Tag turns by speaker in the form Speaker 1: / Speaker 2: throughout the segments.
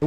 Speaker 1: The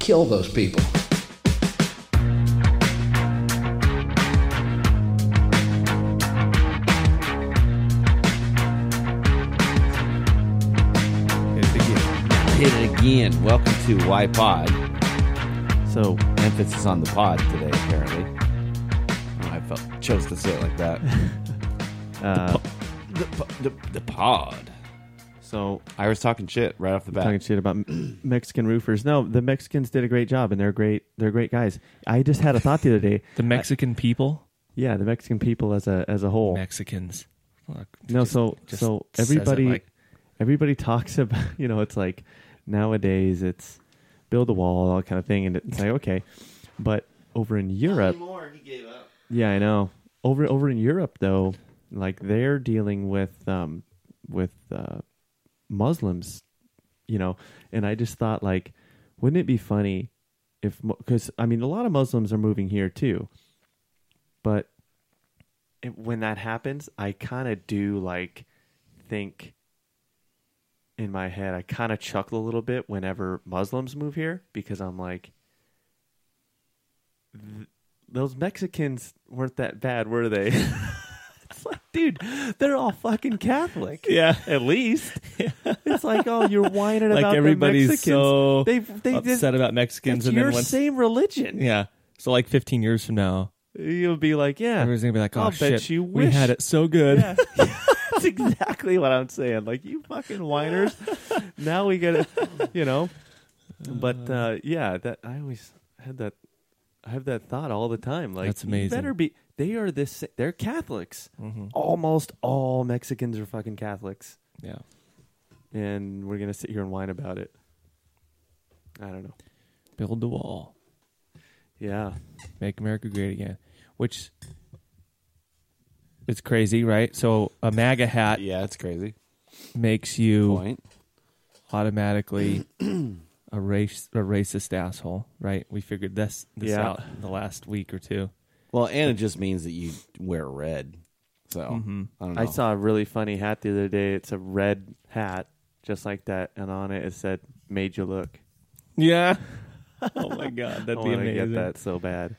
Speaker 1: kill those people.
Speaker 2: Hit it again.
Speaker 3: Hit it again. Welcome to Why Pod. So emphasis on the pod today, apparently. Oh, I felt chose to say it like that. uh, the, po- the, po- the, the pod.
Speaker 2: So
Speaker 3: I was talking shit right off the bat.
Speaker 2: talking shit about Mexican roofers. No, the Mexicans did a great job, and they're great. They're great guys. I just had a thought the other day.
Speaker 4: The Mexican people,
Speaker 2: Yeah, the Mexican people as a as a whole.
Speaker 4: Mexicans. Fuck.
Speaker 2: no, so
Speaker 4: just
Speaker 2: so
Speaker 4: says it
Speaker 2: everybody
Speaker 4: like-
Speaker 2: everybody talks about you know it's like nowadays it's build a wall all kind of thing, and it's like okay, but over in Europe, yeah, I know. Over over in Europe though, like they're dealing with um with uh, Muslims, you know, and I just thought like, wouldn't it be funny if because I mean a lot of Muslims are moving here too, but it, when that happens, I kind of do like think in my head, I kind of chuckle a little bit whenever Muslims move here because I'm like, th- those Mexicans weren't that bad, were they? it's like, dude, they're all fucking Catholic.
Speaker 4: Yeah.
Speaker 2: At least it's like, oh, you're whining
Speaker 4: Like
Speaker 2: about the
Speaker 4: everybody's
Speaker 2: Mexicans.
Speaker 4: so
Speaker 2: they they
Speaker 4: upset
Speaker 2: did,
Speaker 4: about Mexicans,
Speaker 2: it's
Speaker 4: and
Speaker 2: your
Speaker 4: then once,
Speaker 2: same religion.
Speaker 4: yeah. So like 15 years from now,
Speaker 2: You'll be like, yeah,
Speaker 4: everyone's gonna be like, "Oh
Speaker 2: I'll
Speaker 4: shit,
Speaker 2: bet you
Speaker 4: we
Speaker 2: wish.
Speaker 4: had it so good."
Speaker 2: Yeah. That's exactly what I'm saying. Like you fucking whiners. now we get it, you know. But uh, yeah, that I always had that. I have that thought all the time. Like
Speaker 4: That's
Speaker 2: you
Speaker 4: amazing.
Speaker 2: better be. They are this. They're Catholics.
Speaker 4: Mm-hmm.
Speaker 2: Almost all Mexicans are fucking Catholics,
Speaker 4: Yeah.
Speaker 2: and we're gonna sit here and whine about it. I don't know.
Speaker 4: Build the wall,
Speaker 2: Yeah,
Speaker 4: make America great again, which it's crazy, right? So a MAGA hat
Speaker 3: yeah, it's crazy.
Speaker 4: makes you
Speaker 3: Point.
Speaker 4: automatically a race a racist asshole, right? We figured this this
Speaker 2: Yeah.
Speaker 4: out in the last week or two.
Speaker 3: Well, and it just means that you wear red. So I don't know.
Speaker 2: Mm-hmm. I saw a really funny hat the other day. It's a red hat, just like that, and on it it said "Made you look."
Speaker 4: Yeah. oh my god,
Speaker 2: I
Speaker 4: that'd be
Speaker 2: want to
Speaker 4: amazing.
Speaker 2: get that so bad.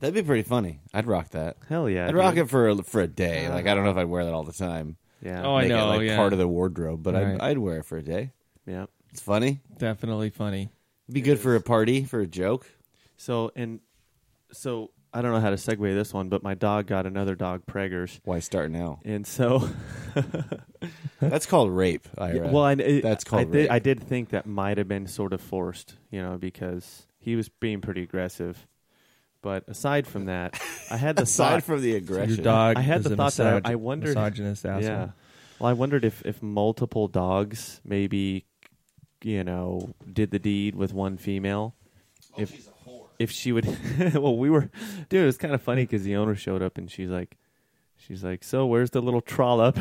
Speaker 3: that'd be pretty funny. I'd rock that.
Speaker 2: Hell yeah,
Speaker 3: I'd rock
Speaker 2: dude. Uh,
Speaker 3: it for a, for a day. Like I don't know if I'd wear that all the time.
Speaker 2: Yeah.
Speaker 4: Oh, I
Speaker 3: Make it,
Speaker 4: know,
Speaker 3: like
Speaker 4: yeah.
Speaker 3: part of the wardrobe, but I'd,
Speaker 4: Right.
Speaker 3: I'd wear it for a day.
Speaker 2: yeah.
Speaker 3: It's funny.
Speaker 4: Definitely funny.
Speaker 3: It'd be good for a party for a joke.
Speaker 2: So and so I don't know how to segue this one, but my dog got another dog preggers,
Speaker 3: Why start now?
Speaker 2: and so
Speaker 3: That's called rape. Ira.
Speaker 2: well, I, it-
Speaker 3: that's
Speaker 2: I
Speaker 3: called
Speaker 2: did,
Speaker 3: rape.
Speaker 2: I did think that might have been sort of forced, you know, because he was being pretty aggressive. But aside from that, I had the
Speaker 3: Aside
Speaker 2: thought,
Speaker 3: from the
Speaker 4: Your
Speaker 3: aggression,
Speaker 4: dog
Speaker 2: I had
Speaker 4: is
Speaker 2: the
Speaker 4: a
Speaker 2: thought that I-
Speaker 4: misog-
Speaker 2: I wondered-
Speaker 4: misogynist asshole.
Speaker 2: yeah. Well, I wondered if if multiple dogs maybe, you know, did the deed with one female. if Oh, she's a whore. If she would, well, we were, dude. It was kind of funny because the owner showed up and she's like, she's like, so where's the little trollop?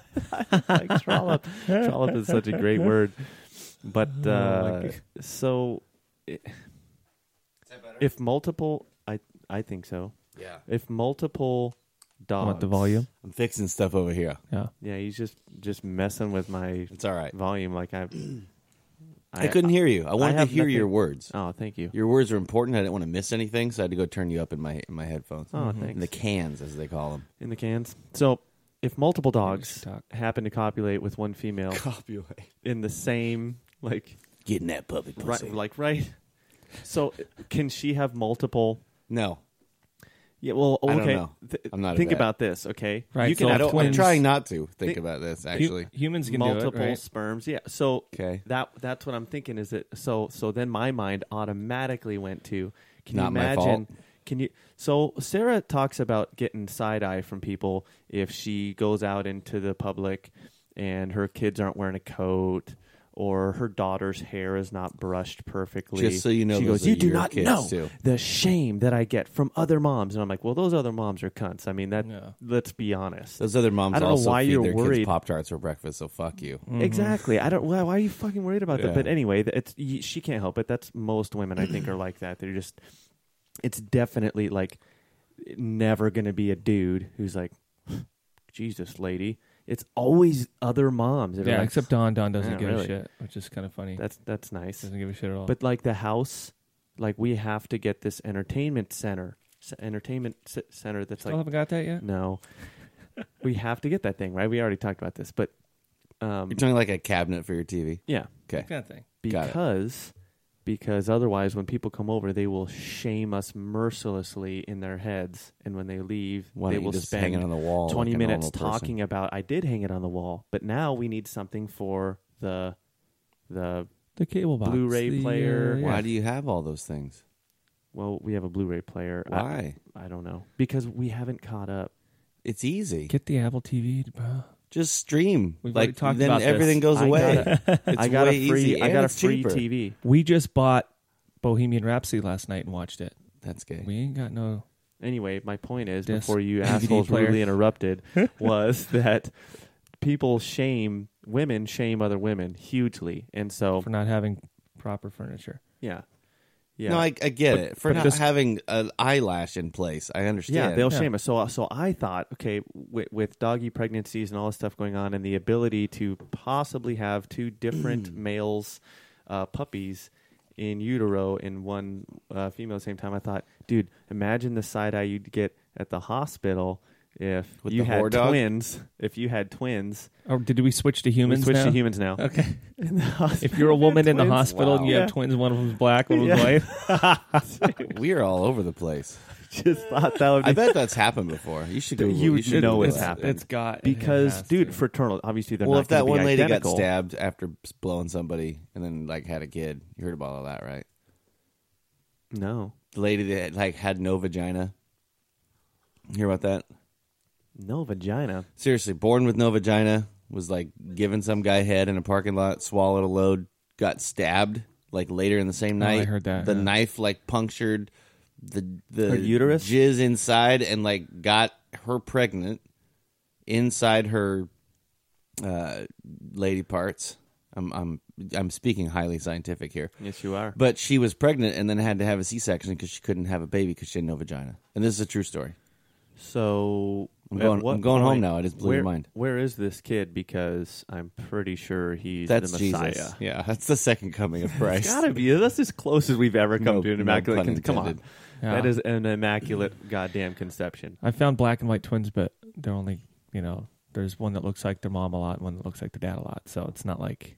Speaker 2: like trollop, trollop is such a great word. But uh, so, it- if multiple, I I think so.
Speaker 3: yeah.
Speaker 2: If multiple dogs,
Speaker 4: Want the volume?
Speaker 3: I'm fixing stuff over here.
Speaker 4: Yeah.
Speaker 2: Yeah, he's just just messing with my
Speaker 3: It's all right.
Speaker 2: volume. Like I,
Speaker 3: I, couldn't hear you. I wanted to
Speaker 2: have
Speaker 3: hear your
Speaker 2: nothing-
Speaker 3: words.
Speaker 2: Oh, thank you.
Speaker 3: Your words were important. I didn't want to miss anything, so I had to go turn you up in my in my headphones.
Speaker 2: Oh, thanks.
Speaker 3: In the cans, as they call them.
Speaker 2: In the cans. So, if multiple dogs
Speaker 4: talk.
Speaker 2: happen to copulate with one female in the same like
Speaker 3: Getting that puppy pussy.
Speaker 2: right, like right, so can she have multiple?
Speaker 3: no,
Speaker 2: Yeah. Well, okay.
Speaker 3: I don't know.
Speaker 2: Th-
Speaker 3: I'm not a
Speaker 2: think
Speaker 3: vet.
Speaker 2: about this. Okay.
Speaker 4: Right,
Speaker 2: You can
Speaker 4: so
Speaker 3: I
Speaker 2: have
Speaker 3: don't, I'm
Speaker 4: twins.
Speaker 3: trying not to think about this. Actually,
Speaker 4: Hu- humans can
Speaker 2: multiple
Speaker 4: do it, right?
Speaker 2: sperms. Yeah. So
Speaker 3: Okay.
Speaker 2: that that's what I'm thinking. Is it so? So then my mind automatically went to. Can you
Speaker 3: Not my
Speaker 2: imagine?
Speaker 3: fault.
Speaker 2: Can you? So Sarah talks about getting side eye from people if she goes out into the public and her kids aren't wearing a coat or her daughter's hair is not brushed perfectly.
Speaker 3: Just so you know,
Speaker 2: she
Speaker 3: those
Speaker 2: goes,
Speaker 3: are
Speaker 2: "You do
Speaker 3: your
Speaker 2: not
Speaker 3: kids,
Speaker 2: know
Speaker 3: too."
Speaker 2: the shame that I get from other moms," and I'm like, "Well, those other moms are cunts." I mean, that
Speaker 4: Yeah. Mm-hmm.
Speaker 2: let's be honest.
Speaker 3: Those other moms
Speaker 2: I don't know
Speaker 3: also
Speaker 2: why
Speaker 3: feed
Speaker 2: you're
Speaker 3: their
Speaker 2: worried.
Speaker 3: kids Pop Tarts for breakfast, so fuck you.
Speaker 4: Mm-hmm.
Speaker 2: Exactly. I don't. Why, why are you fucking worried about
Speaker 3: Yeah.
Speaker 2: that? But anyway, th- it's y- she can't help it. That's most women. I think are like that. They're just. It's definitely like never going to be a dude who's like, Jesus, lady. It's always other moms. that are
Speaker 4: Yeah,
Speaker 2: like,
Speaker 4: except Don. Don doesn't
Speaker 2: Yeah,
Speaker 4: give
Speaker 2: really.
Speaker 4: a shit, which is kind of funny.
Speaker 2: that's that's nice.
Speaker 4: doesn't give a shit at all.
Speaker 2: But like the house, like we have to get this entertainment center, s- entertainment s- center that's
Speaker 4: still
Speaker 2: like
Speaker 4: haven't got that yet.
Speaker 2: no, we have to get that thing right. We already talked about this, but um,
Speaker 3: You're talking like a cabinet for your TV.
Speaker 2: yeah,
Speaker 3: Okay.
Speaker 4: Kind of thing.
Speaker 3: Got it.
Speaker 2: because because otherwise when people come over they will shame us mercilessly in their heads and when they leave
Speaker 3: Why
Speaker 2: they
Speaker 3: don't you
Speaker 2: will
Speaker 3: just hang
Speaker 2: spend
Speaker 3: it on the wall?
Speaker 2: 20
Speaker 3: like a
Speaker 2: minutes
Speaker 3: normal person?
Speaker 2: talking about I did hang it on the wall but now we need something for the the
Speaker 4: The cable box,
Speaker 2: Blu-ray
Speaker 4: the, uh,
Speaker 2: player.
Speaker 4: yeah.
Speaker 3: Why do you have all those things?
Speaker 2: well we have a blu-ray player I-
Speaker 3: Why?
Speaker 2: I, don't know because we haven't caught up
Speaker 3: It's easy.
Speaker 4: get the Apple TV, bro?
Speaker 3: Just stream.
Speaker 4: We've already
Speaker 3: like
Speaker 4: talked
Speaker 3: then
Speaker 4: about this.
Speaker 3: everything goes
Speaker 2: I
Speaker 3: away.
Speaker 2: got
Speaker 3: it's
Speaker 2: I got
Speaker 3: way
Speaker 2: a free
Speaker 3: easy.
Speaker 2: I
Speaker 3: and
Speaker 2: got a
Speaker 3: it's
Speaker 2: free
Speaker 3: cheaper.
Speaker 2: TV
Speaker 4: We just bought Bohemian Rhapsody last night and watched it.
Speaker 3: That's gay.
Speaker 4: We ain't got no.
Speaker 2: anyway, my point is
Speaker 4: Disc,
Speaker 2: before you
Speaker 4: DVD
Speaker 2: assholes
Speaker 4: player.
Speaker 2: rudely interrupted was that people shame women shame other women hugely, and so
Speaker 4: for not having proper furniture.
Speaker 2: yeah, yeah,
Speaker 3: No, I, I get it. For
Speaker 4: but
Speaker 3: not
Speaker 4: this-
Speaker 3: having an eyelash in place, I understand.
Speaker 2: yeah, they'll
Speaker 4: Yeah.
Speaker 2: shame us. So uh, so I thought, okay, with, with doggy pregnancies and all this stuff going on, and the ability to possibly have two different males uh, puppies. In utero, in one uh, female, at the same time. I thought, dude, imagine the side eye you'd get at the hospital if
Speaker 3: With
Speaker 2: you
Speaker 3: the whore
Speaker 2: had
Speaker 3: dog?
Speaker 2: twins. If you had twins,
Speaker 4: Or Oh, did we switch to humans?
Speaker 2: we switch
Speaker 4: now?
Speaker 2: to humans now.
Speaker 4: Okay.
Speaker 2: In the
Speaker 4: If
Speaker 2: hospital.
Speaker 4: you're a woman in the
Speaker 2: Twins?
Speaker 4: hospital and you
Speaker 2: Wow.
Speaker 4: have twins, one of them's black, one of them's
Speaker 2: Yeah.
Speaker 4: white.
Speaker 3: we are all over the place.
Speaker 2: just thought that would be
Speaker 3: I bet that's happened before. You should.
Speaker 2: Dude,
Speaker 3: Google,
Speaker 2: you
Speaker 3: should
Speaker 2: know
Speaker 3: Google
Speaker 2: it's
Speaker 3: that.
Speaker 2: happened. It's
Speaker 4: got
Speaker 2: because, dude, fraternal. Obviously, they're
Speaker 3: Well,
Speaker 2: not
Speaker 3: if that
Speaker 2: gonna be
Speaker 3: one lady
Speaker 2: identical.
Speaker 3: got stabbed after blowing somebody and then like had a kid, you heard about all that, right?
Speaker 2: no,
Speaker 3: The lady that like had no vagina. You hear about that?
Speaker 2: no vagina.
Speaker 3: Seriously, born with no vagina, was like given some guy head in a parking lot, swallowed a load, got stabbed like later in the same
Speaker 4: Oh, I
Speaker 3: night.
Speaker 4: heard that,
Speaker 3: The
Speaker 4: yeah.
Speaker 3: knife like punctured the the
Speaker 2: Her uterus?
Speaker 3: jizz inside and like got her pregnant inside her uh, lady parts. I'm I'm I'm speaking highly scientific here.
Speaker 2: Yes, you are.
Speaker 3: But she was pregnant and then had to have a C-section because she couldn't have a baby because she had no vagina. And this is a true story.
Speaker 2: So
Speaker 3: I'm
Speaker 2: at
Speaker 3: going-
Speaker 2: what
Speaker 3: I'm going home
Speaker 2: point-
Speaker 3: now. It just blew
Speaker 2: where,
Speaker 3: your mind.
Speaker 2: Where is this kid? Because I'm pretty sure he's
Speaker 3: That's
Speaker 2: the Messiah.
Speaker 3: Jesus. Yeah, that's the second coming of Christ.
Speaker 2: It's gotta be. That's as close as we've ever come
Speaker 3: No-
Speaker 2: to an
Speaker 3: no
Speaker 2: immaculate.
Speaker 3: pun
Speaker 2: con- come on,
Speaker 3: intended.
Speaker 4: Yeah.
Speaker 2: that is an immaculate goddamn conception.
Speaker 4: I found black and white twins, but they're only you know there's one that looks like their mom a lot, and one that looks like their dad a lot. So it's not like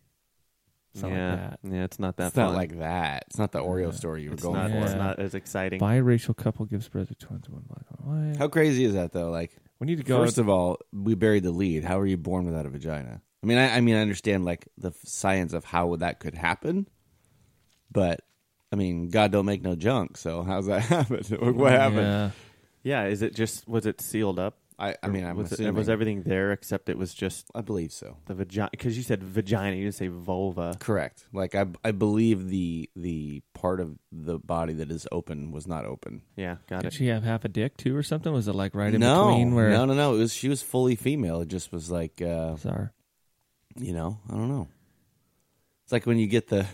Speaker 4: it's not
Speaker 2: yeah,
Speaker 4: like that.
Speaker 2: yeah, it's not that.
Speaker 3: it's not
Speaker 2: fun.
Speaker 3: like that. It's not the Oreo story you were
Speaker 2: it's
Speaker 3: going
Speaker 2: not.
Speaker 3: for.
Speaker 2: It's
Speaker 4: Yeah.
Speaker 2: not as exciting.
Speaker 4: Biracial couple gives birth to twins, one black, one white.
Speaker 3: How crazy is that though? Like,
Speaker 4: we need to go.
Speaker 3: first of all, we buried the lead. How are you born without a vagina? I mean, I, I mean, I understand like the f- science of how that could happen, but I mean, God don't make no junk. So how's that happen? what happened?
Speaker 4: Yeah.
Speaker 2: Yeah, is it just was it sealed up?
Speaker 3: I, I mean, I'm
Speaker 2: was, it,
Speaker 3: assuming.
Speaker 2: was everything there except it was just
Speaker 3: I believe so.
Speaker 2: the vagina? Because you said vagina, you didn't say vulva.
Speaker 3: Correct. Like I, I believe the the part of the body that is open was not open.
Speaker 2: Yeah, got
Speaker 4: Did
Speaker 2: it.
Speaker 4: she have half a dick too, or something? Was it like right in
Speaker 3: no,
Speaker 4: between where?
Speaker 3: no, no, no. It was she was fully female. It just was like uh,
Speaker 4: Sorry.
Speaker 3: you know, I don't know. It's like when you get the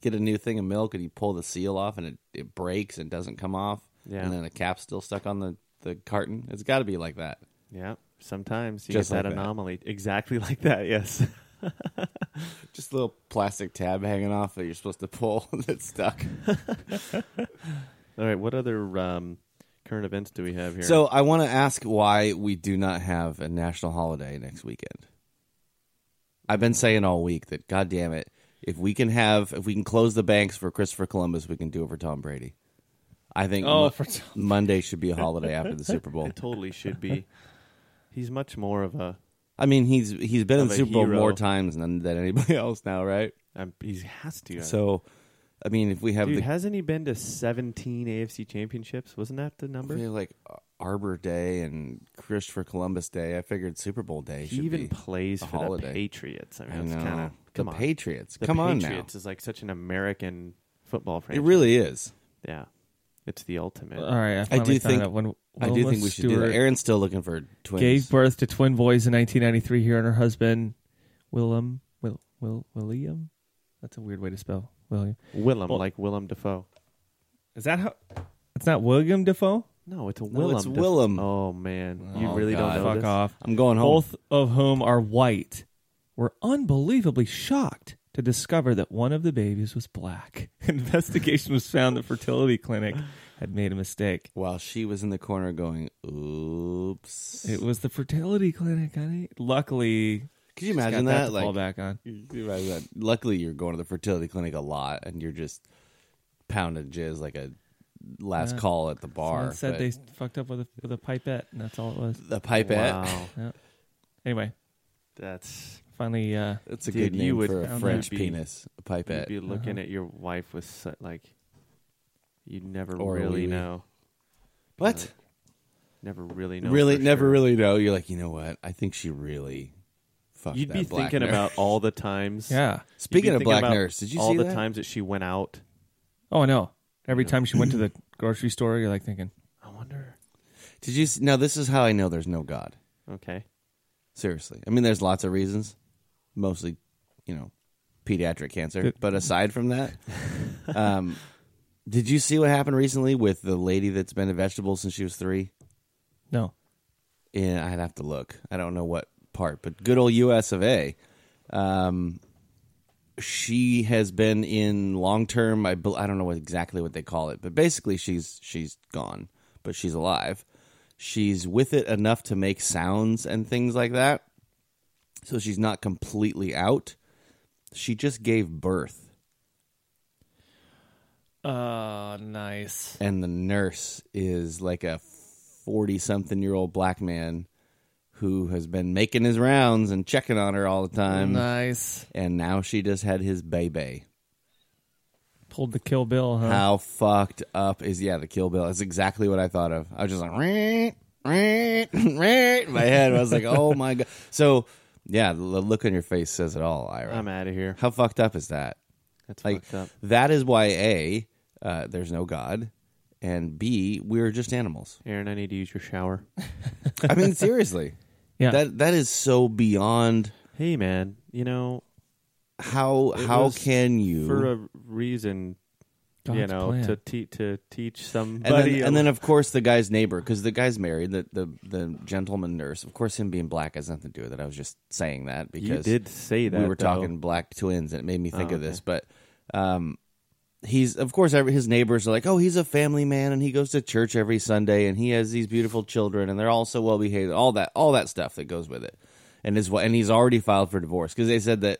Speaker 3: get a new thing of milk and you pull the seal off and it, it breaks and doesn't come off.
Speaker 2: Yeah.
Speaker 3: And then the cap's still stuck on the, the carton. It's gotta be like that.
Speaker 2: yeah, sometimes you
Speaker 3: Just
Speaker 2: get that
Speaker 3: like that.
Speaker 2: anomaly exactly like that. Yes,
Speaker 3: Just a little plastic tab hanging off that you're supposed to pull that's stuck.
Speaker 2: All right, what other um, current events do we have here?
Speaker 3: So I wanna ask why we do not have a national holiday next weekend. I've been saying all week that god damn it, if we can have if we can close the banks for Christopher Columbus, we can do it for Tom Brady. I think
Speaker 4: Oh,
Speaker 3: Mo-
Speaker 4: for
Speaker 3: Monday should be a holiday after the Super Bowl.
Speaker 2: it totally should be. He's much more of a.
Speaker 3: I mean, he's he's been in
Speaker 2: Of
Speaker 3: the
Speaker 2: a
Speaker 3: Super Bowl
Speaker 2: hero.
Speaker 3: more times than, than anybody else now, right?
Speaker 2: Um, he has to.
Speaker 3: So, I mean, if we have
Speaker 2: dude,
Speaker 3: the
Speaker 2: hasn't he been to seventeen AFC championships? Wasn't that the number?
Speaker 3: we have, like Arbor Day and Christopher Columbus Day, I figured Super Bowl Day
Speaker 2: he
Speaker 3: should
Speaker 2: even
Speaker 3: be.
Speaker 2: plays
Speaker 3: a
Speaker 2: for
Speaker 3: holiday.
Speaker 2: the Patriots. I
Speaker 3: I
Speaker 2: mean, it's
Speaker 3: know.
Speaker 2: kind of
Speaker 3: the
Speaker 2: Come on.
Speaker 3: Patriots.
Speaker 2: The
Speaker 3: Come on now.
Speaker 2: Patriots is like such an American football
Speaker 3: It
Speaker 2: franchise.
Speaker 3: really is.
Speaker 2: yeah, it's the ultimate.
Speaker 4: All right, I, finally
Speaker 3: do
Speaker 4: found
Speaker 3: think-
Speaker 4: out when
Speaker 3: I do
Speaker 4: Wilma
Speaker 3: think we should do
Speaker 4: Stewart
Speaker 3: that. Aaron's still looking for twins.
Speaker 4: gave birth to twin boys in 1993. Here and her husband, Willem, Will, Will, William. That's a weird way to spell William.
Speaker 2: Willem, like Willem Dafoe.
Speaker 4: Is that how? It's not William Defoe.
Speaker 2: No, it's a
Speaker 3: No,
Speaker 2: Willem.
Speaker 3: it's
Speaker 2: Dafoe.
Speaker 3: Willem.
Speaker 2: Oh man, you
Speaker 3: Oh,
Speaker 2: really
Speaker 3: God.
Speaker 2: don't know
Speaker 4: Fuck
Speaker 2: this?
Speaker 4: off.
Speaker 3: I'm going home.
Speaker 4: Both of whom are white. Were unbelievably shocked to discover that one of the babies was black. Investigation was found the fertility clinic had made a mistake.
Speaker 3: While she was in the corner going, "Oops."
Speaker 4: It was the fertility clinic, honey. Luckily,
Speaker 3: Could you
Speaker 4: she's
Speaker 3: imagine
Speaker 4: got that,
Speaker 3: that?
Speaker 4: to fall
Speaker 3: Like,
Speaker 4: back on.
Speaker 3: could you imagine that? Luckily, you're going to the fertility clinic a lot, and you're just pounding jizz like a last
Speaker 4: Yeah.
Speaker 3: call at the
Speaker 4: Someone
Speaker 3: bar.
Speaker 4: said
Speaker 3: but
Speaker 4: they fucked up with a with a pipette, and that's all it was.
Speaker 3: the pipette.
Speaker 2: Wow,
Speaker 4: Anyway,
Speaker 2: that's
Speaker 4: finally, uh,
Speaker 3: That's a
Speaker 2: Dude,
Speaker 3: good
Speaker 2: you
Speaker 3: name
Speaker 2: would-
Speaker 3: for a
Speaker 4: Found
Speaker 3: French
Speaker 2: that.
Speaker 3: penis. A
Speaker 2: you'd
Speaker 3: pipette.
Speaker 2: be looking at your wife with su- like you never
Speaker 3: Or a
Speaker 2: really
Speaker 3: wee-wee.
Speaker 2: know,
Speaker 3: What?
Speaker 2: never really know.
Speaker 3: really?
Speaker 2: for
Speaker 3: Never
Speaker 2: sure.
Speaker 3: really know. You're like, you know what? I think she really fucked
Speaker 2: You'd
Speaker 3: that
Speaker 2: be
Speaker 3: black
Speaker 2: thinking
Speaker 3: nurse."
Speaker 2: about all the times.
Speaker 4: yeah.
Speaker 2: You'd be
Speaker 3: Speaking of
Speaker 2: thinking
Speaker 3: black
Speaker 2: about
Speaker 3: nurse, did you
Speaker 2: all
Speaker 3: see
Speaker 2: the
Speaker 3: that?
Speaker 2: times that she went out?
Speaker 4: Oh, I know. Every time she went to the grocery store, you're like thinking,
Speaker 2: I wonder.
Speaker 3: Did you s- now? This is how I know there's no God.
Speaker 2: Okay.
Speaker 3: Seriously, I mean, there's lots of reasons, mostly, you know, pediatric cancer. But aside from that, um, did you see what happened recently with the lady that's been a vegetable since she was three?
Speaker 4: no.
Speaker 3: And I'd have to look. I don't know what part, but good old U.S. of A. Um, she has been in long term. I, bel- I don't know what, exactly what they call it, but basically she's she's gone, but she's alive. She's with it enough to make sounds and things like that. So she's not completely out. She just gave birth,
Speaker 4: Oh, nice.
Speaker 3: and the nurse is like a forty-something-year-old black man who has been making his rounds and checking on her all the time.
Speaker 4: nice.
Speaker 3: And now she just had his baby.
Speaker 4: Pulled the Kill Bill, huh?
Speaker 3: How fucked up is yeah the Kill Bill? That's exactly what I thought of. I was just like, "Rrrt, rrrt, rrrt," in my head. I was like, oh my god. So yeah, the look on your face says it all, Ira.
Speaker 2: I'm out of here.
Speaker 3: How fucked up is that?
Speaker 2: That's
Speaker 3: Like
Speaker 2: fucked up.
Speaker 3: that is why a uh, there's no god, and b we're just animals.
Speaker 2: Aaron, I need to use your shower.
Speaker 3: I mean, seriously,
Speaker 4: Yeah.
Speaker 3: that that is so beyond
Speaker 2: hey, man. You know,
Speaker 3: how
Speaker 2: It
Speaker 3: how
Speaker 2: was
Speaker 3: can you
Speaker 2: for a reason, you
Speaker 4: God's
Speaker 2: know,
Speaker 4: plan.
Speaker 2: to te- to teach somebody.
Speaker 3: And then,
Speaker 2: a-
Speaker 3: and then, of course, the guy's neighbor, because the guy's married, the, the the gentleman nurse. Of course, him being black has nothing to do with it. I was just saying that because
Speaker 2: you did say that
Speaker 3: we were
Speaker 2: though.
Speaker 3: talking black twins, and it made me think
Speaker 2: Oh,
Speaker 3: of this. But um, he's, of course, every, his neighbors are like, "Oh, he's a family man, and he goes to church every Sunday, and he has these beautiful children, and they're all so well behaved, all that, all that stuff that goes with it." And his wa- and he's already filed for divorce because they said that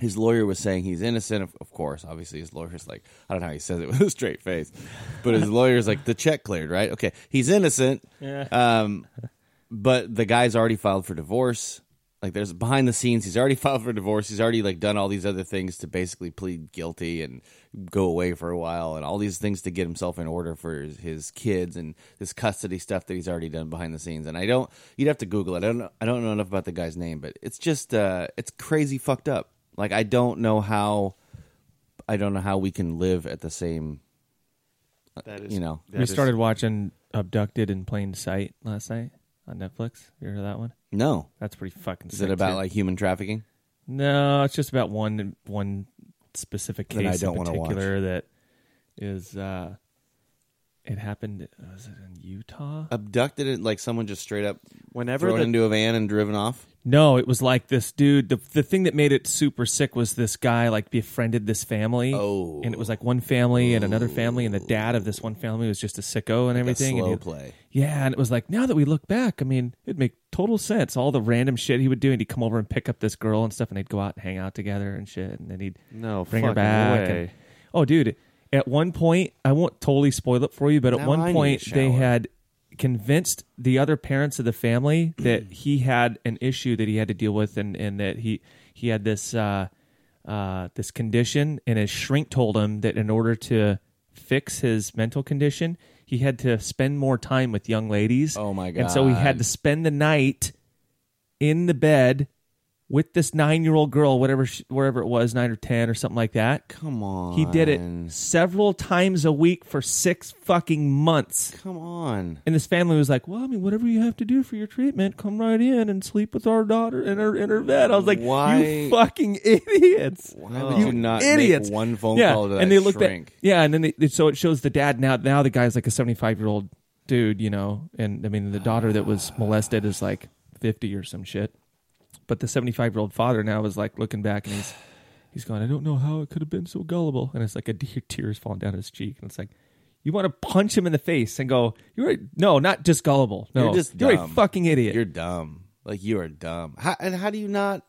Speaker 3: his lawyer was saying he's innocent. Of, of course, obviously, his lawyer's like, I don't know how he says it with a straight face, but his lawyer's like, the check cleared, right? Okay, he's innocent.
Speaker 4: Yeah.
Speaker 3: Um, but the guy's already filed for divorce. Like, there's behind the scenes, he's already filed for divorce. He's already like done all these other things to basically plead guilty and go away for a while, and all these things to get himself in order for his, his kids and this custody stuff that he's already done behind the scenes. And I don't, you'd have to Google it. I don't, know, I don't know enough about the guy's name, but it's just, uh, it's crazy fucked up. Like, I don't know how, I don't know how we can live at the same.
Speaker 2: That
Speaker 3: you know.
Speaker 2: that
Speaker 4: we
Speaker 2: is-
Speaker 4: started watching Abducted in Plain Sight last night on Netflix. You heard of that one?
Speaker 3: No,
Speaker 4: That's pretty fucking
Speaker 3: is
Speaker 4: sick,
Speaker 3: it about
Speaker 4: too.
Speaker 3: like human trafficking?
Speaker 4: No, it's just about one one specific
Speaker 3: That I
Speaker 4: case
Speaker 3: don't
Speaker 4: in
Speaker 3: wanna watch.
Speaker 4: particular that is uh it happened was it in Utah?
Speaker 3: abducted it like someone just straight up
Speaker 2: whenever
Speaker 3: thrown
Speaker 2: the
Speaker 3: into a van and driven off.
Speaker 4: No, it was like this dude. The the thing that made it super sick was this guy like befriended this family.
Speaker 3: Oh.
Speaker 4: and it was like one family and another family, and the dad of this one family was just a sicko and
Speaker 3: a
Speaker 4: everything. and
Speaker 3: slow
Speaker 4: he-
Speaker 3: play.
Speaker 4: Yeah, and it was like now that we look back, I mean, it'd make total sense. All the random shit he would do, and he'd come over and pick up this girl and stuff, and they'd go out and hang out together and shit, and then he'd
Speaker 2: no
Speaker 4: bring her
Speaker 2: fucking
Speaker 4: back.
Speaker 2: way.
Speaker 4: and- oh, dude! At one point, I won't totally spoil it for you, but at
Speaker 3: Now
Speaker 4: one
Speaker 3: I need a
Speaker 4: point they
Speaker 3: shower.
Speaker 4: had convinced the other parents of the family that he had an issue that he had to deal with, and, and that he he had this uh, uh, this condition, and his shrink told him that in order to fix his mental condition, he had to spend more time with young ladies.
Speaker 3: Oh, my
Speaker 4: And so he
Speaker 3: God.
Speaker 4: had to spend the night in the bed with this nine-year-old girl, whatever, she, wherever it was, nine or ten or something like that.
Speaker 3: Come on.
Speaker 4: He did it several times a week for six fucking months.
Speaker 3: Come on.
Speaker 4: And this family was like, "Well, I mean, whatever you have to do for your treatment, come right in and sleep with our daughter and her and her vet." I was like,
Speaker 3: Why-
Speaker 4: "You fucking idiots!
Speaker 3: Why would you not make
Speaker 4: idiots!"
Speaker 3: one phone call to that
Speaker 4: and they looked
Speaker 3: shrink?
Speaker 4: At, yeah, and then they, so it shows the dad now. Now the guy's like a seventy-five-year-old dude, you know, and I mean the daughter that was molested is like fifty or some shit. But the seventy-five-year-old father now is like looking back and he's he's going, I don't know how it could have been so gullible, and it's like a tear tears falling down his cheek, and it's like. You want to punch him in the face and go, "You're a, no, not just gullible. No,
Speaker 3: You're just
Speaker 4: a
Speaker 3: dumb.
Speaker 4: fucking idiot.
Speaker 3: You're dumb. Like you are dumb. How, and how do you not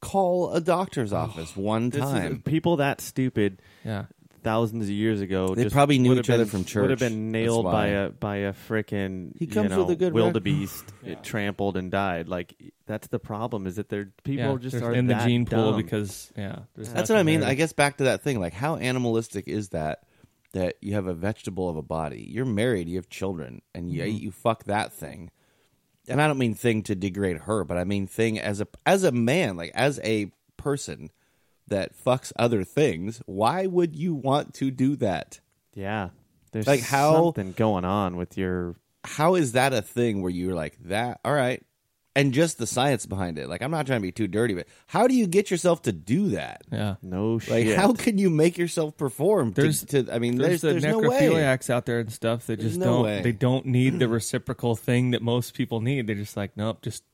Speaker 3: call a doctor's office one
Speaker 2: This is-
Speaker 3: time?
Speaker 2: people that stupid
Speaker 4: yeah,
Speaker 2: thousands of years ago.
Speaker 3: They
Speaker 2: just
Speaker 3: probably knew
Speaker 2: would have
Speaker 3: each other
Speaker 2: been-
Speaker 3: from
Speaker 2: Would
Speaker 3: church.
Speaker 2: have been
Speaker 3: That's
Speaker 2: nailed
Speaker 3: why.
Speaker 2: by a by a frickin'
Speaker 3: He comes
Speaker 2: you know,
Speaker 3: with a good rec-
Speaker 2: wildebeest, it trampled and died. Like that's the problem is that there people
Speaker 4: Yeah,
Speaker 2: just
Speaker 4: there's-
Speaker 2: are
Speaker 4: in the
Speaker 2: that
Speaker 4: gene pool
Speaker 2: dumb.
Speaker 4: because yeah, there's
Speaker 3: That's what I
Speaker 4: nothing
Speaker 3: mean.
Speaker 4: there.
Speaker 3: I guess back to that thing. Like, how animalistic is that? That you have a vegetable of a body. You're married. You have children, and you you fuck that thing. And I don't mean thing to degrade her, but I mean thing as a as a man, like as a person that fucks other things. Why would you want to do that?
Speaker 2: yeah, there's
Speaker 3: Like, how-
Speaker 2: something going on with your
Speaker 3: how is that a thing where you're like that all right and just the science behind it like i'm not trying to be too dirty but how do you get yourself to do that
Speaker 4: yeah.
Speaker 2: no
Speaker 3: like
Speaker 2: shit.
Speaker 3: how can you make yourself perform to-
Speaker 4: There's-
Speaker 3: to, i mean there's,
Speaker 4: There's,
Speaker 3: there's,
Speaker 4: the
Speaker 3: no way
Speaker 4: necrophiliacs out there and stuff that
Speaker 3: There's
Speaker 4: just
Speaker 3: no
Speaker 4: don't
Speaker 3: way.
Speaker 4: they don't need the reciprocal thing that most people need. They're just like, nope, just,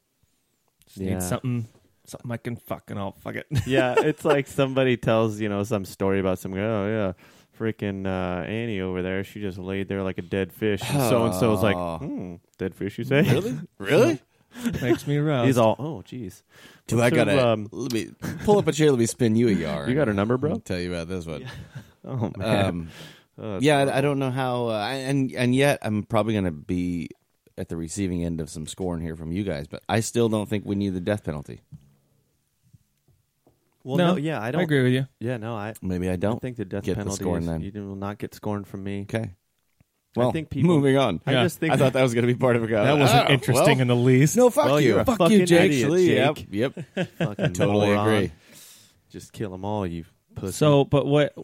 Speaker 4: just
Speaker 2: Yeah.
Speaker 4: need something something I can fucking I'll fuck it.
Speaker 2: yeah, it's like somebody tells you know some story about some guy. Oh yeah, freaking uh, Annie over there, she just laid there like a dead fish. And so and so's like,
Speaker 3: Oh.
Speaker 2: hmm, dead fish, you say?
Speaker 3: really really
Speaker 4: Makes me rough.
Speaker 2: He's all, oh jeez.
Speaker 3: do
Speaker 2: What's
Speaker 3: i
Speaker 2: her,
Speaker 3: gotta
Speaker 2: um,
Speaker 3: let me pull up a chair let me spin you a yard
Speaker 2: You got her number, bro?
Speaker 3: i'll tell you about this one
Speaker 2: oh man,
Speaker 3: um
Speaker 2: Oh,
Speaker 3: yeah I, I don't know how uh, and and yet i'm probably gonna be at the receiving end of some scorn here from you guys but i still don't think we need the death penalty
Speaker 2: Well,
Speaker 4: no,
Speaker 2: no, yeah, I
Speaker 4: I
Speaker 2: don't
Speaker 4: agree with you.
Speaker 2: Yeah, no, I
Speaker 3: maybe i don't
Speaker 2: I think the death
Speaker 3: get the
Speaker 2: penalty
Speaker 3: scorn
Speaker 2: is,
Speaker 3: then.
Speaker 2: you will not get scorned from me.
Speaker 3: Okay. Well,
Speaker 2: think people-
Speaker 3: moving on.
Speaker 2: I
Speaker 4: Yeah.
Speaker 2: just think
Speaker 3: I thought that was going to be part of a guy.
Speaker 4: That wasn't interesting in the least.
Speaker 3: Oh, no, fuck
Speaker 2: Well,
Speaker 3: you.
Speaker 2: you're a
Speaker 3: fuck
Speaker 2: fucking
Speaker 3: you, Jake.
Speaker 2: idiot,
Speaker 3: Actually,
Speaker 2: Jake.
Speaker 3: Yep. Yep.
Speaker 2: fucking
Speaker 3: totally
Speaker 2: moron.
Speaker 3: agree.
Speaker 2: Just kill them all, you pussy.
Speaker 4: So, but what?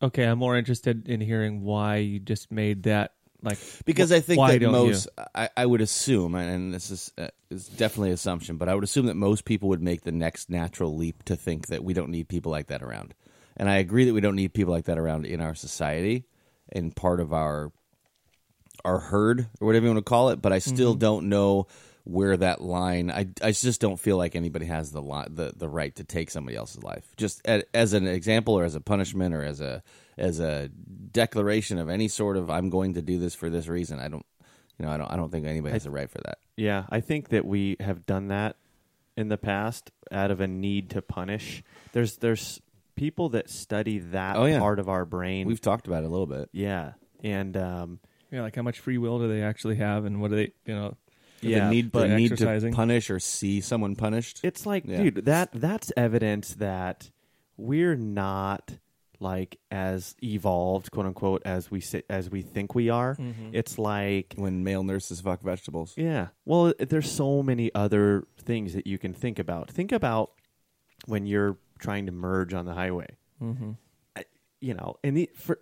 Speaker 4: Okay, I'm more interested in hearing why you just made that like
Speaker 3: Because I think
Speaker 4: why
Speaker 3: that
Speaker 4: don't
Speaker 3: most,
Speaker 4: you?
Speaker 3: I, I would assume, and, and this is uh, is definitely an assumption, but I would assume that most people would make the next natural leap to think that we don't need people like that around. And I agree that we don't need people like that around in our society and part of our our herd or whatever you want to call it, but I still
Speaker 2: Mm-hmm.
Speaker 3: don't know where that line. I, I just don't feel like anybody has the li- the the right to take somebody else's life. Just a as an example, or as a punishment, or as a as a declaration of any sort of I'm going to do this for this reason. I don't, you know, I don't I don't think anybody has a right for that.
Speaker 2: Yeah, I think that we have done that in the past out of a need to punish. There's there's people that study that
Speaker 3: Oh, yeah.
Speaker 2: part of our brain.
Speaker 3: We've talked about it a little bit.
Speaker 2: yeah, and um,
Speaker 4: yeah, like how much free will do they actually have, and what do they, you know?
Speaker 2: yeah,
Speaker 3: the need
Speaker 2: but
Speaker 3: the need
Speaker 4: exercising.
Speaker 3: to punish or see someone punished.
Speaker 2: It's like,
Speaker 3: Yeah.
Speaker 2: dude, that that's evidence that we're not like as evolved, quote unquote, as we si- as we think we are. It's like,
Speaker 3: when male nurses fuck vegetables.
Speaker 2: yeah, well, there's so many other things that you can think about. Think about when you're trying to merge on the highway.
Speaker 4: Mm-hmm.
Speaker 2: I- you know, and the, for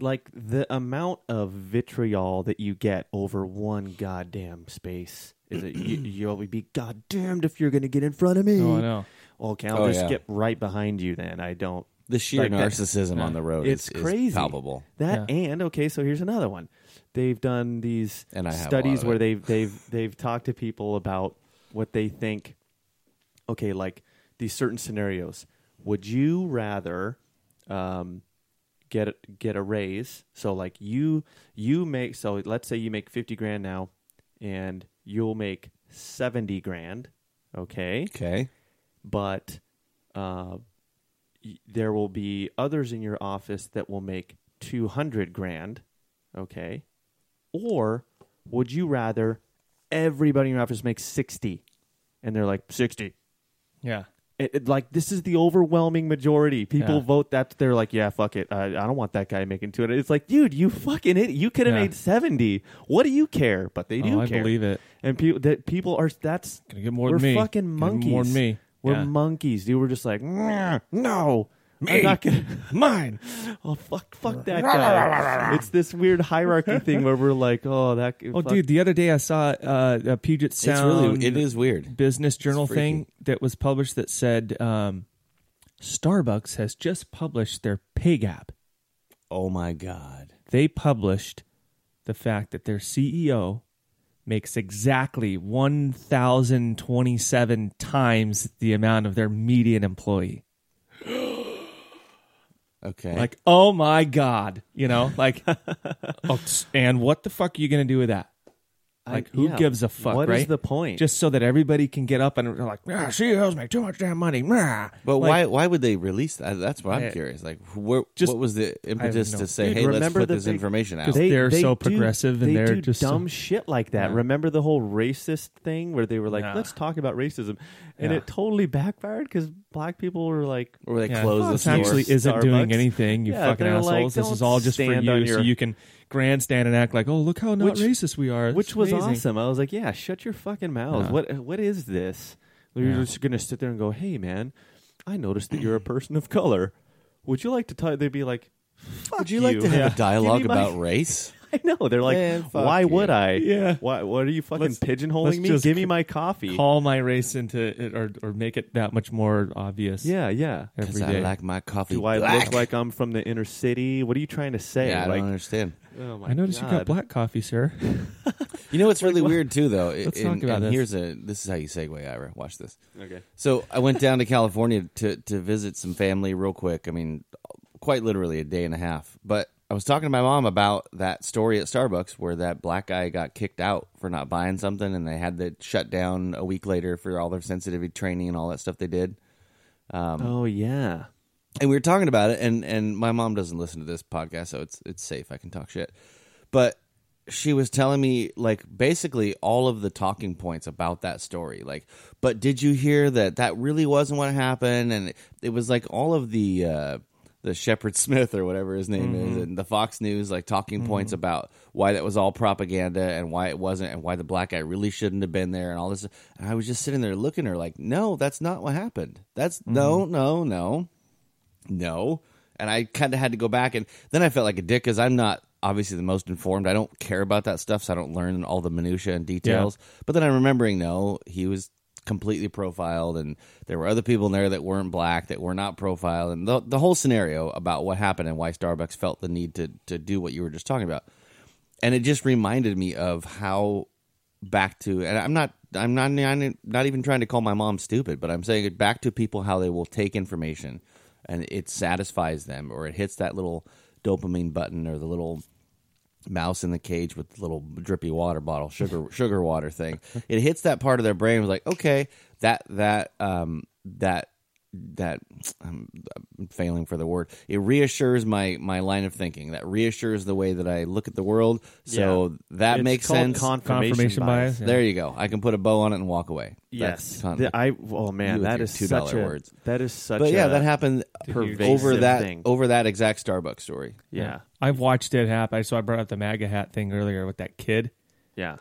Speaker 2: like the amount of vitriol that you get over one goddamn space is it you, you'll be goddamned if you're going to get in front of
Speaker 3: Eh.
Speaker 2: me.
Speaker 4: Oh, I know.
Speaker 2: Okay, I'll
Speaker 3: Oh,
Speaker 2: just
Speaker 3: yeah.
Speaker 2: get right behind you then. I don't.
Speaker 3: The sheer
Speaker 2: Like that-
Speaker 3: narcissism on the road
Speaker 2: It's
Speaker 3: is, is
Speaker 2: crazy.
Speaker 3: palpable.
Speaker 2: That
Speaker 4: Yeah.
Speaker 2: and okay, so here's another one. They've done these
Speaker 3: And I have a lot
Speaker 2: studies
Speaker 3: of
Speaker 2: where
Speaker 3: it.
Speaker 2: they've they've they've talked to people about what they think. Okay, like these certain scenarios. Would you rather um, get a, get a raise? So like you you make so let's say you make fifty grand now, and you'll make seventy grand. Okay
Speaker 3: Okay.
Speaker 2: but uh, y- there will be others in your office that will make 200 grand okay or would you rather everybody in your office makes 60 and they're like 60
Speaker 4: Yeah,
Speaker 2: it, it- like this is the overwhelming majority people
Speaker 4: Yeah.
Speaker 2: vote that they're like yeah fuck it I, I don't want that guy making 200 it's like dude you fucking idiot you could have
Speaker 4: Yeah.
Speaker 2: made 70 what do you care but they do
Speaker 4: oh, I
Speaker 2: care
Speaker 4: believe it.
Speaker 2: and people that people are that's
Speaker 4: Gonna get more
Speaker 2: we're
Speaker 4: than me.
Speaker 2: fucking
Speaker 4: Gonna get
Speaker 2: monkeys
Speaker 4: more than me.
Speaker 2: We're
Speaker 4: Yeah.
Speaker 2: monkeys, dude. We're just like, "Nah, no,
Speaker 4: Me.
Speaker 2: I'm not gonna.
Speaker 4: Mine.
Speaker 2: Oh fuck, fuck that guy. it's this weird hierarchy thing where we're like, oh that.
Speaker 4: Oh,
Speaker 2: fuck-
Speaker 4: dude, the other day I saw uh, a Puget
Speaker 3: It's
Speaker 4: Sound.
Speaker 3: really it is weird.
Speaker 4: business journal
Speaker 3: freaky.
Speaker 4: thing that was published that said um, Starbucks has just published their pay gap.
Speaker 3: Oh my god.
Speaker 4: They published the fact that their CEO makes exactly 1,027 times the amount of their median employee.
Speaker 3: Okay.
Speaker 4: Like, oh my God, you know, like, oh, and what the fuck are you going to do with that?
Speaker 2: I-
Speaker 4: Like, who
Speaker 2: yeah.
Speaker 4: gives a fuck,
Speaker 2: What is
Speaker 4: right?
Speaker 2: the point?
Speaker 4: Just so that everybody can get up and they're like, ah, she owes me too much damn money. Nah.
Speaker 3: but
Speaker 4: Like,
Speaker 3: why? Why would they release that? That's what I'm
Speaker 4: Yeah.
Speaker 3: curious. Like, where,
Speaker 4: Just-
Speaker 3: what was the impetus
Speaker 4: no-
Speaker 3: to say,
Speaker 2: Dude,
Speaker 3: "Hey, let's
Speaker 2: remember
Speaker 3: put
Speaker 2: the
Speaker 3: this
Speaker 2: big-
Speaker 3: information out"?
Speaker 4: Because they're so progressive and
Speaker 2: they
Speaker 4: they're
Speaker 2: do
Speaker 4: just so-
Speaker 2: dumb shit like that. Remember the whole racist thing where they were like,
Speaker 4: Nah.
Speaker 2: "Let's talk about racism," and
Speaker 4: Yeah.
Speaker 2: it totally backfired because black people were like,
Speaker 3: or they
Speaker 4: Yeah.
Speaker 3: close the
Speaker 4: Starbucks
Speaker 3: store?
Speaker 4: actually isn't
Speaker 2: Starbucks.
Speaker 4: doing anything, you
Speaker 2: Yeah,
Speaker 4: fucking
Speaker 2: they're
Speaker 4: assholes.
Speaker 2: like,
Speaker 4: this is
Speaker 2: "Don't
Speaker 4: all just for
Speaker 2: stand on
Speaker 4: you, so
Speaker 2: your-
Speaker 4: you can grandstand and act like, oh, look how not
Speaker 2: Which-
Speaker 4: racist we are.
Speaker 2: which
Speaker 4: It's
Speaker 2: was
Speaker 4: amazing.
Speaker 2: awesome. I was like, "Yeah, shut your fucking mouth.
Speaker 4: Yeah.
Speaker 2: What what is this?" You're
Speaker 4: Yeah.
Speaker 2: just gonna sit there and go, "Hey, man, I noticed that you're a person of color. Would you like to talk?" They'd be like, "Fuck
Speaker 3: Would you like to
Speaker 2: Yeah.
Speaker 3: have
Speaker 2: Give
Speaker 3: a
Speaker 2: me
Speaker 3: dialogue
Speaker 2: my-
Speaker 3: about race?
Speaker 2: I know. They're like,
Speaker 3: Man, fuck
Speaker 2: why
Speaker 3: you.
Speaker 2: would I?
Speaker 4: Yeah.
Speaker 2: Why? What are you fucking
Speaker 4: Let's- let's
Speaker 2: pigeonholing me?
Speaker 4: just
Speaker 2: Give me
Speaker 4: c-
Speaker 2: my coffee.
Speaker 4: Call my race into it or, or make it that much more obvious
Speaker 2: Yeah, yeah.
Speaker 4: every
Speaker 3: Because I
Speaker 4: day.
Speaker 3: like my coffee.
Speaker 2: Do I
Speaker 3: black.
Speaker 2: look like I'm from the inner city? What are you trying to say?
Speaker 3: Yeah, I
Speaker 2: like,
Speaker 3: don't understand.
Speaker 2: oh my
Speaker 4: I noticed you got
Speaker 2: God.
Speaker 4: black coffee, sir.
Speaker 3: You know what's really weird too, though.
Speaker 4: Let's
Speaker 3: and,
Speaker 4: talk about
Speaker 3: and
Speaker 4: this.
Speaker 3: Here's a. This is how you segue, Ira. Watch this.
Speaker 2: Okay.
Speaker 3: So I went down to California to to visit some family real quick. I mean, quite literally a day and a half. But I was talking to my mom about that story at Starbucks where that black guy got kicked out for not buying something, and they had to shut down a week later for all their sensitivity training and all that stuff they did.
Speaker 2: Oh yeah.
Speaker 3: And we were talking about it, and and my mom doesn't listen to this podcast, so it's it's safe. I can talk shit. But she was telling me like basically all of the talking points about that story. Like, but did you hear that that really wasn't what happened? And it, it was like all of the uh, the Shepard Smith or whatever his name is, and the Fox News like talking points about why that was all propaganda and why it wasn't, and why the black guy really shouldn't have been there, and all this. And I was just sitting there looking at her like, no, that's not what happened. That's no, no, no no. And I kind of had to go back, and then I felt like a dick because I'm not obviously the most informed. I don't care about that stuff, so I don't learn all the minutia and details. But then I'm remembering, no, he was completely profiled, and there were other people in there that weren't black, that were not profiled, and the, the whole scenario about what happened and why Starbucks felt the need to to do what you were just talking about. And it just reminded me of how back to, and I'm not. I'm not, I'm not even trying to call my mom stupid, but I'm saying it back to people how they will take information and it satisfies them or it hits that little dopamine button or the little mouse in the cage with the little drippy water bottle sugar sugar water thing it hits that part of their brain was like okay that that um that that I'm, I'm failing for the word it reassures my my line of thinking that reassures the way that i look at the world so
Speaker 2: Yeah.
Speaker 3: that
Speaker 2: It's
Speaker 3: makes
Speaker 2: called
Speaker 3: sense
Speaker 2: Confirmation,
Speaker 4: Confirmation bias.
Speaker 2: bias.
Speaker 4: yeah.
Speaker 3: there you go i can put a bow on it and walk away
Speaker 2: Yes.
Speaker 3: That's-
Speaker 2: The- I. Oh
Speaker 3: You
Speaker 2: man,
Speaker 3: with
Speaker 2: that
Speaker 3: your
Speaker 2: is
Speaker 3: $2
Speaker 2: such a.
Speaker 3: words.
Speaker 2: That is such.
Speaker 3: but yeah
Speaker 2: a-
Speaker 3: that happened over
Speaker 2: pervasive
Speaker 3: that
Speaker 2: thing.
Speaker 3: over that exact starbucks story
Speaker 2: Yeah.
Speaker 4: I've watched it happen. So I brought up the MAGA hat thing earlier with that kid
Speaker 2: Yeah.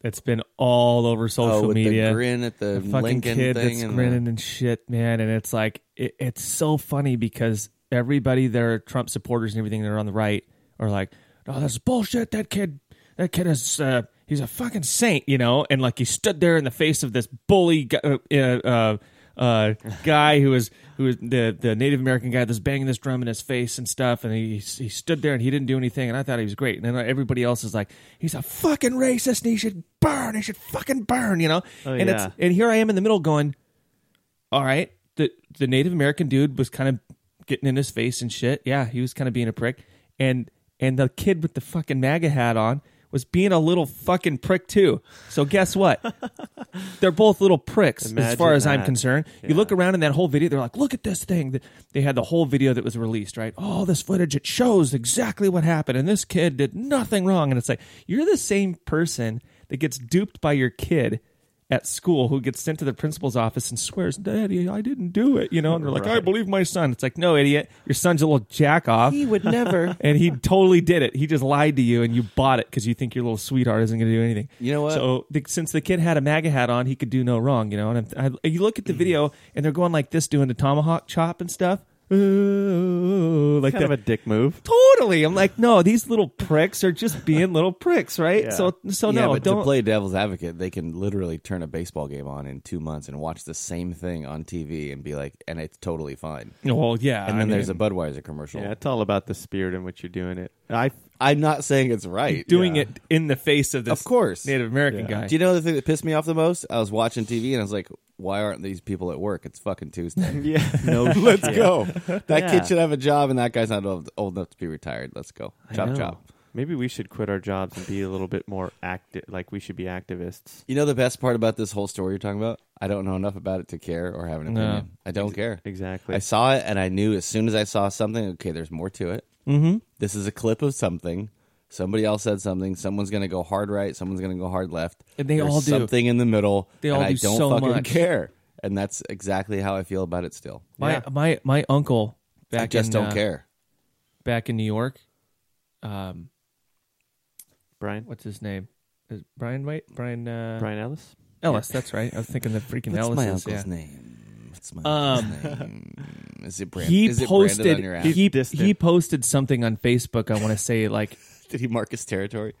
Speaker 4: that's been all over social
Speaker 3: oh, with
Speaker 4: media.
Speaker 3: the grin at the,
Speaker 4: the fucking
Speaker 3: Lincoln
Speaker 4: kid
Speaker 3: thing
Speaker 4: that's
Speaker 3: and the-
Speaker 4: grinning and shit, man. And it's like it, it's so funny because everybody, they're Trump supporters and everything, they're on the right are like, "Oh, that's bullshit. That kid, that kid is uh, he's a fucking saint," you know. And like he stood there in the face of this bully gu- uh, uh, uh, guy who was who was the the Native American guy that's banging this drum in his face and stuff, and he he stood there and he didn't do anything, and I thought he was great. And then everybody else is like, he's a fucking racist, and he should burn, he should fucking burn, you know.
Speaker 2: Oh,
Speaker 4: and it's
Speaker 2: yeah.
Speaker 4: and here I am in the middle going, all right, the the Native American dude was kind of getting in his face and shit. Yeah, he was kind of being a prick, and and the kid with the fucking MAGA hat on was being a little fucking prick too. So guess what? they're both little pricks as
Speaker 2: Imagine
Speaker 4: far as I'm
Speaker 2: that.
Speaker 4: concerned. You look around in that whole video, they're like, look at this thing. Th- They had the whole video that was released, right? All this footage, it shows exactly what happened. And this kid did nothing wrong. And it's like, you're the same person that gets duped by your kid at school who gets sent to the principal's office and swears, "Daddy, I didn't do it," you know, and they're like, "I believe my son." It's like, no, idiot, your son's a little jack off.
Speaker 5: He would never.
Speaker 4: and he totally did it. He just lied to you, and you bought it because you think your little sweetheart isn't going to do anything.
Speaker 3: You know what?
Speaker 4: So the, since the kid had a MAGA hat on, he could do no wrong. You know, and I'm, I, you look at the video, and they're going like this, doing the tomahawk chop and stuff. Ooh, like
Speaker 2: kind of
Speaker 4: that.
Speaker 2: a dick move.
Speaker 4: Totally. I'm like, no, these little pricks are just being little pricks, right?
Speaker 2: Yeah.
Speaker 4: So, so
Speaker 3: yeah,
Speaker 4: Oh, no,
Speaker 3: but
Speaker 4: don't
Speaker 3: to play devil's advocate, they can literally turn a baseball game on in two months and watch the same thing on TV and be like, and it's totally fine.
Speaker 4: Well, yeah.
Speaker 3: And
Speaker 4: I
Speaker 3: then there's a
Speaker 4: mean,
Speaker 3: Budweiser commercial.
Speaker 2: Yeah, it's all about the spirit in which you're doing it. I
Speaker 3: I'm not saying it's right.
Speaker 4: doing
Speaker 3: Yeah.
Speaker 4: it in the face of this
Speaker 3: Of course.
Speaker 4: Native American
Speaker 2: Yeah.
Speaker 4: guy.
Speaker 3: Do you know the thing that pissed me off the most? I was watching TV and I was like, why aren't these people at work? It's fucking Tuesday.
Speaker 2: yeah.
Speaker 3: No, let's go. That
Speaker 2: Yeah.
Speaker 3: kid should have a job, and that guy's not old, old enough to be retired. Let's go.
Speaker 2: I
Speaker 3: Chop
Speaker 2: know.
Speaker 3: chop.
Speaker 2: Maybe we should quit our jobs and be a little bit more active. Like we should be activists.
Speaker 3: You know the best part about this whole story you're talking about? I don't know enough about it to care or have an
Speaker 4: No.
Speaker 3: opinion. I don't care.
Speaker 2: Exactly.
Speaker 3: I saw it, and I knew as soon as I saw something, okay, there's more to it.
Speaker 4: Mm-hmm.
Speaker 3: This is a clip of something. Somebody else said something. Someone's going to go hard right. Someone's going to go hard left.
Speaker 4: And they
Speaker 3: There's
Speaker 4: all do.
Speaker 3: something in the middle.
Speaker 4: They all
Speaker 3: and
Speaker 4: do
Speaker 3: I don't
Speaker 4: so
Speaker 3: fucking
Speaker 4: much.
Speaker 3: care. And that's exactly how I feel about it. Still,
Speaker 4: My
Speaker 2: Yeah.
Speaker 4: my my uncle back
Speaker 3: I just
Speaker 4: in,
Speaker 3: don't
Speaker 4: uh,
Speaker 3: care.
Speaker 4: back in New York. Um,
Speaker 2: Brian.
Speaker 4: what's his name? Is it Brian White? Brian uh,
Speaker 2: Brian Ellis.
Speaker 4: Ellis. That's right. I was thinking the freaking
Speaker 3: What's
Speaker 4: Ellis.
Speaker 3: my uncle's name? What's my uncle's name? Is it Brand-
Speaker 4: Um, He
Speaker 3: is it branded on
Speaker 4: posted.
Speaker 3: your app?
Speaker 4: He
Speaker 2: Distant.
Speaker 4: he posted something on Facebook. I want to say like
Speaker 3: Did he mark his territory?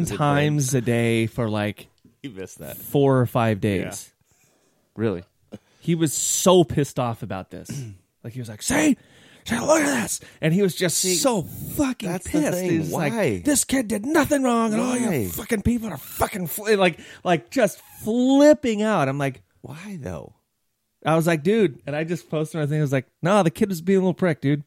Speaker 3: Is it
Speaker 4: times a day for like
Speaker 3: He missed that.
Speaker 4: four or five days.
Speaker 2: Really.
Speaker 4: he was so pissed off about this. like he was like, "See, see, look at this," and he was just so fucking
Speaker 3: that's the
Speaker 4: pissed.
Speaker 3: thing.
Speaker 4: He was
Speaker 3: Why?
Speaker 4: like, "This kid did nothing wrong, and all
Speaker 3: Why?
Speaker 4: you fucking people are fucking fl-, like, like just flipping out." I'm like,
Speaker 3: Why though?
Speaker 4: I was like, dude, and I just posted my thing. I was like, "Nah, the kid was being a little prick, dude."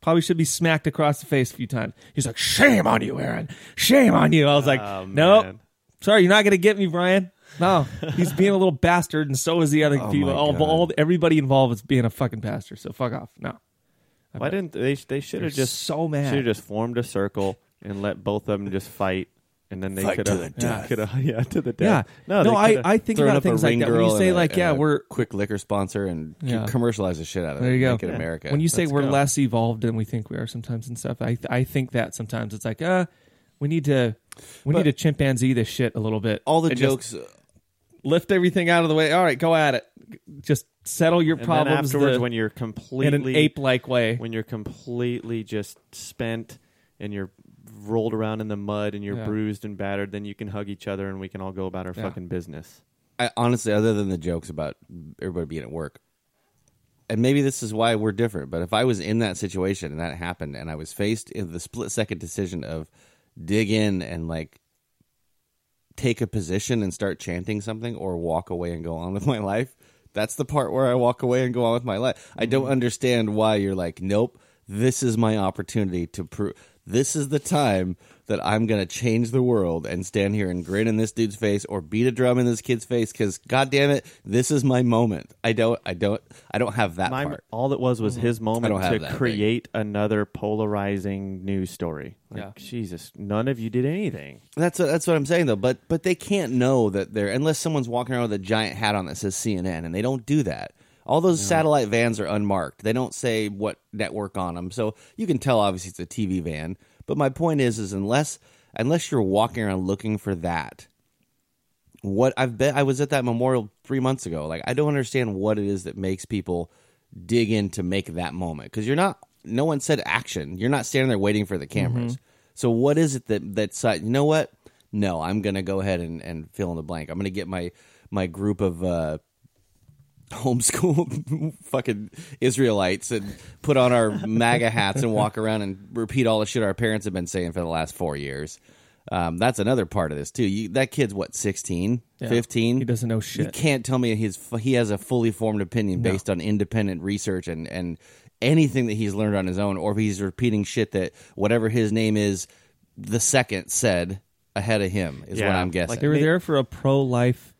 Speaker 4: Probably should be smacked across the face a few times. He's like, "Shame on you, Aaron! Shame on you!" I was like,
Speaker 2: Oh,
Speaker 4: "Nope,
Speaker 2: man.
Speaker 4: sorry, you're not gonna get me, Brian." No, he's being a little bastard, and so is the other people.
Speaker 3: Oh my
Speaker 4: All,
Speaker 3: God.
Speaker 4: all everybody involved is being a fucking bastard. So fuck off. No,
Speaker 2: Why didn't they? They should
Speaker 4: they're
Speaker 2: have just
Speaker 4: just so
Speaker 2: should have
Speaker 4: mad.
Speaker 2: just formed a circle and let both of them just fight, and then they
Speaker 3: Fight
Speaker 2: could
Speaker 3: to
Speaker 2: have
Speaker 3: the death.
Speaker 2: could have yeah to the
Speaker 4: yeah,
Speaker 2: death. No, they
Speaker 4: I,
Speaker 2: coulda-
Speaker 4: I think
Speaker 3: Throwing
Speaker 4: about
Speaker 3: up a
Speaker 4: things like
Speaker 3: ring
Speaker 4: that. When
Speaker 3: girl
Speaker 4: you say
Speaker 3: and a-
Speaker 4: like,
Speaker 3: and
Speaker 4: yeah,
Speaker 3: a
Speaker 4: we're
Speaker 3: quick liquor sponsor and c-
Speaker 4: Yeah.
Speaker 3: commercialize the shit out of it.
Speaker 4: there. You go.
Speaker 3: Make it America.
Speaker 4: When you say
Speaker 3: Let's
Speaker 4: we're
Speaker 3: go.
Speaker 4: less evolved than we think we are sometimes and stuff, I I think that sometimes it's like, uh, we need to we
Speaker 3: But-
Speaker 4: need to chimpanzee this shit a little bit.
Speaker 3: all the
Speaker 4: And just
Speaker 3: jokes,
Speaker 4: lift everything out of the way. All right, go at it. Just settle your
Speaker 2: and then
Speaker 4: problems
Speaker 2: afterwards
Speaker 4: the-
Speaker 2: when you're
Speaker 4: in
Speaker 2: completely
Speaker 4: an ape like way.
Speaker 2: when you're completely just spent and you're rolled around in the mud and you're
Speaker 4: Yeah.
Speaker 2: bruised and battered, then you can hug each other and we can all go about our
Speaker 4: Yeah.
Speaker 2: fucking business.
Speaker 3: I, honestly, other than the jokes about everybody being at work, and maybe this is why we're different. But if I was in that situation and that happened, and I was faced in the split second decision of dig in and like take a position and start chanting something, or walk away and go on with my life, that's the part where I walk away and go on with my life. I don't understand why you're like, nope, this is my opportunity to prove. This is the time that I'm going to change the world and stand here and grin in this dude's face or beat a drum in this kid's face because, god damn it, this is my moment. I don't, I don't, I don't have that
Speaker 2: My,
Speaker 3: part. Mm-hmm.
Speaker 2: all it was was his moment
Speaker 3: don't have
Speaker 2: to
Speaker 3: that thing.
Speaker 2: create another polarizing news story. Like,
Speaker 4: Yeah.
Speaker 2: Jesus, none of you did anything.
Speaker 3: That's what, that's what I'm saying though. But but they can't know that they're unless someone's walking around with a giant hat on that says CNN, and they don't do that. All those satellite vans are unmarked. They don't say what network on them, so you can tell obviously it's a TV van. But my point is, is unless unless you're walking around looking for that, what I've been I was at that memorial three months ago. Like I don't understand what it is that makes people dig in to make that moment because you're not. No one said action. You're not standing there waiting for the cameras. So what is it that that's uh, you know what? No, I'm gonna go ahead and, and fill in the blank. I'm gonna get my my group of uh, homeschool fucking Israelites and put on our MAGA hats and walk around and repeat all the shit our parents have been saying for the last four years. Um, that's another part of this too. You, that kid's what 16,
Speaker 4: Yeah.
Speaker 3: 15?
Speaker 4: He doesn't know
Speaker 3: You
Speaker 4: shit.
Speaker 3: can't tell me he's he has a fully formed opinion based on independent research and and anything that he's learned on his own, or if he's repeating shit that whatever his name is, the second said ahead of him is what
Speaker 2: Yeah.
Speaker 3: I'm guessing.
Speaker 2: Like,
Speaker 4: They were there for a pro life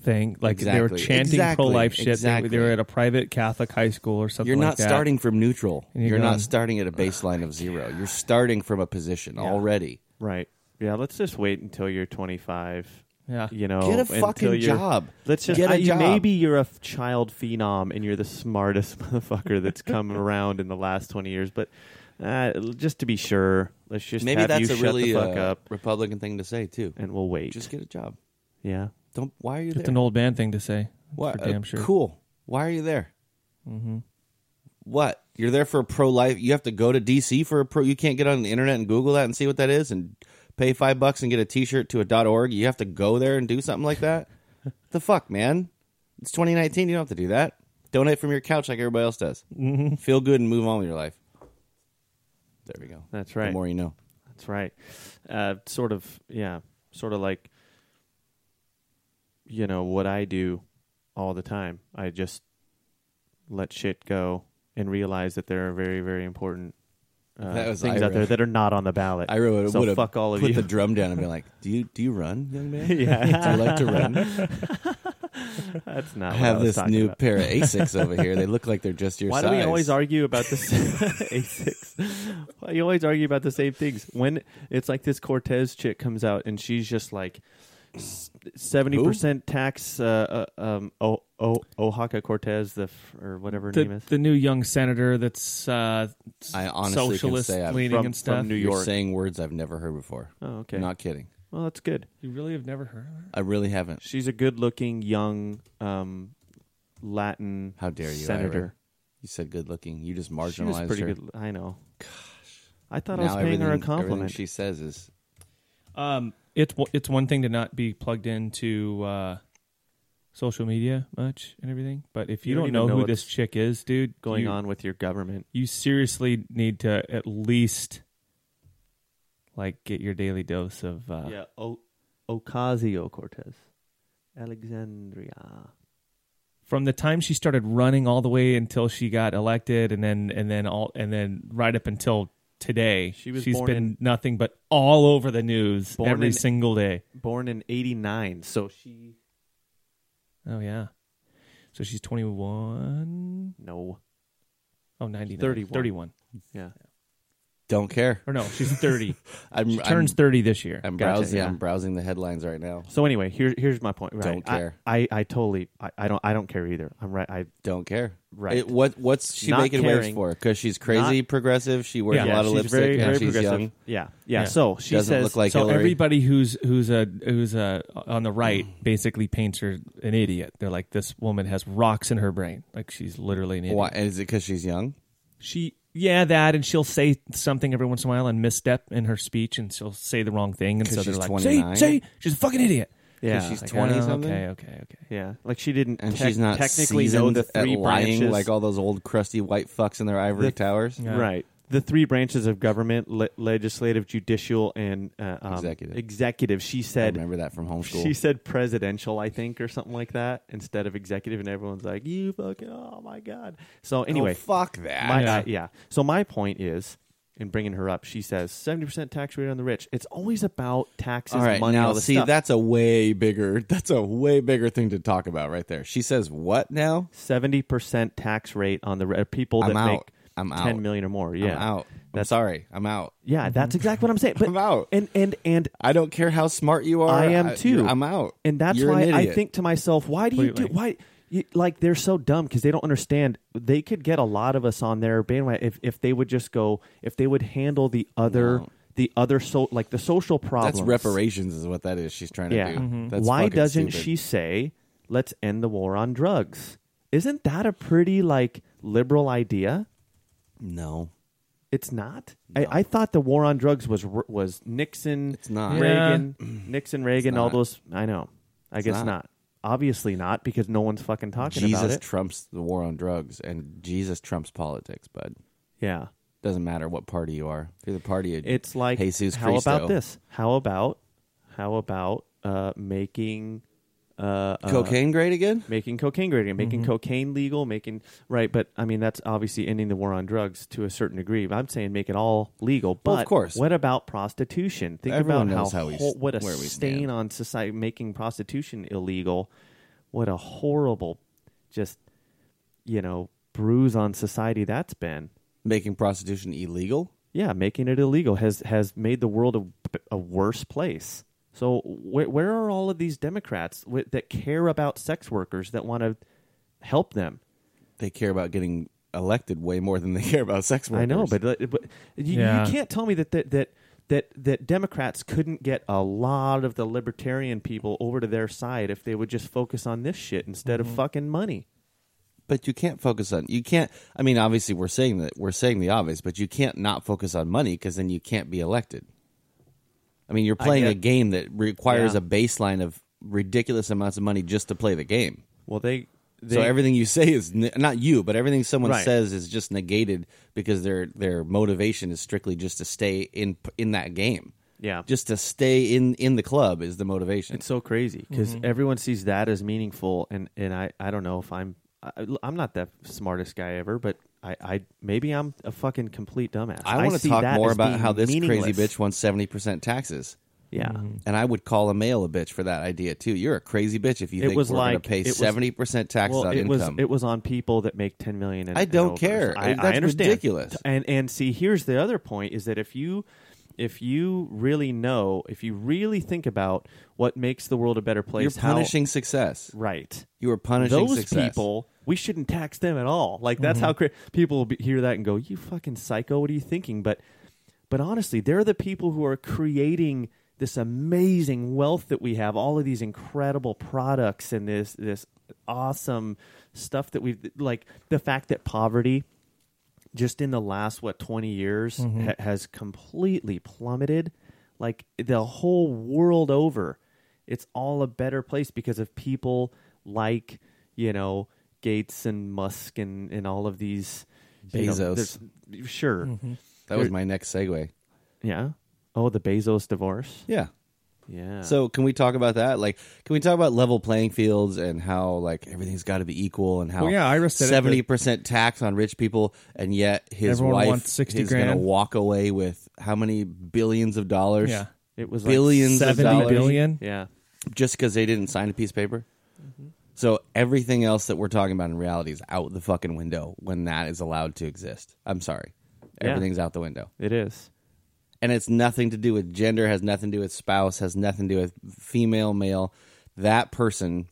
Speaker 4: thing. Like they were
Speaker 3: Exactly.
Speaker 4: chanting
Speaker 3: Exactly.
Speaker 4: pro life shit. They- They,
Speaker 3: Exactly.
Speaker 4: were at a private Catholic high school or something
Speaker 3: You're
Speaker 4: like
Speaker 3: not
Speaker 4: that.
Speaker 3: starting from neutral.
Speaker 4: you're
Speaker 3: You're,
Speaker 4: going,
Speaker 3: not starting at a baseline of zero. You're starting from a position already.
Speaker 2: Right. Yeah, let's just wait until you're 25
Speaker 4: Yeah.
Speaker 2: You know,
Speaker 3: Get a
Speaker 2: until
Speaker 3: fucking
Speaker 2: you're-
Speaker 3: job.
Speaker 2: Let's just
Speaker 3: Get a
Speaker 2: I-
Speaker 3: job.
Speaker 2: maybe you're a f- child phenom and you're the smartest motherfucker that's come around in the last twenty years. But uh, just to be sure, let's just
Speaker 3: Maybe
Speaker 2: have
Speaker 3: that's
Speaker 2: you
Speaker 3: a
Speaker 2: shut
Speaker 3: really
Speaker 2: the fuck
Speaker 3: uh,
Speaker 2: up
Speaker 3: Republican thing to say too.
Speaker 2: and we'll wait.
Speaker 3: Just get a job.
Speaker 2: yeah,
Speaker 3: Don't. Why are you
Speaker 4: It's
Speaker 3: there?
Speaker 4: an old band thing to say.
Speaker 3: What? Uh,
Speaker 4: For damn sure.
Speaker 3: Cool. Why are you there?
Speaker 2: Mm-hmm.
Speaker 3: What? You're there for a pro life. You have to go to DC for a pro. You can't get on the internet and Google that and see what that is and pay five bucks and get a T-shirt to a dot .org. You have to go there and do something like that. the fuck, man! It's 2019. You don't have to do that. Donate from your couch like everybody else does.
Speaker 2: Mm-hmm.
Speaker 3: Feel good and move on with your life. There we go.
Speaker 2: That's right.
Speaker 3: The more you know.
Speaker 2: that's right. Uh, sort of, yeah, sort of like you know what I do all the time. I just let shit go and realize that there are very, very important uh,
Speaker 3: That was
Speaker 2: things out
Speaker 3: Ira.
Speaker 2: there that are not on the ballot.
Speaker 3: I would
Speaker 2: so
Speaker 3: have
Speaker 2: fuck all of
Speaker 3: put
Speaker 2: you.
Speaker 3: the drum down and been like, "Do you do you run, young man?
Speaker 2: yeah,
Speaker 3: Do you like to run?"
Speaker 2: that's not.
Speaker 3: I
Speaker 2: what
Speaker 3: have
Speaker 2: was
Speaker 3: this
Speaker 2: talking
Speaker 3: new
Speaker 2: about.
Speaker 3: pair of Asics over here. They look like they're just your
Speaker 2: Why
Speaker 3: size.
Speaker 2: do we always argue about the Asics? Why you always argue about the same things? When it's like this Cortez chick comes out and she's just like seventy percent tax. Uh, uh, um, o- o- Oaxaca Cortez, the f- or whatever her name
Speaker 4: The,
Speaker 2: is
Speaker 4: the new young senator that's uh,
Speaker 3: I honestly can
Speaker 4: socialist
Speaker 3: say I've-
Speaker 4: leaning
Speaker 2: from,
Speaker 4: and stuff.
Speaker 2: from New
Speaker 3: You're
Speaker 2: York.
Speaker 3: saying words I've never heard before.
Speaker 2: oh, okay.
Speaker 3: I'm not kidding.
Speaker 2: well, that's good.
Speaker 4: you really have never heard of her?
Speaker 3: I really haven't.
Speaker 2: She's a good-looking young um, Latin.
Speaker 3: How dare you, Ira.
Speaker 2: senator?
Speaker 3: You said good looking. You just
Speaker 2: She was
Speaker 3: marginalized
Speaker 2: pretty
Speaker 3: her.
Speaker 2: good. I know. Gosh, I thought
Speaker 3: now
Speaker 2: I was paying her a
Speaker 3: everything-
Speaker 2: compliment.
Speaker 3: everything she says is
Speaker 4: Um, it's one- it's one thing to not be plugged into uh, social media much and everything, but if you,
Speaker 2: You don't
Speaker 4: don't,
Speaker 2: even
Speaker 4: know,
Speaker 2: know
Speaker 4: who this
Speaker 2: what's
Speaker 4: chick is, dude,
Speaker 2: going
Speaker 4: you-
Speaker 2: on with your government.
Speaker 4: you seriously need to at least like get your daily dose of uh,
Speaker 2: yeah, o- Ocasio Cortez, Alexandria.
Speaker 4: from the time she started running all the way until she got elected, and then and then all and then right up until today,
Speaker 2: She was
Speaker 4: she's
Speaker 2: born
Speaker 4: been
Speaker 2: in-
Speaker 4: nothing but all over the news
Speaker 2: Born
Speaker 4: every
Speaker 2: in-
Speaker 4: single day.
Speaker 2: Born in '89, so she
Speaker 4: Oh yeah, so she's twenty one.
Speaker 2: no.
Speaker 4: Oh, 99.
Speaker 2: 31.
Speaker 4: 31.
Speaker 2: Yeah,
Speaker 3: don't care.
Speaker 4: Or no, she's 30.
Speaker 3: I'm,
Speaker 4: she turns 30 this year.
Speaker 3: I'm, I'm
Speaker 2: Gotcha,
Speaker 3: browsing.
Speaker 2: yeah.
Speaker 3: I'm browsing the headlines right now.
Speaker 2: So anyway, here here's my point. Right.
Speaker 3: Don't
Speaker 2: I-
Speaker 3: care.
Speaker 2: I, I, totally I, I don't I don't care either. I'm right. I
Speaker 3: Don't care.
Speaker 2: Right.
Speaker 3: It- what What's she
Speaker 2: Not
Speaker 3: making waves
Speaker 2: caring.
Speaker 3: for? Because she's crazy, progressive. She wears
Speaker 4: Yeah.
Speaker 3: a lot of
Speaker 2: she's
Speaker 3: lipstick.
Speaker 2: very
Speaker 3: and
Speaker 2: very
Speaker 3: she's
Speaker 2: progressive.
Speaker 3: young.
Speaker 2: Yeah, yeah,
Speaker 4: Yeah.
Speaker 2: So she
Speaker 3: Doesn't
Speaker 2: says
Speaker 3: look like
Speaker 4: so
Speaker 3: Hillary.
Speaker 4: everybody who's who's a who's a on the right basically paints her an idiot. They're like this woman has rocks in her brain. Like she's literally an idiot.
Speaker 3: Why? Is it because she's young?
Speaker 4: She yeah, that and she'll say something every once in a while and misstep in her speech and she'll say the wrong thing and
Speaker 3: 'Cause
Speaker 4: so they're
Speaker 3: she's
Speaker 4: like
Speaker 3: 29?
Speaker 4: say say she's a fucking idiot.
Speaker 2: yeah,
Speaker 3: she's
Speaker 4: Like,
Speaker 3: 20
Speaker 4: oh,
Speaker 3: something?
Speaker 4: Okay, okay, okay.
Speaker 2: yeah. Like she didn't
Speaker 3: and
Speaker 2: tec-
Speaker 3: she's not
Speaker 2: technically know
Speaker 3: seasoned
Speaker 2: the three
Speaker 3: at lying
Speaker 2: branches
Speaker 3: like all those old crusty white fucks in their ivory
Speaker 2: The-
Speaker 3: towers.
Speaker 4: Yeah.
Speaker 2: Right. The three branches of government: le- legislative, judicial, and uh, um,
Speaker 3: Executive.
Speaker 2: Executive. She
Speaker 3: I
Speaker 2: said
Speaker 3: remember that from homeschool.
Speaker 2: She said presidential, I think, or something like that, instead of executive, and everyone's like, "You fucking oh my god." So
Speaker 3: Oh,
Speaker 2: anyway,
Speaker 3: fuck that.
Speaker 2: my
Speaker 4: Yeah.
Speaker 2: yeah. yeah. So my point is, in bringing her up, she says seventy percent tax rate on the rich. It's always about taxes,
Speaker 3: all right,
Speaker 2: money,
Speaker 3: now
Speaker 2: all this
Speaker 3: see
Speaker 2: stuff.
Speaker 3: that's a way bigger. That's a way bigger thing to talk about right there. She says what now?
Speaker 2: seventy percent tax rate on the ri- people that
Speaker 3: I'm out.
Speaker 2: make
Speaker 3: I'm out.
Speaker 2: ten million or more.
Speaker 3: I'm
Speaker 2: Yeah,
Speaker 3: out. I'm
Speaker 2: That's-
Speaker 3: sorry. I'm out.
Speaker 2: yeah. That's exactly what I'm saying. But
Speaker 3: I'm out.
Speaker 2: And and and
Speaker 3: I don't care how smart you are.
Speaker 2: I am too.
Speaker 3: I'm out.
Speaker 2: And that's
Speaker 3: You're an
Speaker 2: why I
Speaker 3: idiot.
Speaker 2: think to myself, why do you do
Speaker 4: Completely.
Speaker 2: why you, like they're so dumb because they don't understand. They could get a lot of us on their bandwagon if if they would just go if they would handle the other
Speaker 3: No.
Speaker 2: the other so like the social problems.
Speaker 3: that's reparations is what that is. She's trying to
Speaker 2: Yeah. Mm-hmm.
Speaker 3: do. That's
Speaker 2: why
Speaker 3: fucking
Speaker 2: doesn't
Speaker 3: stupid.
Speaker 2: she say let's end the war on drugs? Isn't that a pretty like liberal idea?
Speaker 3: No,
Speaker 2: It's not. I, I thought the war on drugs was r- was Nixon,
Speaker 3: It's not.
Speaker 4: Yeah.
Speaker 2: Reagan, Nixon, Reagan, all
Speaker 3: not.
Speaker 2: those. I know. I guess
Speaker 3: not.
Speaker 2: not. Obviously not because no one's fucking talking about
Speaker 3: Jesus
Speaker 2: it.
Speaker 3: trumps the war on drugs, and Jesus trumps politics, bud.
Speaker 2: yeah.
Speaker 3: Doesn't matter what party you are. If you're the party of
Speaker 2: It's like
Speaker 3: Jesus
Speaker 2: how
Speaker 3: Cristo,
Speaker 2: about this? How about how about uh, making uh, uh,
Speaker 3: Cocaine great again?
Speaker 2: making cocaine great again,
Speaker 3: Mm-hmm.
Speaker 2: making cocaine legal, making right. But I mean, that's obviously ending the war on drugs to a certain degree. But I'm saying make it all legal. But
Speaker 3: Well, of course.
Speaker 2: what about prostitution? Think
Speaker 3: Everyone
Speaker 2: about
Speaker 3: knows how we-
Speaker 2: whole- what a
Speaker 3: where we
Speaker 2: stain
Speaker 3: stand.
Speaker 2: on society making prostitution illegal. What a horrible, just you know, bruise on society that's been.
Speaker 3: Making prostitution illegal?
Speaker 2: Yeah, making it illegal has has made the world a, a worse place. So where where are all of these Democrats wi- that care about sex workers that want to help them?
Speaker 3: They care about getting elected way more than they care about sex workers.
Speaker 2: I know, but but you,
Speaker 4: Yeah.
Speaker 2: you can't tell me that that that that that Democrats couldn't get a lot of the libertarian people over to their side if they would just focus on this shit instead
Speaker 3: Mm-hmm.
Speaker 2: of fucking money.
Speaker 3: but you can't focus on you can't. I mean, obviously we're saying that we're saying the obvious, but you can't not focus on money because then you can't be elected. I mean, you're playing
Speaker 2: get-
Speaker 3: a game that requires
Speaker 2: Yeah.
Speaker 3: a baseline of ridiculous amounts of money just to play the game.
Speaker 2: Well, they, they
Speaker 3: so everything you say is ne- not you, but everything someone
Speaker 2: Right.
Speaker 3: says is just negated because their their motivation is strictly just to stay in in that game.
Speaker 2: Yeah.
Speaker 3: just to stay in in the club is the motivation.
Speaker 2: It's so crazy because everyone sees that as meaningful, and and I I don't know if I'm I, I'm not the smartest guy ever, but I I maybe I'm a fucking complete dumbass.
Speaker 3: I want to
Speaker 2: see
Speaker 3: talk
Speaker 2: that
Speaker 3: more
Speaker 2: as
Speaker 3: about
Speaker 2: being
Speaker 3: how this crazy
Speaker 2: meaningless.
Speaker 3: bitch wants seventy percent taxes,
Speaker 2: Yeah.
Speaker 3: and I would call a male a bitch for that idea too. You're a crazy bitch if you
Speaker 2: It
Speaker 3: think
Speaker 2: was
Speaker 3: we're
Speaker 2: like-
Speaker 3: going
Speaker 2: it
Speaker 3: to pay
Speaker 2: was-
Speaker 3: seventy percent taxes
Speaker 2: Well,
Speaker 3: on
Speaker 2: it
Speaker 3: income.
Speaker 2: was it was on people that make ten million. And,
Speaker 3: I
Speaker 2: and
Speaker 3: don't
Speaker 2: over.
Speaker 3: care.
Speaker 2: I,
Speaker 3: That's
Speaker 2: I understand.
Speaker 3: ridiculous.
Speaker 2: And and see, here's the other point: is that if you if you really know, if you really think about what makes the world a better
Speaker 3: You're
Speaker 2: place, how-
Speaker 3: punishing success.
Speaker 2: right?
Speaker 3: You are punishing
Speaker 2: those
Speaker 3: success. Mm-hmm.
Speaker 2: people we shouldn't tax them at all like that's how cra- people will be, hear that and go you fucking psycho what are you thinking but but honestly they're the people who are creating this amazing wealth that we have all of these incredible products and this this awesome stuff that we've like the fact that poverty just in the last what 20 years
Speaker 3: Mm-hmm.
Speaker 2: ha- has completely plummeted like the whole world over it's all a better place because of people like you know gates and musk and, and all of these you know,
Speaker 3: Bezos. Mm-hmm.
Speaker 2: there's- sure
Speaker 3: That was my next segue.
Speaker 2: yeah oh the bezos divorce
Speaker 3: Yeah.
Speaker 2: yeah
Speaker 3: So can we talk about that? Like, can we talk about level playing fields and how like everything's got to be equal and how
Speaker 4: Well, yeah, Ira said it,
Speaker 3: seventy percent tax on rich people and yet his
Speaker 4: Everyone
Speaker 3: wife
Speaker 4: wants 60
Speaker 3: is going to
Speaker 4: grand.
Speaker 3: walk away with how many billions of dollars?
Speaker 4: Yeah.
Speaker 2: it was
Speaker 3: billions
Speaker 2: like
Speaker 3: of
Speaker 4: 70
Speaker 3: dollars
Speaker 4: billion?
Speaker 2: yeah
Speaker 3: just because they didn't sign a piece of paper.
Speaker 2: Mm-hmm.
Speaker 3: So everything else that we're talking about in reality is out the fucking window when that is allowed to exist. I'm sorry,
Speaker 2: Yeah.
Speaker 3: everything's out the window.
Speaker 2: it is
Speaker 3: and it's nothing to do with gender, has nothing to do with spouse, has nothing to do with female, male. That person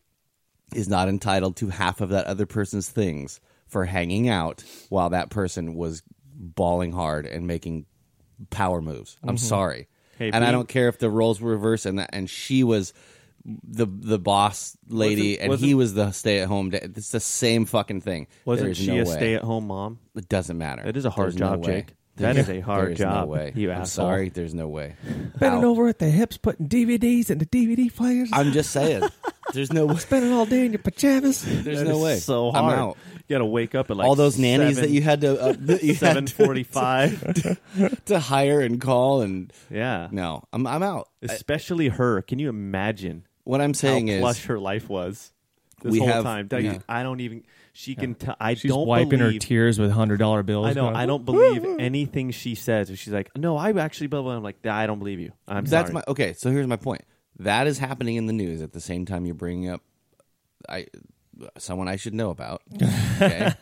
Speaker 3: is not entitled to half of that other person's things for hanging out while that person was balling hard and making power moves. I'm sorry.
Speaker 2: Mm-hmm. Hey,
Speaker 3: and I
Speaker 2: Pete.
Speaker 3: don't care if the roles were reversed and that, and she was the the boss lady
Speaker 2: Wasn't-
Speaker 3: and he
Speaker 2: wasn't-
Speaker 3: was the stay at home dad. It's the same fucking thing.
Speaker 2: wasn't
Speaker 3: There's
Speaker 2: she
Speaker 3: no
Speaker 2: a
Speaker 3: way.
Speaker 2: stay-at-home mom
Speaker 3: It doesn't matter.
Speaker 2: That is a hard
Speaker 3: There's
Speaker 2: job,
Speaker 3: no way.
Speaker 2: Jake. That
Speaker 3: There's-
Speaker 2: is a hard
Speaker 3: there is
Speaker 2: job,
Speaker 3: No way.
Speaker 2: you
Speaker 3: I'm
Speaker 2: asshole.
Speaker 3: sorry. There's no way.
Speaker 4: Bending
Speaker 3: Ow.
Speaker 4: over at the hips, putting DVDs into DVD players.
Speaker 3: I'm just saying. There's no way.
Speaker 4: spending all day in your pajamas.
Speaker 3: There's
Speaker 2: That
Speaker 3: no
Speaker 2: is
Speaker 3: way.
Speaker 2: so
Speaker 3: I'm
Speaker 2: hard
Speaker 3: out.
Speaker 2: you gotta wake up at like
Speaker 3: All those nannies
Speaker 2: seven-
Speaker 3: that you had to uh, that you had to,
Speaker 2: 745
Speaker 3: to hire and call and
Speaker 2: yeah
Speaker 3: no, I'm I'm out. I-
Speaker 2: especially her. Can you imagine
Speaker 3: what I'm saying
Speaker 2: how
Speaker 3: is
Speaker 2: plush her life was this
Speaker 3: We
Speaker 2: whole
Speaker 3: have-
Speaker 2: time? Like,
Speaker 3: yeah.
Speaker 2: I don't even. She can. T- I
Speaker 4: She's
Speaker 2: don't
Speaker 4: wiping her
Speaker 2: believe.
Speaker 4: tears with hundred dollar bills.
Speaker 2: I know. I don't believe anything she says. If She's like, no, I actually. Blah, blah, blah." I'm like, I don't believe you. I'm
Speaker 3: that's
Speaker 2: sorry.
Speaker 3: my okay. So here's my point. That is happening in the news at the same time you're bringing up, I someone I should know about. Okay,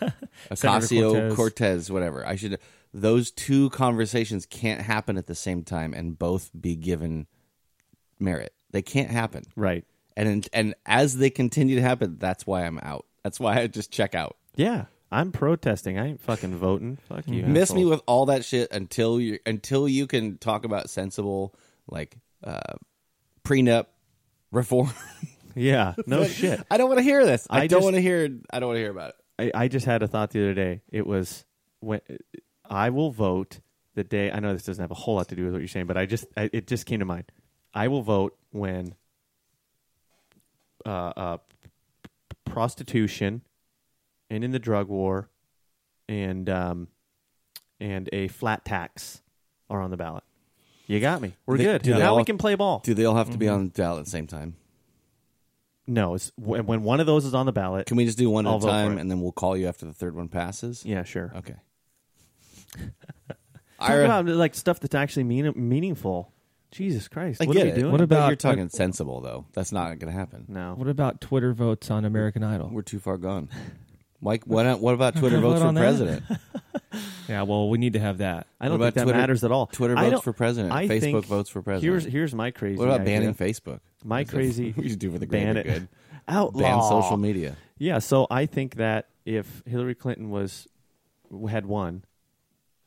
Speaker 3: Ocasio Cortez, whatever. I should. Those two conversations can't happen at the same time and both be given merit. They can't happen.
Speaker 2: right.
Speaker 3: and and as they continue to happen, that's why I'm out. That's why I just check out.
Speaker 2: Yeah, I'm protesting. I ain't fucking voting. Fuck you.
Speaker 3: Miss me
Speaker 2: assholes.
Speaker 3: with all that shit until you until you can talk about sensible like uh, prenup reform.
Speaker 2: Yeah. No shit.
Speaker 3: I don't want to hear this. I,
Speaker 2: I
Speaker 3: don't
Speaker 2: just-
Speaker 3: want to hear. I don't want to hear about it.
Speaker 2: I, I just had a thought the other day. It was when I will vote the day. I know this doesn't have a whole lot to do with what you're saying, but I just I, it just came to mind. I will vote when uh, uh, prostitution and in the drug war and um, and a flat tax are on the ballot. You got me. We're
Speaker 3: They-
Speaker 2: good.
Speaker 3: do they
Speaker 2: Now we
Speaker 3: all-
Speaker 2: can play ball.
Speaker 3: Do they all have to be on the ballot at the same time?
Speaker 2: No, it's when, when one of those is on the ballot.
Speaker 3: Can we just do one at
Speaker 2: I'll
Speaker 3: a
Speaker 2: vote for
Speaker 3: time
Speaker 2: it.
Speaker 3: and then we'll call you after the third one passes?
Speaker 2: yeah, sure.
Speaker 3: Okay.
Speaker 2: Talk
Speaker 3: Ira,
Speaker 2: about like stuff that's actually mean, meaningful. Jesus Christ,
Speaker 3: I
Speaker 2: what
Speaker 3: get
Speaker 2: are we
Speaker 3: it.
Speaker 2: doing?
Speaker 4: What
Speaker 3: But
Speaker 4: about-
Speaker 3: you're talking sensible though? That's not going to happen.
Speaker 2: no,
Speaker 4: What about Twitter votes on American Idol?
Speaker 3: We're too far gone. Mike, what, what about Twitter
Speaker 4: Can I
Speaker 3: votes
Speaker 4: vote
Speaker 3: for
Speaker 4: on that?
Speaker 3: president?
Speaker 4: Yeah, well, we need to have that.
Speaker 2: I
Speaker 3: What
Speaker 2: don't think
Speaker 3: about
Speaker 2: that
Speaker 3: Twitter-
Speaker 2: matters at all.
Speaker 3: Twitter
Speaker 2: I
Speaker 3: votes
Speaker 2: don't-
Speaker 3: for president,
Speaker 2: I
Speaker 3: Facebook
Speaker 2: think-
Speaker 3: votes for president.
Speaker 2: Here's here's my crazy.
Speaker 3: What about
Speaker 2: idea.
Speaker 3: banning Facebook?
Speaker 2: My
Speaker 3: Is that-
Speaker 2: crazy.
Speaker 3: We should do for the
Speaker 2: ban
Speaker 3: greater
Speaker 2: it.
Speaker 3: good.
Speaker 2: Outlaw.
Speaker 3: Ban social media.
Speaker 2: Yeah, so I think that if Hillary Clinton was had won,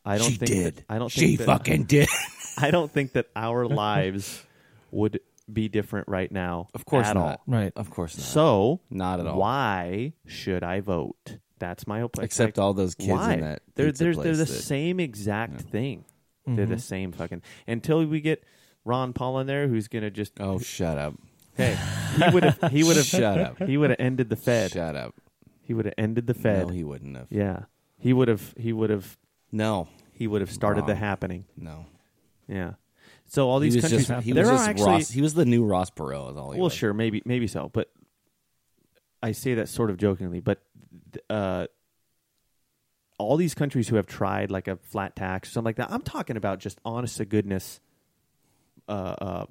Speaker 2: I don't
Speaker 3: she
Speaker 2: think
Speaker 3: did.
Speaker 2: That, I don't
Speaker 3: She
Speaker 2: think that,
Speaker 3: fucking did.
Speaker 2: I don't think that our lives would be different right now.
Speaker 3: Of course
Speaker 2: at
Speaker 3: not.
Speaker 2: all.
Speaker 4: Right.
Speaker 3: Of course not.
Speaker 2: So
Speaker 3: Not at all.
Speaker 2: Why should I vote? That's my hope.
Speaker 3: Except all those kids in
Speaker 2: why?
Speaker 3: that
Speaker 2: They're
Speaker 3: pizza
Speaker 2: they're,
Speaker 3: place
Speaker 2: they're the
Speaker 3: that-
Speaker 2: same exact thing. They're the same fucking. Until we get Ron Paul in there, who's gonna just
Speaker 3: Oh, shut up.
Speaker 2: hey, he would have he would have
Speaker 3: Shut up.
Speaker 2: He would have ended the Fed.
Speaker 3: Shut up.
Speaker 2: He would have ended the Fed.
Speaker 3: No, he wouldn't have.
Speaker 2: Yeah, he would have. He would have.
Speaker 3: No,
Speaker 2: He would have started the
Speaker 3: Wrong.
Speaker 2: happening.
Speaker 3: no.
Speaker 2: Yeah. So all
Speaker 3: He
Speaker 2: these
Speaker 3: was
Speaker 2: countries,
Speaker 3: just, he
Speaker 2: there
Speaker 3: was
Speaker 2: are
Speaker 3: just
Speaker 2: actually.
Speaker 3: Ross. He was the new Ross Perot. Is all he
Speaker 2: well,
Speaker 3: was.
Speaker 2: sure, maybe, maybe so, but I say that sort of jokingly. But th- uh, all these countries who have tried like a flat tax or something like that, I'm talking about just honest to goodness, uh, uh,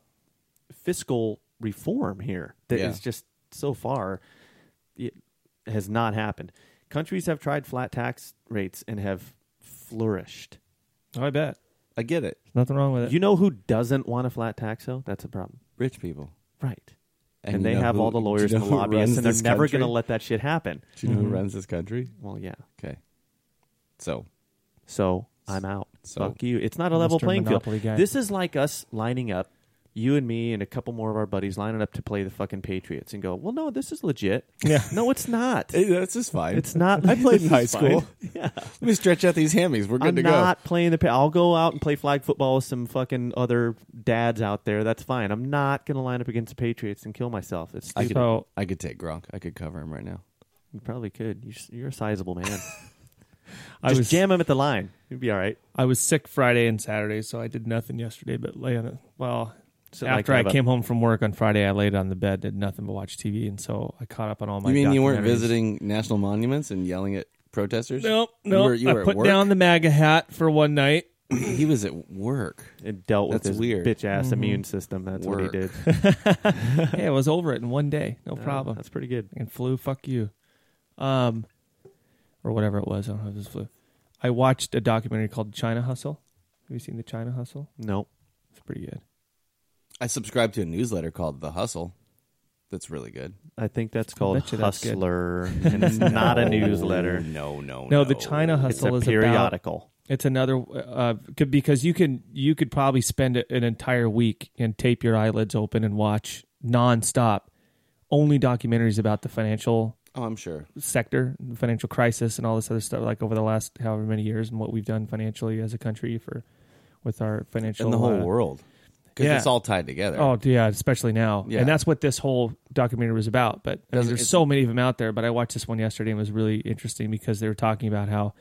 Speaker 2: fiscal reform here that is
Speaker 3: Yeah.
Speaker 2: just so far it has not happened. Countries have tried flat tax rates and have flourished.
Speaker 4: Oh, I bet.
Speaker 3: I get it.
Speaker 4: Nothing wrong with it.
Speaker 2: You know who doesn't want a flat tax though? That's a problem.
Speaker 3: Rich people.
Speaker 2: Right. And,
Speaker 3: And you
Speaker 2: they
Speaker 3: know
Speaker 2: have
Speaker 3: who-
Speaker 2: all the
Speaker 3: do you
Speaker 2: lawyers
Speaker 3: know
Speaker 2: and the
Speaker 3: who
Speaker 2: lobbyists,
Speaker 3: runs
Speaker 2: and they're
Speaker 3: this
Speaker 2: never
Speaker 3: country?
Speaker 2: going to let Mhm. that shit happen.
Speaker 3: Do you know who runs this country?
Speaker 2: Well, yeah.
Speaker 3: Okay. So
Speaker 2: So I'm out.
Speaker 3: So-
Speaker 2: Fuck you. It's not a level
Speaker 4: Mr.
Speaker 2: playing
Speaker 4: Monopoly
Speaker 2: field.
Speaker 4: guy.
Speaker 2: This is like us lining up, you and me and a couple more of our buddies lining up to play the fucking Patriots and go, well, no, this is legit.
Speaker 4: Yeah.
Speaker 2: No, it's not.
Speaker 3: Hey, that's just fine.
Speaker 2: it's not.
Speaker 3: I played
Speaker 2: this
Speaker 3: in high
Speaker 2: is fine.
Speaker 3: school. Yeah. Let me stretch out these hammies. We're good
Speaker 2: I'm
Speaker 3: to
Speaker 2: not playing the. Pa- I'll go out and play flag football with some fucking other dads out there. That's fine. I'm not going to line up against the Patriots and kill myself. It's
Speaker 3: go. I could.
Speaker 2: stupid.
Speaker 4: So-
Speaker 3: I could take Gronk. I could cover him right now.
Speaker 2: You probably could. You're, s- you're a sizable man. Just
Speaker 4: I was-
Speaker 2: jam him at the line. You'd be all right.
Speaker 4: I was sick Friday and Saturday, so I did nothing yesterday. But lay on it. Well,
Speaker 2: So, like,
Speaker 4: after
Speaker 2: kind of
Speaker 4: I
Speaker 2: a-
Speaker 4: came home from work on Friday, I laid on the bed, did nothing but watch TV, and so I caught up on all my.
Speaker 3: you mean you weren't
Speaker 4: documentaries.
Speaker 3: visiting national monuments and yelling at protesters?
Speaker 4: Nope,
Speaker 3: You
Speaker 4: nope.
Speaker 3: were- you were
Speaker 4: I
Speaker 3: at
Speaker 4: put
Speaker 3: work?
Speaker 4: down the MAGA hat for one night.
Speaker 3: He was at work.
Speaker 2: and dealt with
Speaker 3: That's
Speaker 2: his
Speaker 3: weird.
Speaker 2: bitch ass
Speaker 4: Mm-hmm.
Speaker 2: immune system. That's
Speaker 3: Work.
Speaker 2: what he did.
Speaker 4: hey, I was over it in one day, no problem.
Speaker 2: That's pretty good.
Speaker 4: and flu. Fuck you, um, or whatever it was. I don't know if it was flu. I watched a documentary called China Hustle. Have you seen the China Hustle?
Speaker 2: No,
Speaker 4: It's pretty good.
Speaker 3: I subscribe to a newsletter called The Hustle. That's really good.
Speaker 2: I think that's called
Speaker 4: bet you that's good.
Speaker 2: Hustler, and it's not a newsletter.
Speaker 3: No, no, no.
Speaker 4: No, the China
Speaker 2: It's
Speaker 4: Hustle
Speaker 2: a
Speaker 4: is about
Speaker 2: periodical.
Speaker 4: It's another uh, c- because you can you could probably spend an entire week and tape your eyelids open and watch nonstop only documentaries about the financial
Speaker 3: Oh, I'm sure.
Speaker 4: sector, the financial crisis, and all this other stuff. Like over the last however many years, and what we've done financially as a country for with our financial
Speaker 3: And the whole
Speaker 4: uh,
Speaker 3: world. Because
Speaker 4: yeah.
Speaker 3: it's all tied together.
Speaker 4: Oh yeah, especially now.
Speaker 3: Yeah.
Speaker 4: And that's what this whole documentary was about. But I mean,
Speaker 3: Doesn't-
Speaker 4: there's
Speaker 3: it-
Speaker 4: so many of them out there. But I watched this one yesterday and it was really interesting because they were talking about how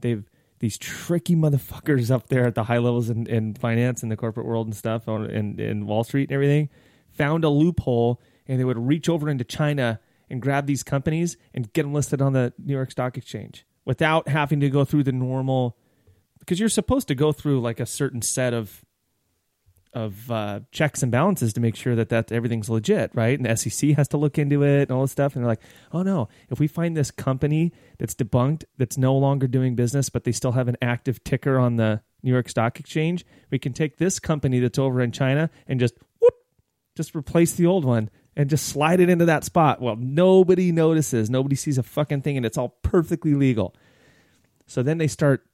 Speaker 4: they've these tricky motherfuckers up there at the high levels in, in finance and the corporate world and stuff on in, in Wall Street and everything found a loophole and they would reach over into China and grab these companies and get them listed on the New York Stock Exchange without having to go through the normal because you're supposed to go through like a certain set of of uh, checks and balances to make sure that that everything's legit, right? And the SEC has to look into it and all this stuff. And they're like, oh no, if we find this company that's debunked, that's no longer doing business, but they still have an active ticker on the New York Stock Exchange, we can take this company that's over in China and just whoop, just replace the old one and just slide it into that spot. Well, nobody notices, nobody sees a fucking thing, and it's all perfectly legal. So then they start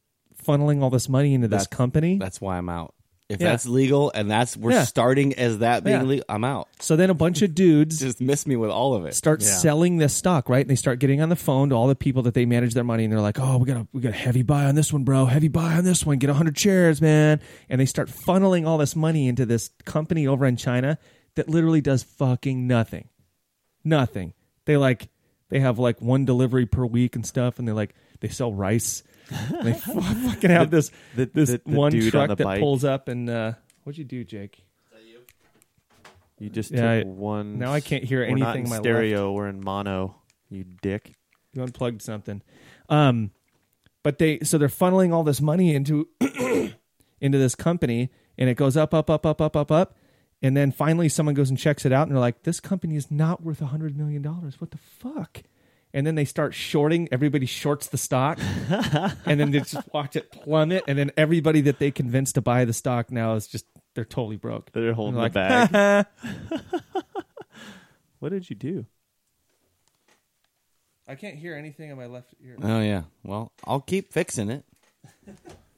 Speaker 4: funneling all this money into this
Speaker 3: That's-
Speaker 4: company.
Speaker 3: That's why I'm out. If
Speaker 4: Yeah.
Speaker 3: that's legal and that's we're
Speaker 4: Yeah.
Speaker 3: starting as that being
Speaker 4: Yeah.
Speaker 3: legal, I'm out.
Speaker 4: So then a bunch of dudes
Speaker 3: Just miss me with all of it.
Speaker 4: start selling this stock, right? And they start getting on the phone to all the people that they manage their money, and they're like, "Oh, we got a we got a heavy buy on this one, bro. Heavy buy on this one. Get hundred shares, man." And they start funneling all this money into this company over in China that literally does fucking nothing, nothing. They like they have like one delivery per week and stuff, and they like they sell rice. And they f- fucking have this
Speaker 2: the-
Speaker 4: this
Speaker 2: the- the
Speaker 4: one
Speaker 2: dude on
Speaker 4: truck
Speaker 2: the
Speaker 4: that
Speaker 2: bike.
Speaker 4: pulls up and uh, what'd you do, Jake?
Speaker 2: You just
Speaker 4: Yeah,
Speaker 2: took
Speaker 4: I-
Speaker 2: one.
Speaker 4: now I can't hear
Speaker 2: we're not
Speaker 4: anything
Speaker 2: in
Speaker 4: my left.
Speaker 2: stereo. We're in mono. You dick.
Speaker 4: you unplugged something um but they so they're funneling all this money into into this company and it goes up up up up up up up and then finally someone goes and checks it out and they're like this company is not worth a hundred million dollars what the fuck and then they start shorting. Everybody shorts the stock, and then they just watch it plummet. And then everybody that they convinced to buy the stock now is just they're totally broke.
Speaker 2: They're holding
Speaker 4: like,
Speaker 2: the bag. what did you do?
Speaker 4: I can't hear anything in my left ear.
Speaker 3: Oh yeah. Well, I'll keep fixing it.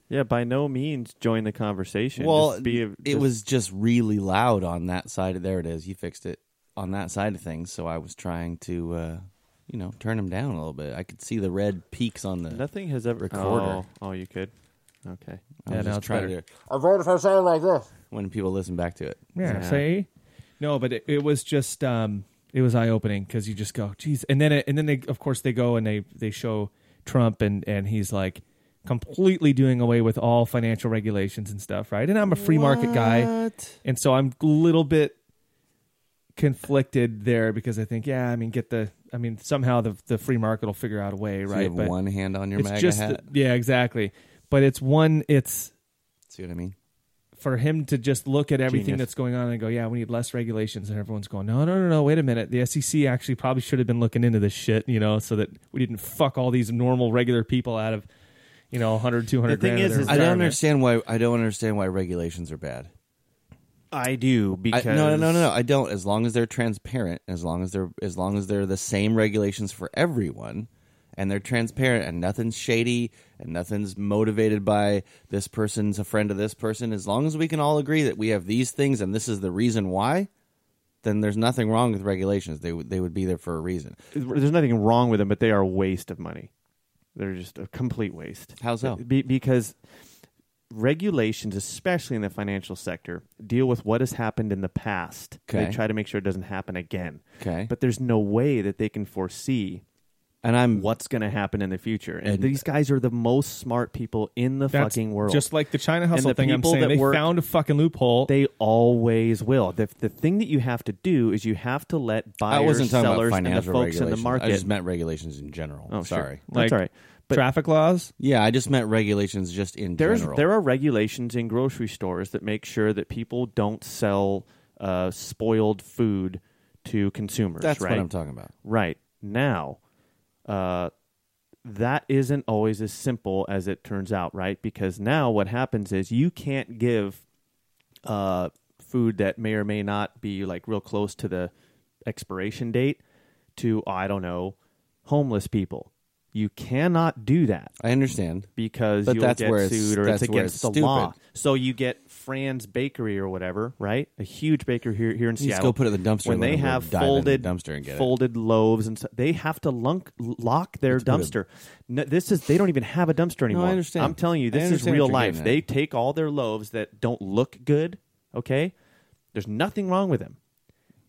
Speaker 2: Yeah, by no means join the conversation.
Speaker 3: Well,
Speaker 2: Just be a-
Speaker 3: it
Speaker 2: just-
Speaker 3: was just really loud on that side. Of, there it is. You fixed it on that side of things. So I was trying to, uh, you know, turn them down a little bit. I could see the red peaks on the.
Speaker 2: nothing has ever
Speaker 3: Recorder.
Speaker 2: Oh, oh, you could. Okay.
Speaker 3: I
Speaker 4: Yeah,
Speaker 3: was
Speaker 4: now
Speaker 3: just
Speaker 4: it's
Speaker 3: trying
Speaker 4: better.
Speaker 3: to. I voted for something like this. When people listen back to it,
Speaker 4: Yeah, see? No, but it, it was just um it was eye opening because you just go, geez. And then it, and then they of course they go and they they show Trump and and he's like completely doing away with all financial regulations and stuff, right? And I'm a free market guy. And so I'm a little bit conflicted there because I think, yeah, I mean get the I mean somehow the the free market will figure out a way,
Speaker 3: So
Speaker 4: right?
Speaker 3: You have
Speaker 4: but
Speaker 3: one hand on your
Speaker 4: it's
Speaker 3: MAGA
Speaker 4: just
Speaker 3: hat.
Speaker 4: the- yeah, exactly. But it's one it's
Speaker 3: see what I mean?
Speaker 4: for him to just look at everything
Speaker 2: Genius.
Speaker 4: that's going on and go, yeah, we need less regulations, and everyone's going, no, no, no, no, wait a minute. The SEC actually probably should have been looking into this shit, you know, so that we didn't fuck all these normal, regular people out of, you know, 100, 200
Speaker 2: The thing
Speaker 4: grand of
Speaker 2: is,
Speaker 4: their
Speaker 2: is
Speaker 3: I don't
Speaker 4: retirement.
Speaker 3: understand why. I don't understand why regulations are bad.
Speaker 2: I do
Speaker 3: I,
Speaker 2: because
Speaker 3: no, no, no, no. I don't. As long as they're transparent, as long as they're as long as they're the same regulations for everyone, and they're transparent, and nothing's shady, and nothing's motivated by this person's a friend of this person. As long as we can all agree that we have these things and this is the reason why, then there's nothing wrong with regulations. They would they would be there for a reason.
Speaker 2: There's nothing wrong with them, but they are a waste of money. They're just a complete waste.
Speaker 3: How so?
Speaker 2: Be- because regulations, especially in the financial sector, deal with what has happened in the past. They
Speaker 3: Okay.
Speaker 2: try to make sure it doesn't happen again.
Speaker 3: Okay.
Speaker 2: But there's no way that they can foresee
Speaker 3: And I'm
Speaker 2: what's going to happen in the future. And,
Speaker 3: And-
Speaker 2: these guys are the most smart people in the
Speaker 4: That's
Speaker 2: fucking world.
Speaker 4: Just like the China
Speaker 2: And
Speaker 4: hustle
Speaker 2: the
Speaker 4: thing, I'm
Speaker 2: people
Speaker 4: saying
Speaker 2: that
Speaker 4: they
Speaker 2: work-
Speaker 4: found a fucking loophole.
Speaker 2: They always will. The, the thing that you have to do is you have to let buyers,
Speaker 3: I wasn't talking
Speaker 2: sellers,
Speaker 3: about financial
Speaker 2: and the folks in
Speaker 3: regulations.
Speaker 2: the market.
Speaker 3: I just meant regulations in general.
Speaker 2: oh, sure.
Speaker 3: Sorry.
Speaker 2: That's
Speaker 4: Like,
Speaker 2: all right. But
Speaker 4: traffic laws.
Speaker 3: Yeah, I just meant regulations just in
Speaker 2: there's
Speaker 3: general.
Speaker 2: there are regulations in grocery stores that make sure that people don't sell uh, spoiled food to consumers.
Speaker 3: That's
Speaker 2: right?
Speaker 3: what I'm talking about.
Speaker 2: Right now, uh, that isn't always as simple as it turns out, right? Because now what happens is you can't give uh, food that may or may not be like real close to the expiration date to I don't know homeless people. You cannot do that
Speaker 3: I understand.
Speaker 2: because
Speaker 3: But
Speaker 2: you'll
Speaker 3: that's
Speaker 2: get
Speaker 3: where it's-
Speaker 2: sued or it's
Speaker 3: that's where
Speaker 2: against
Speaker 3: it's
Speaker 2: the
Speaker 3: stupid.
Speaker 2: law. So you get Fran's Bakery or whatever, right? A huge baker here here in
Speaker 3: just
Speaker 2: Seattle.
Speaker 3: go put it in the dumpster
Speaker 2: When
Speaker 3: and let
Speaker 2: they
Speaker 3: them go
Speaker 2: have
Speaker 3: dive in the
Speaker 2: folded
Speaker 3: dumpster and get it.
Speaker 2: folded loaves and so, they have to lunk, lock their
Speaker 3: put a-
Speaker 2: dumpster. No, this is they don't even have a dumpster anymore.
Speaker 3: understand.
Speaker 2: I'm telling you,
Speaker 3: I
Speaker 2: this is
Speaker 3: understand what
Speaker 2: real
Speaker 3: you're
Speaker 2: life.
Speaker 3: getting at.
Speaker 2: They take all their loaves that don't look good. Okay, there's nothing wrong with them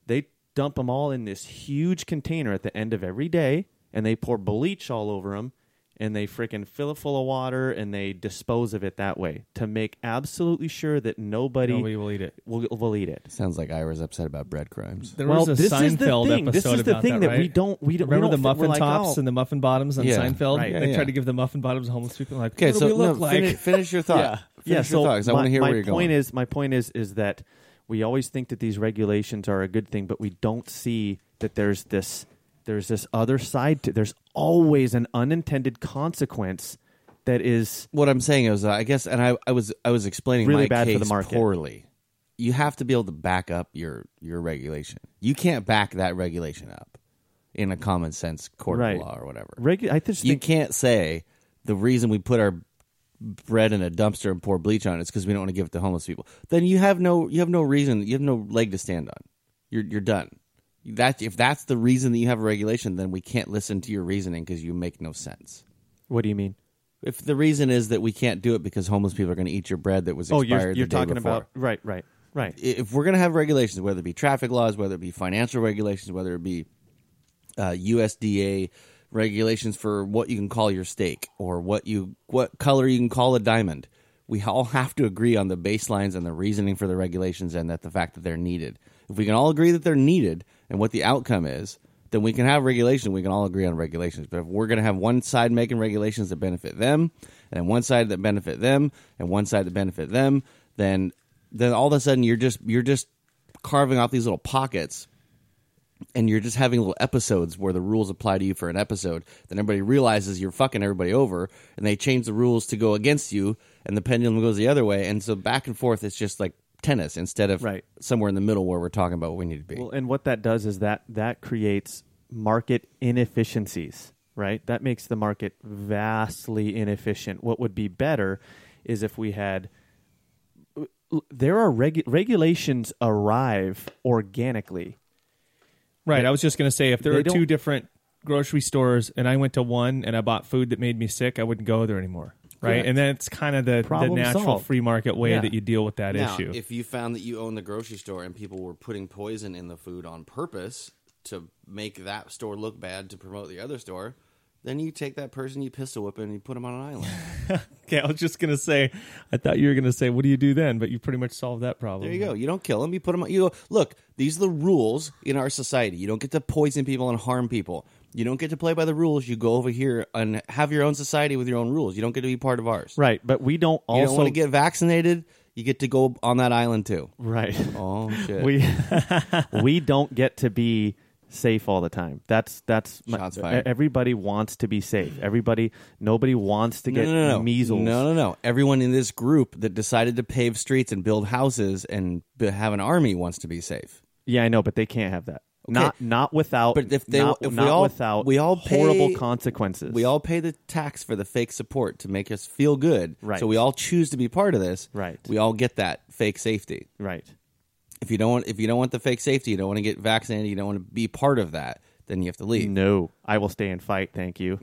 Speaker 2: they dump them all in this huge container at the end of every day and they pour bleach all over them and they frickin' fill it full of water and they dispose of it that way to make absolutely sure that nobody,
Speaker 4: Nobody will eat it.
Speaker 2: will, will eat it.
Speaker 3: Sounds like Ira's upset about bread crimes.
Speaker 4: There
Speaker 2: well,
Speaker 4: was a
Speaker 2: this
Speaker 4: Seinfeld
Speaker 2: is the thing.
Speaker 4: episode
Speaker 2: This is the
Speaker 4: about
Speaker 2: thing that,
Speaker 4: right?
Speaker 2: we don't we don't we
Speaker 4: remember
Speaker 2: don't
Speaker 4: the
Speaker 2: think-
Speaker 4: muffin
Speaker 2: we're like,
Speaker 4: tops
Speaker 2: oh,
Speaker 4: and the muffin bottoms on
Speaker 3: Yeah,
Speaker 4: Seinfeld.
Speaker 2: right.
Speaker 4: they
Speaker 3: Yeah, yeah.
Speaker 4: tried to give the muffin bottoms to homeless people. Like,
Speaker 3: Okay,
Speaker 4: what do
Speaker 3: so
Speaker 4: we
Speaker 3: no,
Speaker 4: look like?
Speaker 3: fini- finish your thought. Finish your thoughts. I
Speaker 2: my,
Speaker 3: want to hear
Speaker 2: my
Speaker 3: where you're
Speaker 2: point
Speaker 3: going.
Speaker 2: is my point is is that we always think that these regulations are a good thing, but we don't see that there's this there's this other side to there's always an unintended consequence that is
Speaker 3: what I'm saying is, uh, I guess, and I, I was, I was explaining
Speaker 2: Really
Speaker 3: my
Speaker 2: bad for
Speaker 3: case
Speaker 2: the market.
Speaker 3: poorly. You have to be able to back up your your regulation. You can't back that regulation up in a common sense court
Speaker 2: Right.
Speaker 3: of law or whatever.
Speaker 2: regu- I just
Speaker 3: you
Speaker 2: think
Speaker 3: can't say the reason we put our bread in a dumpster and pour bleach on it is because we don't want to give it to homeless people. Then you have no you have no reason you have no leg to stand on. You're you're done. That if that's the reason that you have a regulation, then we can't listen to your reasoning because you make no sense.
Speaker 2: what do you mean?
Speaker 3: If the reason is that we can't do it because homeless people are going to eat your bread that was
Speaker 2: Oh,
Speaker 3: expired
Speaker 2: you're
Speaker 3: the
Speaker 2: you're
Speaker 3: day
Speaker 2: talking
Speaker 3: before.
Speaker 2: about right, right, right.
Speaker 3: if we're going to have regulations, whether it be traffic laws, whether it be financial regulations, whether it be uh, USDA regulations for what you can call your steak or what you what color you can call a diamond. We all have to agree on the baselines and the reasoning for the regulations and that the fact that they're needed. If we can all agree that they're needed and what the outcome is, then we can have regulation. We can all agree on regulations. But if we're going to have one side making regulations that benefit them, and one side that benefit them, and one side that benefit them, then then all of a sudden you're just you're just carving off these little pockets and you're just having little episodes where the rules apply to you for an episode, then everybody realizes you're fucking everybody over, and they change the rules to go against you, and the pendulum goes the other way, and so back and forth, it's just like tennis instead of
Speaker 2: Right.
Speaker 3: somewhere in the middle where we're talking about what we need to be.
Speaker 2: Well, and what that does is that that creates market inefficiencies, right? That makes the market vastly inefficient. What would be better is if we had there are regu- regulations arrive organically.
Speaker 4: Right. I was just going to say if there
Speaker 2: They
Speaker 4: were two
Speaker 2: don't-
Speaker 4: different grocery stores and I went to one and I bought food that made me sick, I wouldn't go there anymore. Right.
Speaker 2: Correct.
Speaker 4: And then it's kind of the, the
Speaker 2: Problem
Speaker 4: natural
Speaker 2: solved.
Speaker 4: free market way
Speaker 2: Yeah.
Speaker 4: that you deal with that
Speaker 3: now,
Speaker 4: issue.
Speaker 3: if you found that you own the grocery store and people were putting poison in the food on purpose to make that store look bad to promote the other store, then you take that person, you pistol whip, 'em, and you put them on an island.
Speaker 4: okay. I was just going to say, I thought you were going to say, what do you do then? But you pretty much solved that problem.
Speaker 3: There you go. You don't kill them. You put them. You go. Look, these are the rules in our society. You don't get to poison people and harm people. You don't get to play by the rules. You go over here and have your own society with your own rules. You don't get to be part of ours.
Speaker 2: Right, but we don't
Speaker 3: You don't
Speaker 2: also
Speaker 3: want to get vaccinated. You get to go on that island too.
Speaker 2: right.
Speaker 3: Oh shit!
Speaker 2: we we don't get to be safe all the time. That's that's my- e-,
Speaker 3: Shots fired.
Speaker 2: everybody wants to be safe. Everybody nobody wants to
Speaker 3: no,
Speaker 2: get
Speaker 3: no, no, no.
Speaker 2: measles.
Speaker 3: No, no, no. Everyone in this group that decided to pave streets and build houses and b- have an army wants to be safe.
Speaker 2: Yeah, I know, but they can't have that. Not not without.
Speaker 3: But if they-
Speaker 2: not,
Speaker 3: if we
Speaker 2: not
Speaker 3: all-
Speaker 2: without
Speaker 3: we all
Speaker 2: horrible
Speaker 3: pay-
Speaker 2: consequences.
Speaker 3: We all pay the tax for the fake support to make us feel good.
Speaker 2: Right.
Speaker 3: So we all choose to be part of this.
Speaker 2: Right.
Speaker 3: We all get that fake safety.
Speaker 2: right.
Speaker 3: If you don't want, if you don't want the fake safety, you don't want to get vaccinated, you don't want to be part of that, then you have to leave.
Speaker 2: No, I will stay and fight. Thank you.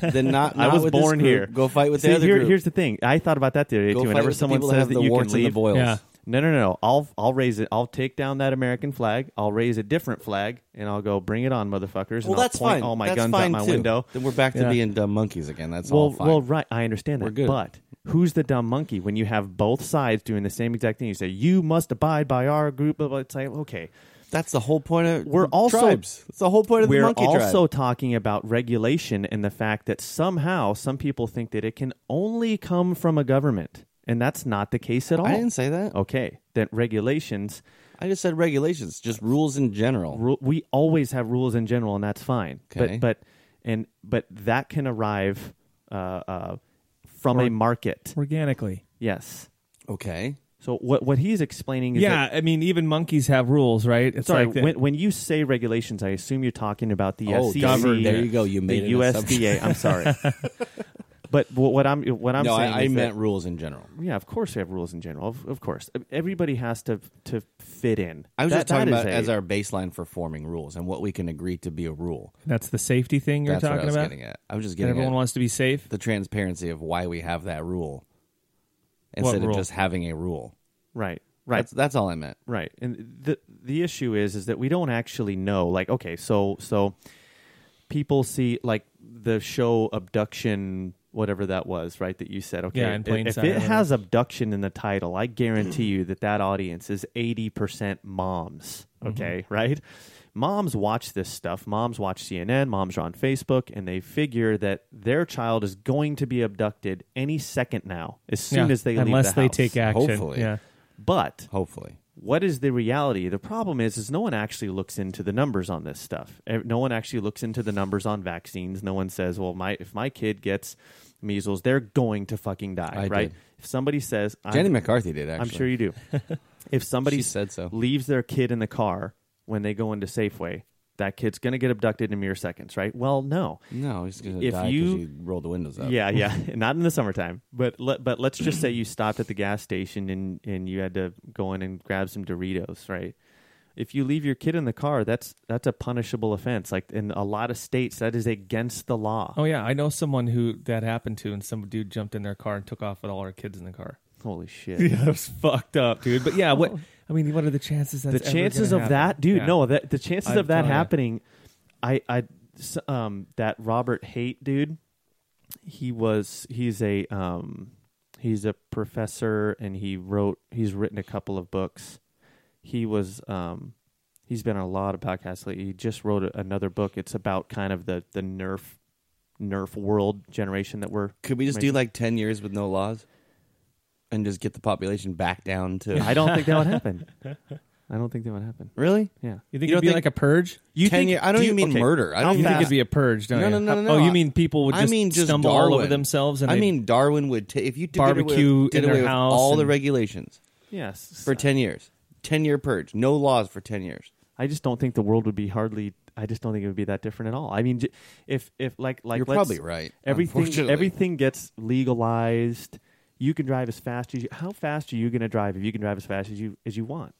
Speaker 3: Then not.
Speaker 2: I
Speaker 3: not
Speaker 2: was
Speaker 3: with this
Speaker 2: born
Speaker 3: group.
Speaker 2: here.
Speaker 3: Go fight with
Speaker 2: See,
Speaker 3: the other
Speaker 2: here-
Speaker 3: group.
Speaker 2: Here's the thing. I thought about that the other day
Speaker 3: Go
Speaker 2: too.
Speaker 3: fight
Speaker 2: Whenever
Speaker 3: with the
Speaker 2: someone
Speaker 3: people
Speaker 2: says
Speaker 3: that have
Speaker 2: that
Speaker 3: the
Speaker 2: you
Speaker 3: warts
Speaker 2: can
Speaker 3: and the
Speaker 2: leave,
Speaker 3: boils.
Speaker 4: Yeah.
Speaker 2: no, no, no, no. I'll I'll raise it. I'll take down that American flag. I'll raise a different flag, and I'll go bring it on, motherfuckers. and
Speaker 3: Well,
Speaker 2: I'll
Speaker 3: that's
Speaker 2: point
Speaker 3: fine.
Speaker 2: all my
Speaker 3: That's
Speaker 2: guns
Speaker 3: fine
Speaker 2: out my
Speaker 3: too.
Speaker 2: window.
Speaker 3: Then we're back to
Speaker 4: Yeah.
Speaker 3: being dumb monkeys again. That's all
Speaker 2: Well,
Speaker 3: fine.
Speaker 2: well, right. I understand that.
Speaker 3: We're good.
Speaker 2: But who's the dumb monkey when you have both sides doing the same exact thing? You say you must abide by our group. Blah, blah, blah. It's like okay.
Speaker 3: that's the whole point of
Speaker 2: We're also-
Speaker 3: tribes. That's the whole point of the
Speaker 2: We're
Speaker 3: monkey tribe.
Speaker 2: also talking about regulation and the fact that somehow some people think that it can only come from a government, and that's not the case at all.
Speaker 3: I didn't say that.
Speaker 2: Okay, that regulations.
Speaker 3: I just said regulations, just rules in general.
Speaker 2: Ru- we always have rules in general, and that's fine.
Speaker 3: Okay.
Speaker 2: But but and but that can arrive uh, uh, from a market.
Speaker 4: Organically.
Speaker 2: Yes.
Speaker 3: Okay.
Speaker 2: So what what he's explaining is that
Speaker 4: Yeah. I mean, even monkeys have rules, right? It's
Speaker 2: Sorry,
Speaker 4: like the-
Speaker 2: when, when you say regulations, I assume you're talking about the
Speaker 3: Oh,
Speaker 2: FCC.
Speaker 3: government. There you go. You made
Speaker 2: the
Speaker 3: an
Speaker 2: USDA. I'm sorry, Uh, but wh- what I'm what I'm
Speaker 3: no,
Speaker 2: saying
Speaker 3: I, I
Speaker 2: is
Speaker 3: meant rules in general.
Speaker 2: that, yeah, of course we have rules in general. Of, of course, everybody has to to fit in.
Speaker 3: I was
Speaker 2: That-
Speaker 3: just talking
Speaker 2: that is
Speaker 3: about as
Speaker 2: a-
Speaker 3: our baseline for forming rules and what we can agree to be a rule.
Speaker 4: that's the safety thing you're
Speaker 3: That's what I
Speaker 4: talking
Speaker 3: was
Speaker 4: about.
Speaker 3: getting at. I was just
Speaker 4: That
Speaker 3: getting
Speaker 4: everyone
Speaker 3: at
Speaker 4: wants to be safe.
Speaker 3: the transparency of why we have that rule
Speaker 4: What
Speaker 3: instead
Speaker 4: rule?
Speaker 3: of just having a rule.
Speaker 2: right, right,
Speaker 3: That's that's all I meant.
Speaker 2: right. And the the issue is is that we don't actually know. Like, okay, so so people see like the show abduction whatever that was right that you said okay
Speaker 4: Yeah, in plain
Speaker 2: if
Speaker 4: sight or
Speaker 2: it
Speaker 4: whatever.
Speaker 2: has abduction in the title i guarantee you that that audience is 80% moms
Speaker 4: Mm-hmm.
Speaker 2: okay right moms watch this stuff moms watch cnn moms are on facebook and they figure that their child is going to be abducted any second now as soon
Speaker 4: Yeah.
Speaker 2: as they leave
Speaker 4: Unless
Speaker 2: the
Speaker 4: they
Speaker 2: house.
Speaker 4: take action.
Speaker 3: Hopefully.
Speaker 4: Yeah.
Speaker 2: but
Speaker 3: Hopefully.
Speaker 2: what is the reality? The problem is, is no one actually looks into the numbers on this stuff. Eh, No one actually looks into the numbers on vaccines. No one says, "Well, my if my kid gets measles, they're going to fucking die."
Speaker 3: I
Speaker 2: right?
Speaker 3: did.
Speaker 2: If somebody says, I'm,
Speaker 3: Jenny McCarthy did actually.
Speaker 2: I'm sure you do." if somebody
Speaker 3: She said so.
Speaker 2: leaves their kid in the car when they go into Safeway, that kid's going to get abducted in mere seconds, right? Well, no.
Speaker 3: No, he's gonna
Speaker 2: If
Speaker 3: die 'cause
Speaker 2: you-
Speaker 3: you rolled the windows up.
Speaker 2: Yeah, yeah, not in the summertime. But let, but let's just say you stopped at the gas station and and you had to go in and grab some Doritos, right? If you leave your kid in the car, that's that's a punishable offense. Like in a lot of states, that is against the law.
Speaker 4: Oh yeah, I know someone who that happened to, and some dude jumped in their car and took off with all our kids in the car.
Speaker 2: Holy shit!
Speaker 4: Yeah, that was fucked up, dude. But yeah, what I mean, what are the chances? That's
Speaker 2: the
Speaker 4: ever
Speaker 2: chances
Speaker 4: gonna
Speaker 2: of that,
Speaker 4: happen?
Speaker 2: dude.
Speaker 4: Yeah.
Speaker 2: No, that, the chances
Speaker 4: I'm
Speaker 2: of that
Speaker 4: telling ya.
Speaker 2: happening, I, I, s- um, that Robert Haight dude, he was, he's a, um, he's a professor, and he wrote, he's written a couple of books. He was, um, he's been on a lot of podcasts lately. He just wrote a, another book. It's about kind of the the Nerf, Nerf world generation that we're.
Speaker 3: Could we just do like ten years with no laws? And just get the population back down to
Speaker 2: I don't think that would happen. I don't think that would happen.
Speaker 3: Really?
Speaker 2: Yeah.
Speaker 4: You
Speaker 3: You
Speaker 4: think
Speaker 3: don't
Speaker 4: it'd be
Speaker 3: think-
Speaker 4: like a purge?
Speaker 3: You Ten think- year- I don't do you- even mean okay. murder. I don't
Speaker 4: How
Speaker 3: even
Speaker 4: fast-
Speaker 3: think
Speaker 4: it'd be a purge, don't
Speaker 3: No,
Speaker 4: you?
Speaker 3: no, no, no, no.
Speaker 4: Oh, you mean people would just,
Speaker 3: I mean, just
Speaker 4: stumble all over
Speaker 3: Darwin.
Speaker 4: themselves? And
Speaker 3: I
Speaker 4: they'd-
Speaker 3: mean, Darwin would ta- if you did away
Speaker 4: Barbecue
Speaker 3: with, did
Speaker 4: in
Speaker 3: away
Speaker 4: their
Speaker 3: with
Speaker 4: house
Speaker 3: all the
Speaker 4: and-
Speaker 3: regulations
Speaker 2: Yes.
Speaker 3: for ten years, ten year purge, no laws for ten years.
Speaker 2: I just don't think the world would be hardly. I just don't think it would be that different at all. I mean, j- if if like like
Speaker 3: You're
Speaker 2: let's-
Speaker 3: probably right,
Speaker 2: Everything
Speaker 3: unfortunately.
Speaker 2: everything gets legalized. You can drive as fast as you. How fast are you going to drive if you can drive as fast as you as you want?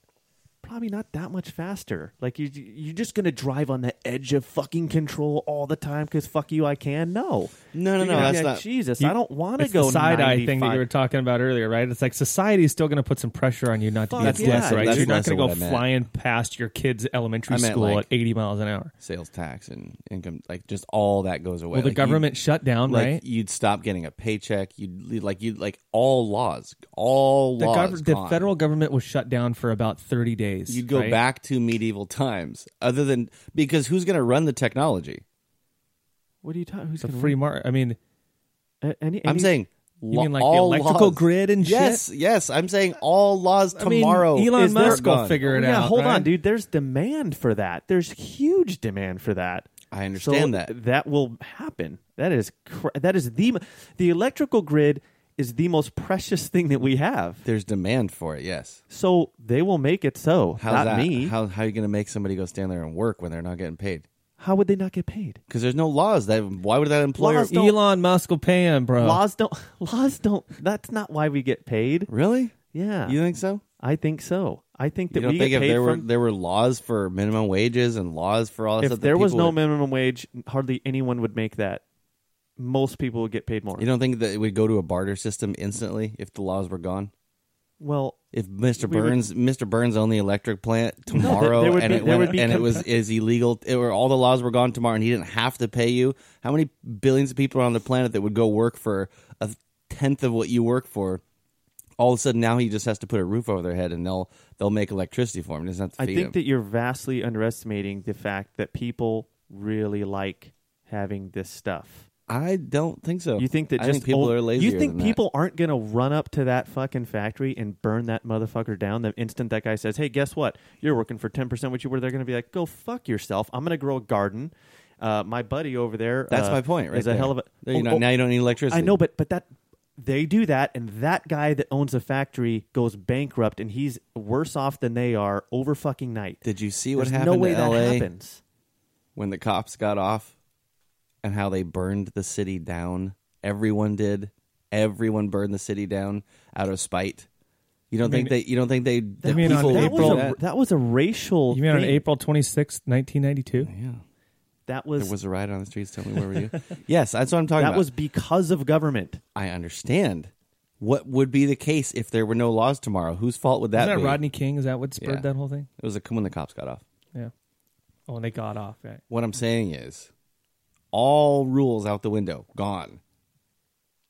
Speaker 2: Probably not that much faster. Like you, you're just going to drive on the edge of fucking control all the time because fuck you, I can. No,
Speaker 3: No, no, no,
Speaker 2: You're gonna be
Speaker 3: that's
Speaker 2: like,
Speaker 3: not-
Speaker 2: Jesus,
Speaker 4: You-
Speaker 2: I don't want to
Speaker 4: it's the
Speaker 2: go
Speaker 4: side eye thing that
Speaker 2: 95.
Speaker 4: you were talking about earlier, right? It's like society's still going to put some pressure on you not to
Speaker 2: Fuck
Speaker 4: be
Speaker 2: That's
Speaker 4: a
Speaker 2: less
Speaker 4: dick,
Speaker 2: of-
Speaker 4: right?
Speaker 3: that's
Speaker 4: You're not
Speaker 3: less
Speaker 4: going
Speaker 3: of
Speaker 4: to go
Speaker 3: what I meant.
Speaker 4: flying past your kids' elementary
Speaker 3: I meant
Speaker 4: school
Speaker 3: like-
Speaker 4: at 80 miles an hour.
Speaker 3: Sales tax and income, like just all that goes away.
Speaker 4: Well, the
Speaker 3: Like, you-
Speaker 4: government shut down,
Speaker 3: like
Speaker 4: right?
Speaker 3: you'd stop getting a paycheck. You'd like you would like all laws, all
Speaker 4: The,
Speaker 3: laws.
Speaker 4: gov- the
Speaker 3: gone.
Speaker 4: federal government was shut down for about 30 days.
Speaker 3: You'd go
Speaker 4: right?
Speaker 3: back to medieval times, other than because who's going to run the technology?
Speaker 2: What are you talking? Who's
Speaker 4: It's a
Speaker 2: gonna
Speaker 4: free market. I mean,
Speaker 2: run- a- any-
Speaker 3: I'm
Speaker 2: any-
Speaker 3: saying.
Speaker 4: You mean like the
Speaker 3: all
Speaker 4: electrical
Speaker 3: laws.
Speaker 4: grid and shit?
Speaker 3: yes, yes. I'm saying all laws
Speaker 4: I mean,
Speaker 3: tomorrow.
Speaker 4: Elon
Speaker 3: is they're
Speaker 4: Musk will
Speaker 3: gone.
Speaker 4: figure it
Speaker 2: yeah,
Speaker 4: out.
Speaker 2: hold
Speaker 4: right?
Speaker 2: on, dude. There's demand for that. There's huge demand for that.
Speaker 3: I understand
Speaker 2: So
Speaker 3: that.
Speaker 2: That will happen. That is cr- that is the the electrical grid is the most precious thing that we have.
Speaker 3: There's demand for it. Yes.
Speaker 2: So they will make it so.
Speaker 3: How's
Speaker 2: not
Speaker 3: that?
Speaker 2: me.
Speaker 3: How how are you going to make somebody go stand there and work when they're not getting paid?
Speaker 2: How would they not get paid?
Speaker 3: Because there's no laws. That why would that employer?
Speaker 2: Laws don't-
Speaker 4: Elon Musk will pay him,
Speaker 3: Oh.
Speaker 4: bro.
Speaker 2: Laws don't. Laws don't. That's not why we get paid.
Speaker 3: really?
Speaker 2: Yeah,
Speaker 3: You think so?
Speaker 2: I think so. I think that
Speaker 3: You don't
Speaker 2: we
Speaker 3: think
Speaker 2: get
Speaker 3: if
Speaker 2: paid
Speaker 3: there were
Speaker 2: from-
Speaker 3: there were laws for minimum wages and laws for all that stuff
Speaker 2: if
Speaker 3: that
Speaker 2: there was
Speaker 3: people
Speaker 2: no
Speaker 3: would-
Speaker 2: minimum wage, hardly anyone would make that. Most people would get paid more.
Speaker 3: you don't think that it would go to a barter system instantly if the laws were gone?
Speaker 2: well,
Speaker 3: If Mr.
Speaker 2: We would-
Speaker 3: Burns Mr. Burns owned the electric plant tomorrow
Speaker 2: there would
Speaker 3: and
Speaker 2: be-
Speaker 3: it
Speaker 2: there
Speaker 3: went,
Speaker 2: would be
Speaker 3: and it
Speaker 2: compa-
Speaker 3: was is illegal it, or all the laws were gone tomorrow and he didn't have to pay you, how many billions of people on the planet that would go work for a tenth of what you work for? All of a sudden now he just has to put a roof over their head and they'll they'll make electricity for him. He doesn't have to
Speaker 2: I
Speaker 3: feed
Speaker 2: think
Speaker 3: him.
Speaker 2: that you're vastly underestimating the fact that people really like having this stuff.
Speaker 3: I don't think so.
Speaker 2: You think that
Speaker 3: I
Speaker 2: just
Speaker 3: people
Speaker 2: old-
Speaker 3: are lazy.
Speaker 2: You think people aren't going to run up to that fucking factory and burn that motherfucker down the instant that guy says, "Hey, guess what? You're working for ten percent what you were." They're going to be like, "Go fuck yourself. I'm going to grow a garden." Uh, my buddy over there.
Speaker 3: That's
Speaker 2: uh,
Speaker 3: my point, right?
Speaker 2: Is a
Speaker 3: there.
Speaker 2: hell of a.
Speaker 3: There you know,
Speaker 2: Oh, oh,
Speaker 3: now you don't need electricity.
Speaker 2: I know, but but that they do that, and that guy that owns the factory goes bankrupt, and he's worse off than they are over fucking night.
Speaker 3: Did you see what
Speaker 2: There's
Speaker 3: happened
Speaker 2: No way
Speaker 3: to LA
Speaker 2: that happens.
Speaker 3: when the cops got off and how they burned the city down? Everyone did. Everyone burned the city down out of spite. You don't think
Speaker 4: mean-
Speaker 3: they? You don't think they? The
Speaker 4: mean on
Speaker 3: people
Speaker 2: That,
Speaker 3: would
Speaker 4: April-
Speaker 3: do
Speaker 2: was a,
Speaker 3: that?
Speaker 2: that was a racial.
Speaker 4: You mean on
Speaker 2: thing.
Speaker 4: April 26th, 1992?
Speaker 3: Yeah,
Speaker 2: That
Speaker 3: there
Speaker 2: was,
Speaker 3: was a riot on the streets. Tell me where were you? yes, that's what I'm talking
Speaker 2: that
Speaker 3: about.
Speaker 2: was because of government.
Speaker 3: I understand. What would be the case if there were no laws tomorrow? Whose fault would that
Speaker 4: Isn't that
Speaker 3: be?
Speaker 4: Rodney King? Is that what spurred
Speaker 3: Yeah.
Speaker 4: that whole thing?
Speaker 3: It was a, when the cops got off.
Speaker 4: Yeah. Oh, and they got off, right?
Speaker 3: What I'm saying is, all rules out the window, gone.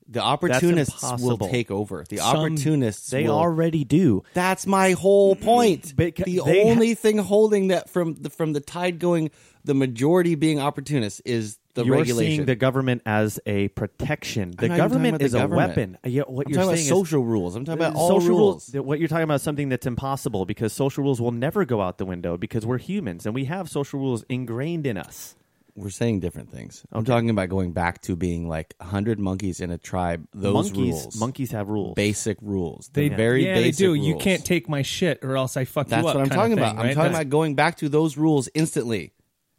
Speaker 3: The opportunists will
Speaker 2: impossible.
Speaker 3: take over. The
Speaker 4: Some-
Speaker 3: opportunists
Speaker 2: They
Speaker 3: will-
Speaker 2: already do.
Speaker 3: That's my whole point.
Speaker 2: Beca-
Speaker 3: the
Speaker 2: they-
Speaker 3: only thing holding that from the, from the tide going, the majority being opportunists is the
Speaker 2: you're
Speaker 3: regulation.
Speaker 2: seeing the government as a protection. The
Speaker 3: I'm not even talking
Speaker 2: government
Speaker 3: about the
Speaker 2: is
Speaker 3: government.
Speaker 2: a weapon. Uh, Yeah, what
Speaker 3: I'm
Speaker 2: you're
Speaker 3: talking about
Speaker 2: saying is Uh,
Speaker 3: social rules. I'm talking about all
Speaker 2: social
Speaker 3: rules.
Speaker 2: that What you're talking about is something that's impossible because social rules will never go out the window because we're humans and we have social rules ingrained in us.
Speaker 3: We're saying different things. I'm talking about going back to being like 100 monkeys in a tribe. Those
Speaker 2: monkeys,
Speaker 3: rules.
Speaker 2: monkeys have rules.
Speaker 3: Basic rules.
Speaker 4: They
Speaker 3: the very
Speaker 4: yeah,
Speaker 3: basic
Speaker 4: they do. You
Speaker 3: rules.
Speaker 4: can't take my shit, or else I fuck
Speaker 3: That's
Speaker 4: you up.
Speaker 3: what I'm
Speaker 4: kind of
Speaker 3: talking
Speaker 4: thing,
Speaker 3: about. I'm
Speaker 4: right?
Speaker 3: talking
Speaker 4: That's-
Speaker 3: about going back to those rules instantly,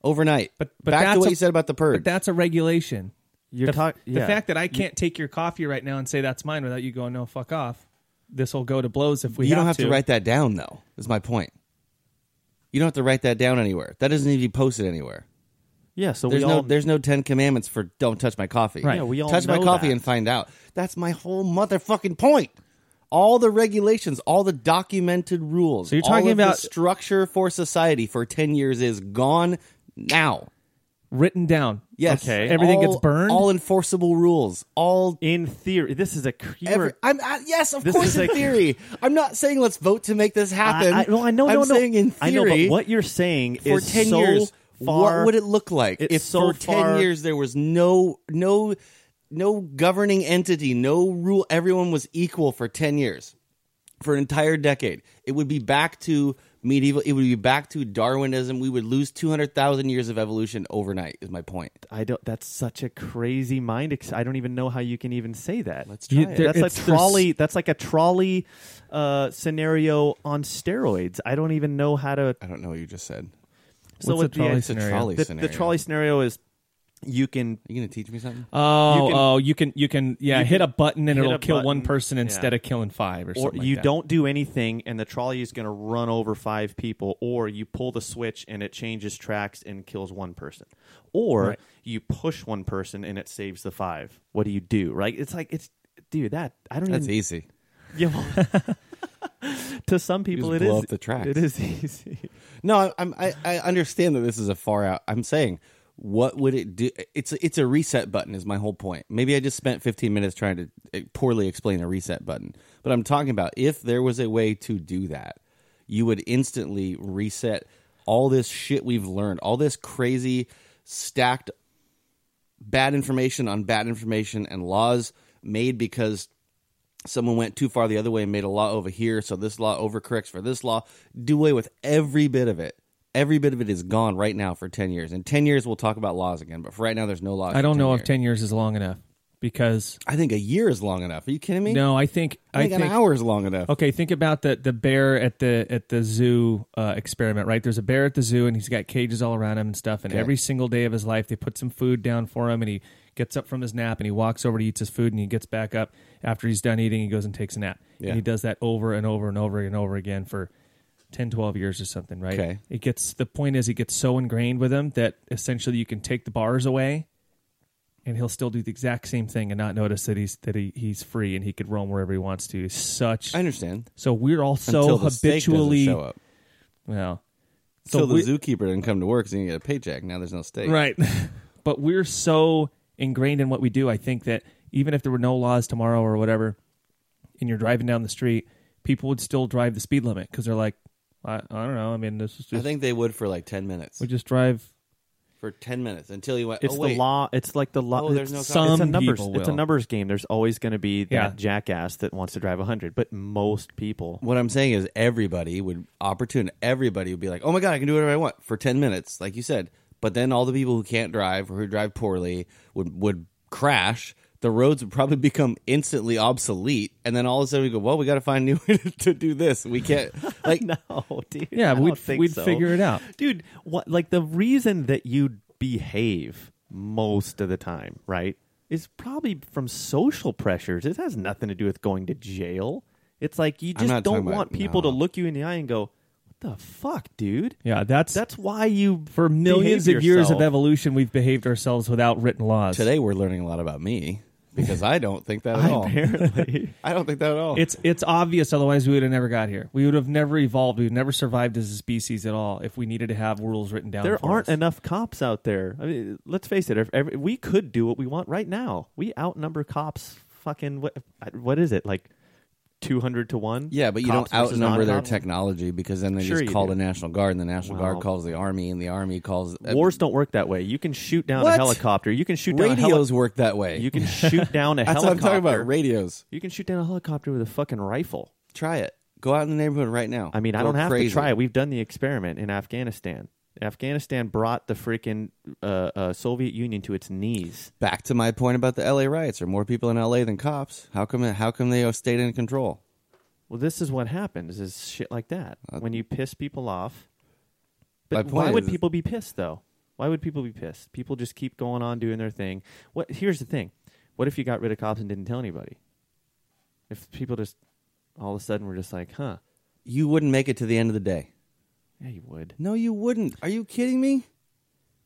Speaker 3: overnight.
Speaker 4: But but
Speaker 3: back
Speaker 4: that's
Speaker 3: to what
Speaker 4: a-
Speaker 3: you said about the
Speaker 4: But
Speaker 3: purge.
Speaker 4: that's a regulation.
Speaker 2: You're
Speaker 4: the, f-
Speaker 2: talking
Speaker 4: the fact that I can't take your coffee right now and say that's mine without you going, no, fuck off. This will go to blows if we
Speaker 3: you
Speaker 4: have
Speaker 3: don't have to. write that down, though. Is my point. You don't have to write that down anywhere. That doesn't need to be posted anywhere.
Speaker 2: yeah. So
Speaker 3: There's
Speaker 2: we
Speaker 3: no,
Speaker 2: all
Speaker 3: there's no Ten Commandments for don't touch my coffee.
Speaker 2: Right. Yeah, we all
Speaker 3: touch my
Speaker 2: know
Speaker 3: coffee
Speaker 2: that.
Speaker 3: and find out. That's my whole motherfucking point. All the regulations, all the documented rules.
Speaker 4: So you're
Speaker 3: all
Speaker 4: talking
Speaker 3: of the
Speaker 4: about-
Speaker 3: structure for society for ten years is gone now.
Speaker 4: written down.
Speaker 3: Yes,
Speaker 2: Okay.
Speaker 4: Everything
Speaker 3: All-
Speaker 4: gets burned?
Speaker 3: All enforceable rules. All
Speaker 2: in theory, this is a you
Speaker 3: Every,
Speaker 2: were-
Speaker 3: I'm I, yes, of
Speaker 2: This
Speaker 3: course,
Speaker 2: is
Speaker 3: in
Speaker 2: like-
Speaker 3: theory. I'm not saying let's vote to make this happen.
Speaker 2: I, I, no, I know,
Speaker 3: I'm
Speaker 2: no, no.
Speaker 3: saying in theory.
Speaker 2: I know, but what you're saying
Speaker 3: for
Speaker 2: is
Speaker 3: ten
Speaker 2: so
Speaker 3: years,
Speaker 2: far,
Speaker 3: what would it look like
Speaker 2: it's
Speaker 3: if
Speaker 2: so
Speaker 3: for ten
Speaker 2: far-
Speaker 3: years there was no no no governing entity, no rule? Everyone was equal for ten years. for an entire decade. It would be back to medieval. It would be back to Darwinism. We would lose two hundred thousand years of evolution overnight. Is my point.
Speaker 2: I don't. That's such a crazy mind. Ex- I don't even know how you can even say that.
Speaker 3: Let's try
Speaker 4: You-
Speaker 3: it.
Speaker 4: there-
Speaker 2: that's
Speaker 4: it's-
Speaker 2: a trolley. That's like a trolley uh, scenario on steroids. I don't even know how to.
Speaker 3: I don't know what you just said.
Speaker 2: So
Speaker 4: What's a
Speaker 2: what the-
Speaker 4: trolley
Speaker 2: it's
Speaker 3: It's a
Speaker 4: scenario?
Speaker 3: trolley
Speaker 2: The,
Speaker 3: scenario.
Speaker 2: the trolley Um, scenario is you can
Speaker 3: Are you gonna teach me something?
Speaker 4: Oh,
Speaker 2: You can-
Speaker 4: oh, you can, you can, yeah, hit a button and
Speaker 2: hit
Speaker 4: it'll
Speaker 2: a
Speaker 4: kill one
Speaker 2: button.
Speaker 4: person
Speaker 2: Yeah.
Speaker 4: instead of killing five or,
Speaker 2: or
Speaker 4: something. like
Speaker 2: you
Speaker 4: that.
Speaker 2: don't do anything and the trolley is going to run over five people or you pull the switch and it changes tracks and kills one person or
Speaker 4: Right.
Speaker 2: you push one person and it saves the five what do you do right it's like it's dude that i don't
Speaker 3: That's
Speaker 2: even
Speaker 3: easy.
Speaker 2: Yeah, well- to some people
Speaker 3: just
Speaker 2: it is
Speaker 3: blow up the tracks.
Speaker 2: it is easy
Speaker 3: No, I- I'm, I I understand that this is a far out. I'm saying, what would it do? It's a- it's a reset button is my whole point. Maybe I just spent 15 minutes trying to eh, poorly explain a reset button, but I'm talking about if there was a way to do that, you would instantly reset all this shit we've learned, all this crazy stacked bad information on bad information and laws made because someone went too far the other way and made a law over here, so this law overcorrects for this law. Do away with every bit of it. Every bit of it is gone right now for 10 years. In 10 years, we'll talk about laws again, but for right now, there's no laws.
Speaker 4: I don't
Speaker 3: for
Speaker 4: know if
Speaker 3: years.
Speaker 4: 10 years is long enough because,
Speaker 3: I think a year is long enough. Are you kidding me?
Speaker 4: no, I think,
Speaker 3: I think,
Speaker 4: I think,
Speaker 3: an hour is long enough.
Speaker 4: Okay, think about the the bear at the at the zoo uh, experiment, right? There's a bear at the zoo, and he's got cages all around him and stuff. And
Speaker 3: Okay.
Speaker 4: every single day of his life, they put some food down for him, and he gets up from his nap, and he walks over to eats his food, and he gets back up after he's done eating. He goes and takes a nap,
Speaker 3: Yeah.
Speaker 4: and he does that over and over and over and over again for 10, 12 years or something, right?
Speaker 3: Okay.
Speaker 4: It gets the point is it gets so ingrained with him that essentially you can take the bars away. And he'll still do the exact same thing and not notice that he's that he, he's free and he could roam wherever he wants to. He's such
Speaker 3: I understand.
Speaker 4: so we're all so
Speaker 3: Until the steak doesn't
Speaker 4: habitually
Speaker 3: show up.
Speaker 4: well,
Speaker 3: So,
Speaker 4: so
Speaker 3: the
Speaker 4: we-
Speaker 3: zookeeper didn't come to work because he didn't get a paycheck. Now there's no steak.
Speaker 4: right. but we're so ingrained in what we do. I think that even if there were no laws tomorrow or whatever, and you're driving down the street, people would still drive the speed limit because they're like, I, I don't know. I mean, this is
Speaker 3: I
Speaker 4: just
Speaker 3: think they would for like 10 minutes.
Speaker 4: we just drive.
Speaker 3: For 10 minutes until he went,
Speaker 2: it's
Speaker 3: oh,
Speaker 2: the
Speaker 3: wait.
Speaker 2: law it's like the law
Speaker 3: Oh, there's no
Speaker 2: it's,
Speaker 3: cop-
Speaker 2: it's a
Speaker 4: Some
Speaker 2: numbers
Speaker 4: people
Speaker 2: it's a
Speaker 4: will.
Speaker 2: numbers game there's always going to be that
Speaker 4: Yeah.
Speaker 2: jackass that wants to drive 100 but most people
Speaker 3: what I'm saying is everybody would opportune everybody would be like, "Oh my god, I can do whatever I want for 10 minutes," like you said. But then all the people who can't drive or who drive poorly would would crash. The roads would probably become instantly obsolete, and then all of a sudden we go, "Well, we got to find new way to do this. We can't like
Speaker 2: no, dude.
Speaker 4: Yeah,
Speaker 2: I
Speaker 4: we'd-
Speaker 2: don't think
Speaker 4: we'd
Speaker 2: so.
Speaker 4: figure it out.
Speaker 2: dude. What like the reason that you behave most of the time, right, is probably from social pressures. It has nothing to do with going to jail. It's like you
Speaker 3: I'm
Speaker 2: just
Speaker 3: not
Speaker 2: don't
Speaker 3: talking about-
Speaker 2: want people
Speaker 3: no.
Speaker 2: to look you in the eye and go, "What the fuck, dude."
Speaker 4: Yeah, that's
Speaker 2: That's why you
Speaker 4: for millions
Speaker 2: behave
Speaker 4: of years of
Speaker 2: yourself.
Speaker 4: evolution, we've behaved ourselves without written laws.
Speaker 3: today we're learning a lot about me because I don't think that at all.
Speaker 2: Apparently,
Speaker 3: I don't think that at all.
Speaker 4: It's it's obvious. Otherwise, we would have never got here. We would have never evolved. We would have never survived as a species at all if we needed to have rules written down.
Speaker 2: there
Speaker 4: for
Speaker 2: aren't
Speaker 4: us.
Speaker 2: enough cops out there. I mean, let's face it. If every, we could do what we want right now, we outnumber cops. Fucking what? What is it like? Two hundred to one.
Speaker 3: yeah, but you
Speaker 2: Cops
Speaker 3: don't
Speaker 2: versus
Speaker 3: outnumber their
Speaker 2: non-cops?
Speaker 3: technology because then they
Speaker 2: Sure
Speaker 3: just
Speaker 2: you
Speaker 3: call
Speaker 2: do.
Speaker 3: the National Guard, and the National
Speaker 2: Wow.
Speaker 3: Guard calls the army, and the army calls uh,
Speaker 2: Wars don't work that way. You can shoot down a
Speaker 3: What?
Speaker 2: helicopter. You can shoot down
Speaker 3: Radios
Speaker 2: a
Speaker 3: work that way.
Speaker 2: heli- You can shoot down a
Speaker 3: That's
Speaker 2: helicopter.
Speaker 3: what I'm talking about. Radios.
Speaker 2: You can shoot down a helicopter with a fucking rifle.
Speaker 3: Try it. Go out in the neighborhood right now.
Speaker 2: I mean, I
Speaker 3: Go
Speaker 2: don't have
Speaker 3: crazy.
Speaker 2: to try it. We've done the experiment in Afghanistan. Afghanistan brought the freaking uh, uh, Soviet Union to its knees.
Speaker 3: Back to my point about the LA riots. There are more people in LA than cops. How come? How come they stayed in control?
Speaker 2: Well, this is what happens: is shit like that when you piss people off.
Speaker 3: Uh, My
Speaker 2: But
Speaker 3: point
Speaker 2: why would
Speaker 3: is-
Speaker 2: people be pissed though? Why would people be pissed? People just keep going on doing their thing. What? Here's the thing: what if you got rid of cops and didn't tell anybody? If people just all of a sudden were just like, "Huh,
Speaker 3: You wouldn't make it to the end of the day.
Speaker 2: yeah, you would."
Speaker 3: No, you wouldn't. Are you kidding me?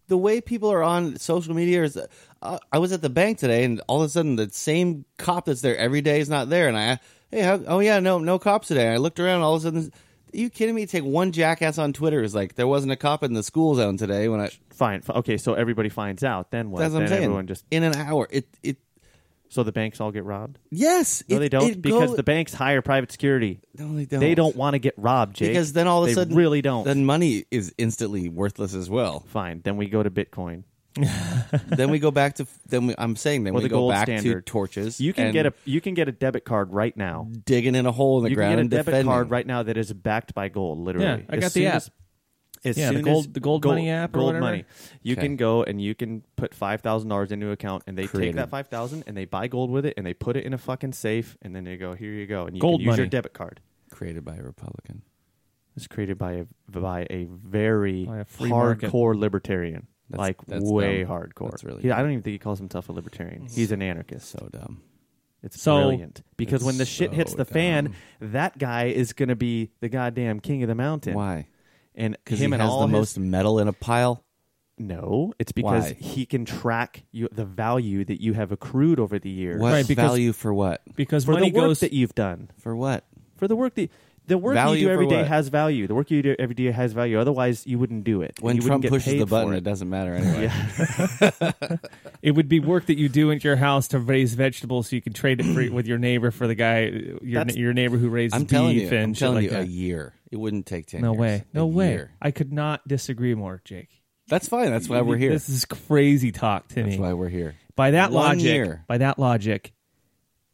Speaker 3: The way people are on social media is. Uh, I was at the bank today, and all of a sudden, the same cop that's there every day is not there. And I, hey, how, oh yeah, no, no cops today. And I looked around, all of a sudden, are you kidding me? Take one jackass on Twitter is like, there wasn't a cop in the school zone today. When I,
Speaker 2: Fine. F- Okay, so everybody finds out. Then what?
Speaker 3: that's what
Speaker 2: then
Speaker 3: I'm saying.
Speaker 2: everyone just
Speaker 3: in an hour, it it
Speaker 2: so the banks all get robbed.
Speaker 3: Yes,
Speaker 2: No,
Speaker 3: it-
Speaker 2: they don't
Speaker 3: it
Speaker 2: because
Speaker 3: go-
Speaker 2: the banks hire private security.
Speaker 3: no, they don't.
Speaker 2: They don't want to get robbed, Jake.
Speaker 3: because then all of a
Speaker 2: They
Speaker 3: sudden
Speaker 2: really don't.
Speaker 3: Then money is instantly worthless as well.
Speaker 2: Fine. Then we go to Bitcoin.
Speaker 3: then we go back to then we, I'm saying then
Speaker 2: Well,
Speaker 3: we
Speaker 2: the
Speaker 3: go
Speaker 2: gold
Speaker 3: back
Speaker 2: standard.
Speaker 3: to torches.
Speaker 2: You can
Speaker 3: and
Speaker 2: get a you can get a debit card right now.
Speaker 3: digging in a hole in the
Speaker 2: you
Speaker 3: ground
Speaker 2: can get a
Speaker 3: and
Speaker 2: debit
Speaker 3: defending.
Speaker 2: card right now that is backed by gold.
Speaker 4: Yeah,
Speaker 2: Literally,
Speaker 4: I
Speaker 2: As
Speaker 4: got the
Speaker 2: soon
Speaker 4: app.
Speaker 2: as- as
Speaker 4: Yeah,
Speaker 2: soon
Speaker 4: the
Speaker 2: as-
Speaker 4: gold- the gold money app or
Speaker 2: gold
Speaker 4: whatever.
Speaker 2: money. You
Speaker 3: Okay.
Speaker 2: can go and you can put five thousand dollars into account, and they
Speaker 3: Creative.
Speaker 2: take that five thousand and they buy gold with it, and they put it in a fucking safe, and then they go, "Here you go," and you
Speaker 4: Gold
Speaker 2: can use your
Speaker 4: money.
Speaker 2: debit card.
Speaker 3: created by a Republican.
Speaker 2: It's created by a by a very
Speaker 4: By a free market.
Speaker 2: hardcore libertarian,
Speaker 3: That's-
Speaker 2: like
Speaker 3: that's
Speaker 2: way
Speaker 3: dumb.
Speaker 2: hardcore.
Speaker 3: That's really
Speaker 2: He- I
Speaker 3: dumb.
Speaker 2: don't even think he calls himself a libertarian. He's an anarchist.
Speaker 3: So dumb.
Speaker 2: It's
Speaker 4: So-
Speaker 2: brilliant because
Speaker 3: It's
Speaker 2: when the shit hits
Speaker 3: so
Speaker 2: the fan,
Speaker 3: dumb.
Speaker 2: that guy is going to be the goddamn king of the mountain.
Speaker 3: Why?
Speaker 2: And
Speaker 3: Because
Speaker 2: him
Speaker 3: he
Speaker 2: and
Speaker 3: has
Speaker 2: all
Speaker 3: the
Speaker 2: his-
Speaker 3: most metal in a pile.
Speaker 2: No, it's because
Speaker 3: Why?
Speaker 2: he can track you, the value that you have accrued over the years
Speaker 3: What
Speaker 4: Right, because-
Speaker 3: value for what?
Speaker 4: because
Speaker 2: for
Speaker 4: money
Speaker 2: the work
Speaker 4: goes
Speaker 2: that you've done.
Speaker 3: For what?
Speaker 2: For the work that the work
Speaker 3: Value
Speaker 2: you do every
Speaker 3: for
Speaker 2: day
Speaker 3: what?
Speaker 2: has value. The work you do every day has value. Otherwise, you wouldn't do it.
Speaker 3: When
Speaker 2: You wouldn't
Speaker 3: Trump
Speaker 2: get
Speaker 3: pushes
Speaker 2: paid
Speaker 3: the
Speaker 2: for
Speaker 3: button, it.
Speaker 2: it.
Speaker 3: doesn't matter anyway.
Speaker 2: Yeah.
Speaker 4: It would be work that you do at your house to raise vegetables, so you can trade it for, with your neighbor for the guy, your,
Speaker 2: That's-
Speaker 4: your neighbor who raises
Speaker 3: I'm telling
Speaker 4: beef
Speaker 3: you,
Speaker 4: and
Speaker 3: I'm
Speaker 4: shit
Speaker 3: telling
Speaker 4: like
Speaker 3: you, a
Speaker 4: that.
Speaker 3: year. It wouldn't take ten.
Speaker 4: no
Speaker 3: years.
Speaker 4: way, no
Speaker 3: A
Speaker 4: way.
Speaker 3: year.
Speaker 4: I could not disagree more, Jake.
Speaker 3: That's fine. That's why we're here.
Speaker 4: This is crazy talk to me.
Speaker 3: That's why we're here.
Speaker 4: by that
Speaker 3: One
Speaker 4: logic,
Speaker 3: year.
Speaker 4: by that logic,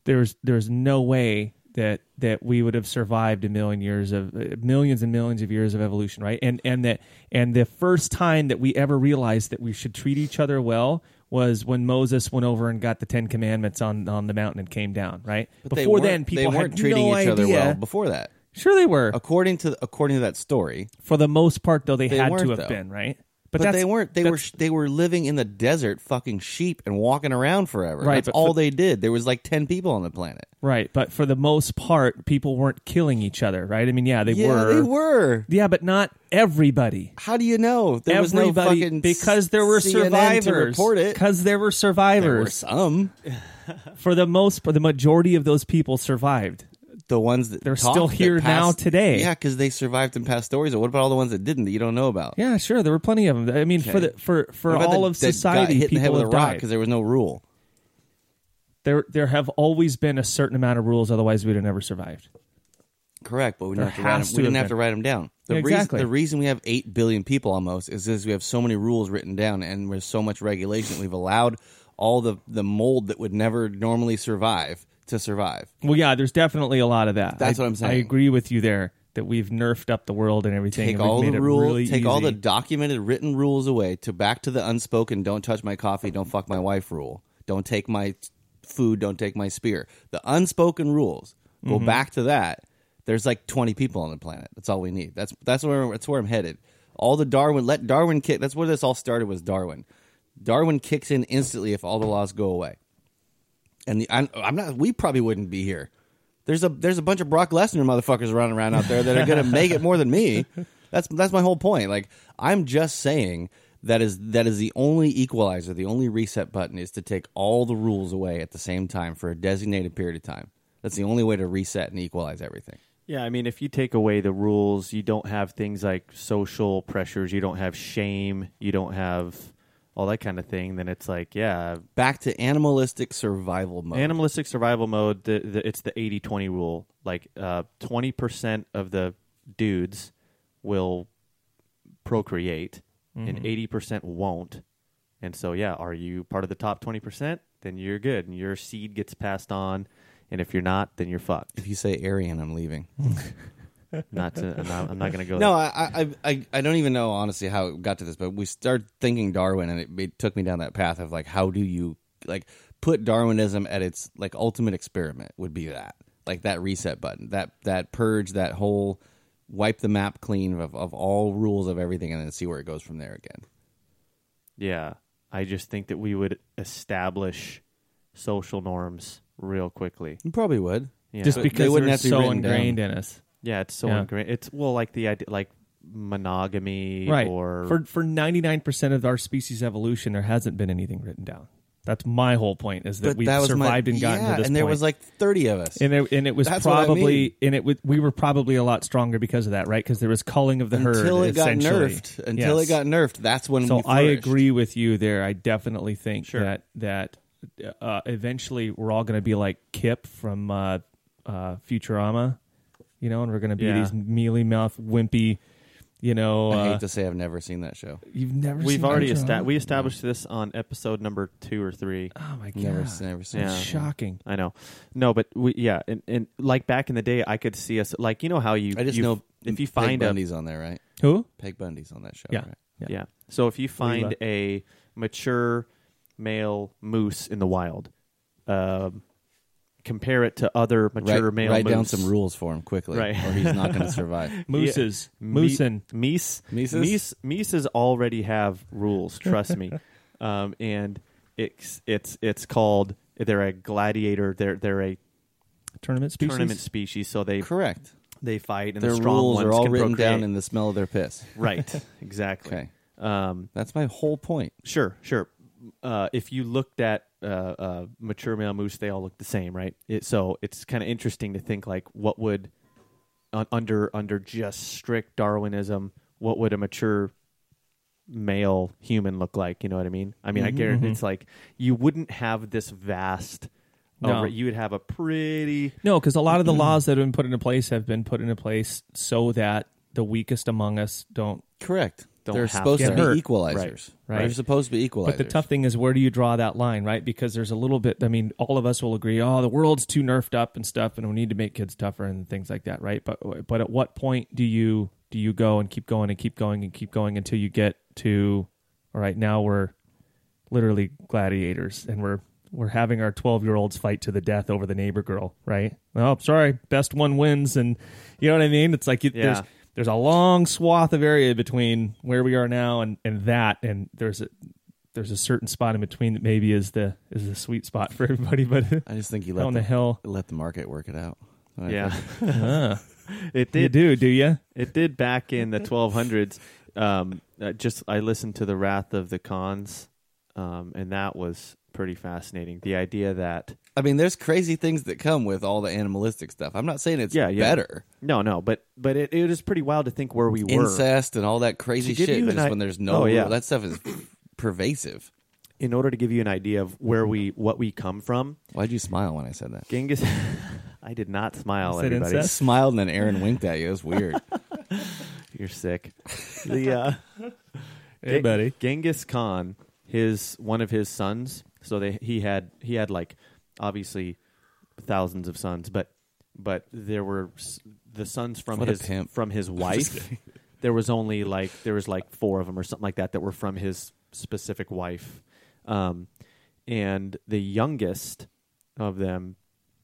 Speaker 4: there's there's no way that that we would have survived a million years of uh, millions and millions of years of evolution, right? And and that and the first time that we ever realized that we should treat each other well was when Moses went over and got the Ten Commandments on on the mountain and came down, right?
Speaker 3: But they
Speaker 4: Before
Speaker 3: weren't-
Speaker 4: then, people
Speaker 3: they weren't
Speaker 4: had
Speaker 3: treating
Speaker 4: no
Speaker 3: each other
Speaker 4: idea.
Speaker 3: well before that.
Speaker 4: Sure, they were.
Speaker 3: According to according to that story,
Speaker 4: For the most part, though, they,
Speaker 3: They
Speaker 4: had to
Speaker 3: weren't,
Speaker 4: have
Speaker 3: though.
Speaker 4: been, right?
Speaker 3: But,
Speaker 4: that's-
Speaker 3: they weren't. They were
Speaker 4: that's-
Speaker 3: they were living in the desert, fucking sheep, and walking around forever.
Speaker 4: Right,
Speaker 3: That's
Speaker 4: but
Speaker 3: all
Speaker 4: for-
Speaker 3: they did. There was like ten people on the planet.
Speaker 4: right. But for the most part, people weren't killing each other, right? I mean, yeah, they
Speaker 3: yeah,
Speaker 4: were.
Speaker 3: they were.
Speaker 4: Yeah, but not everybody.
Speaker 3: How do you know there was no
Speaker 4: Everybody-
Speaker 3: fucking
Speaker 4: because there were
Speaker 3: CNN
Speaker 4: survivors.
Speaker 3: to report it?
Speaker 4: Because there were
Speaker 3: There were
Speaker 4: survivors.
Speaker 3: some.
Speaker 4: For the most, for the majority of those people survived.
Speaker 3: The ones that
Speaker 4: They're
Speaker 3: talked,
Speaker 4: still
Speaker 3: that
Speaker 4: here now
Speaker 3: passed-
Speaker 4: today.
Speaker 3: Yeah, because they survived and passed stories. What about all the ones that didn't that you don't know about?
Speaker 4: Yeah, sure, there were plenty of them. I mean, for
Speaker 3: Okay.
Speaker 4: the for for
Speaker 3: What about
Speaker 4: all
Speaker 3: the-
Speaker 4: of
Speaker 3: that got
Speaker 4: society,
Speaker 3: hit in the head
Speaker 4: people
Speaker 3: with
Speaker 4: have
Speaker 3: a rock
Speaker 4: died.
Speaker 3: because there was no rule.
Speaker 4: there there have always been a certain amount of rules, otherwise we'd have never survived.
Speaker 3: Correct, but we
Speaker 4: There
Speaker 3: didn't have to write
Speaker 4: has
Speaker 3: them.
Speaker 4: to
Speaker 3: we didn't
Speaker 4: have
Speaker 3: have to
Speaker 4: been.
Speaker 3: write them down. The
Speaker 4: Yeah, exactly.
Speaker 3: reason the reason we have eight billion people almost is because we have so many rules written down, and there's so much regulation that we've allowed all the the mold that would never normally survive to survive.
Speaker 4: Well, yeah, there's definitely a lot of that.
Speaker 3: That's
Speaker 4: I-
Speaker 3: what I'm saying.
Speaker 4: I agree with you there that we've nerfed up the world and everything.
Speaker 3: Take
Speaker 4: and we've
Speaker 3: all the
Speaker 4: made it
Speaker 3: rules,
Speaker 4: really
Speaker 3: take all the
Speaker 4: easy.
Speaker 3: documented written rules away to back to the unspoken. Don't touch my coffee. Don't fuck my wife. Rule. Don't take my food. Don't take my spear. The unspoken rules.
Speaker 4: Mm-hmm.
Speaker 3: Go back to that. There's like 20 people on the planet. That's all we need. That's that's where that's where I'm headed. All the Darwin. Let Darwin kick. That's where this all started. Was Darwin. Darwin kicks in instantly if all the laws go away. And the, I'm, I'm not. We probably wouldn't be here. There's a there's a bunch of Brock Lesnar motherfuckers running around out there that are gonna make it more than me. That's that's my whole point. Like I'm just saying that is that is the only equalizer, the only reset button is to take all the rules away at the same time for a designated period of time. That's the only way to reset and equalize everything.
Speaker 2: Yeah, I mean, if you take away the rules, you don't have things like social pressures, you don't have shame, you don't have all that kind of thing. Then it's like, yeah,
Speaker 3: Back to animalistic survival mode.
Speaker 2: animalistic survival mode. The, the, it's the 80-20 rule. Like uh, twenty percent of the dudes will procreate, and eighty percent won't. And so, yeah, are you part of the top twenty percent? Then you're good, and your seed gets passed on. And if you're not, then you're fucked.
Speaker 3: if you say Aryan, I'm leaving.
Speaker 2: Not to, I'm not, I'm not going to go.
Speaker 3: No, I, I- I, I, I don't even know honestly how it got to this, but we started thinking Darwin, and it, it took me down that path of like, how do you like put Darwinism at its like ultimate experiment would be that like that reset button, that that purge, that whole wipe the map clean of, of all rules of everything, and then see where it goes from there again.
Speaker 2: Yeah. I just think that we would establish social norms real quickly.
Speaker 3: You probably would.
Speaker 2: Yeah.
Speaker 4: just
Speaker 3: But they
Speaker 4: because they
Speaker 3: wouldn't
Speaker 4: are
Speaker 3: have to be
Speaker 4: so
Speaker 3: written down.
Speaker 4: ingrained in us.
Speaker 2: yeah, it's so
Speaker 4: Yeah.
Speaker 2: ingrained. It's well like the idea like monogamy
Speaker 4: right
Speaker 2: or
Speaker 4: for for 99% of our species evolution there hasn't been anything written down that's my whole point is that
Speaker 3: but
Speaker 4: we've
Speaker 3: that was
Speaker 4: survived
Speaker 3: my,
Speaker 4: and gotten
Speaker 3: yeah,
Speaker 4: to this
Speaker 3: and there
Speaker 4: point.
Speaker 3: was like thirty of us.
Speaker 4: and it, and it was
Speaker 3: That's what I
Speaker 4: probably
Speaker 3: mean.
Speaker 4: and it was, we were probably a lot stronger because of that right because there was culling of the
Speaker 3: until
Speaker 4: herd
Speaker 3: it got
Speaker 4: essentially.
Speaker 3: nerfed, until
Speaker 4: Yes.
Speaker 3: it got nerfed, that's when.
Speaker 4: so
Speaker 3: we
Speaker 4: i
Speaker 3: flourished.
Speaker 4: agree with you there i definitely think that that uh, eventually we're all going to be like kip from uh, uh, futurama you know and we're going to be
Speaker 2: Yeah.
Speaker 4: these mealy mouth wimpy You know,
Speaker 3: I
Speaker 4: uh,
Speaker 3: hate to say I've never seen that show.
Speaker 4: you've never.
Speaker 2: We've
Speaker 4: seen
Speaker 2: already
Speaker 4: Nitro?
Speaker 2: esta- we established this on episode number two or three.
Speaker 4: Oh my god,
Speaker 3: Never, never seen.
Speaker 2: Yeah.
Speaker 3: it.
Speaker 4: That's shocking.
Speaker 2: I know, no, but we yeah, and, and like back in the day, I could see us like you know how you
Speaker 3: I just
Speaker 2: you-
Speaker 3: know
Speaker 2: if you
Speaker 3: Peg
Speaker 2: find a
Speaker 3: Bundy's on there, right?
Speaker 4: Who?
Speaker 3: Peg Bundy's on that show.
Speaker 4: Yeah.
Speaker 3: right?
Speaker 4: Yeah.
Speaker 2: yeah. So if you
Speaker 4: love-
Speaker 2: find a mature male moose in the wild, um, compare it to other mature
Speaker 3: Write,
Speaker 2: male
Speaker 3: write
Speaker 2: moose.
Speaker 3: down some rules for him quickly,
Speaker 2: Right.
Speaker 3: or he's not going to survive.
Speaker 4: Mooses,
Speaker 2: Me-
Speaker 4: moosin.
Speaker 2: Meese.
Speaker 3: Mises?
Speaker 2: Meese. Mises already have rules. Trust me. um, and it's it's it's called. They're a gladiator. They're they're a
Speaker 4: tournament species.
Speaker 2: tournament species. So they
Speaker 3: Correct.
Speaker 2: they fight and
Speaker 3: Their
Speaker 2: the strong
Speaker 3: rules
Speaker 2: ones
Speaker 3: are all
Speaker 2: can
Speaker 3: written
Speaker 2: procreate.
Speaker 3: down in the smell of their piss.
Speaker 2: right. Exactly.
Speaker 3: Okay,
Speaker 2: Um,
Speaker 3: that's my whole point.
Speaker 2: Sure, sure. Uh, if you looked at uh, uh, mature male moose, they all look the same, right? It, so it's kind of interesting to think like what would un- under under just strict Darwinism, what would a mature male human look like? You know what I mean? I mean,
Speaker 4: Mm-hmm,
Speaker 2: I guarantee it's like you wouldn't have this vast.
Speaker 4: No.
Speaker 2: over- you would have a pretty
Speaker 4: No, because a lot of the laws that have been put into place have been put into place so that the weakest among us don't.
Speaker 3: Correct.
Speaker 2: Don't
Speaker 3: They're
Speaker 2: have
Speaker 3: supposed
Speaker 4: to
Speaker 3: to,
Speaker 4: get
Speaker 3: be
Speaker 4: hurt.
Speaker 3: equalizers.
Speaker 4: Right.
Speaker 3: They're supposed to be equalizers.
Speaker 4: But the tough thing is, where do you draw that line, right? Because there's a little bit. I mean, all of us will agree. Oh, the world's too nerfed up and stuff, and we need to make kids tougher and things like that, right? But but at what point do you do you go and keep going and keep going and keep going until you get to all right? Now we're literally gladiators, and we're we're having our 12 year olds fight to the death over the neighbor girl, right? Oh, sorry, best one wins, and you know what I mean. It's like you, there's
Speaker 2: Yeah.
Speaker 4: there's a long swath of area between where we are now and, and that, and there's a there's a certain spot in between that maybe is the is the sweet spot for everybody. But
Speaker 3: I just think you
Speaker 4: how
Speaker 3: let
Speaker 4: in the
Speaker 3: the,
Speaker 4: hell
Speaker 3: let the market work it out. Like,
Speaker 2: yeah.
Speaker 4: uh,
Speaker 2: it
Speaker 4: you
Speaker 2: did
Speaker 4: do do you?
Speaker 2: It did back in the 1200s. Um, uh, just I listened to the Wrath of the Khans, um, and that was pretty fascinating. The idea that
Speaker 3: I mean, there's crazy things that come with all the animalistic stuff. I'm not saying it's
Speaker 2: Yeah, yeah.
Speaker 3: better.
Speaker 2: no, no, but but it, it is pretty wild to think where we were
Speaker 3: Incest and all that crazy
Speaker 2: To give
Speaker 3: shit.
Speaker 2: you
Speaker 3: But
Speaker 2: an
Speaker 3: just
Speaker 2: i-
Speaker 3: when there's no
Speaker 2: Oh, yeah.
Speaker 3: rule, that stuff is pervasive.
Speaker 2: in order to give you an idea of where we what we come from.
Speaker 3: Why'd you smile when I said that?
Speaker 2: Genghis, I did not smile.
Speaker 4: Is that
Speaker 2: Everybody,
Speaker 3: I
Speaker 4: incest?
Speaker 3: smiled and then Aaron winked at you. It was weird.
Speaker 2: you're sick. the uh, Gen- Genghis Khan, his one of his sons. So they he had he had like obviously thousands of sons, but but there were s- the sons from
Speaker 3: What a
Speaker 2: his
Speaker 3: pimp.
Speaker 2: from his wife. There was only like there was like four of them or something like that that were from his specific wife, um, and the youngest of them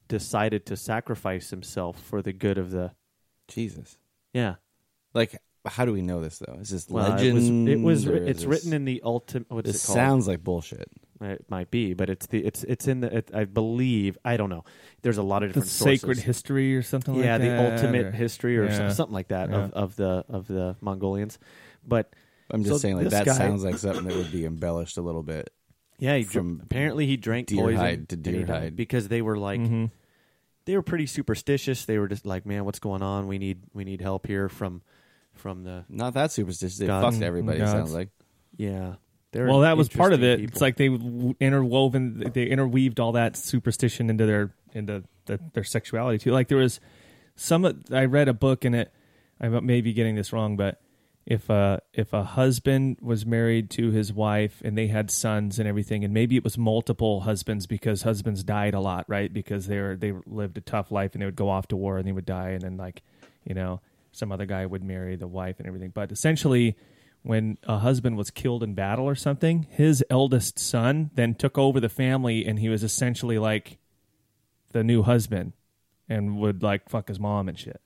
Speaker 2: decided to sacrifice himself for the good of the
Speaker 3: Jesus.
Speaker 2: yeah
Speaker 3: Like, how do we know this though? Is this
Speaker 2: Well, it was-
Speaker 3: legend?
Speaker 2: It was,
Speaker 3: or is
Speaker 2: it's
Speaker 3: this-
Speaker 2: written in the ultimate. What's
Speaker 3: This
Speaker 2: it called?
Speaker 3: sounds like bullshit.
Speaker 2: It might be, but it's the it's it's in the it, I believe I don't know. There's a lot of
Speaker 4: The
Speaker 2: different
Speaker 4: sacred
Speaker 2: sources.
Speaker 4: history or something
Speaker 2: yeah,
Speaker 4: like that.
Speaker 2: the ultimate
Speaker 4: or-
Speaker 2: history or
Speaker 4: Yeah.
Speaker 2: some, something like that
Speaker 4: Yeah.
Speaker 2: of, of the of the Mongolians. But
Speaker 3: I'm just
Speaker 2: So
Speaker 3: saying, like
Speaker 2: this
Speaker 3: that
Speaker 2: guy-
Speaker 3: sounds like something that would be embellished a little bit.
Speaker 2: yeah, he
Speaker 3: From
Speaker 2: dr- apparently he drank
Speaker 3: deer
Speaker 2: poison
Speaker 3: hide to
Speaker 2: and he
Speaker 3: deer
Speaker 2: died
Speaker 3: hide.
Speaker 2: because they were like
Speaker 4: Mhm.
Speaker 2: they were pretty superstitious. They were just like, man, what's going on? We need we need help here from from the
Speaker 3: Not that superstitious. It
Speaker 2: Gods.
Speaker 3: fucked everybody. it
Speaker 4: Gods.
Speaker 3: sounds like
Speaker 2: yeah. They're
Speaker 4: well, that was part of it.
Speaker 2: interesting
Speaker 4: It's
Speaker 2: people.
Speaker 4: like they w- interwoven, they interweaved all that superstition into their into the, their sexuality too. Like there was some. I read a book and it. I may be getting this wrong, but if a if a husband was married to his wife and they had sons and everything, and maybe it was multiple husbands because husbands died a lot, right? Because they were they lived a tough life and they would go off to war and they would die, and then like you know some other guy would marry the wife and everything. But essentially, when a husband was killed in battle or something, his eldest son then took over the family and he was essentially like the new husband and would like fuck his mom and shit.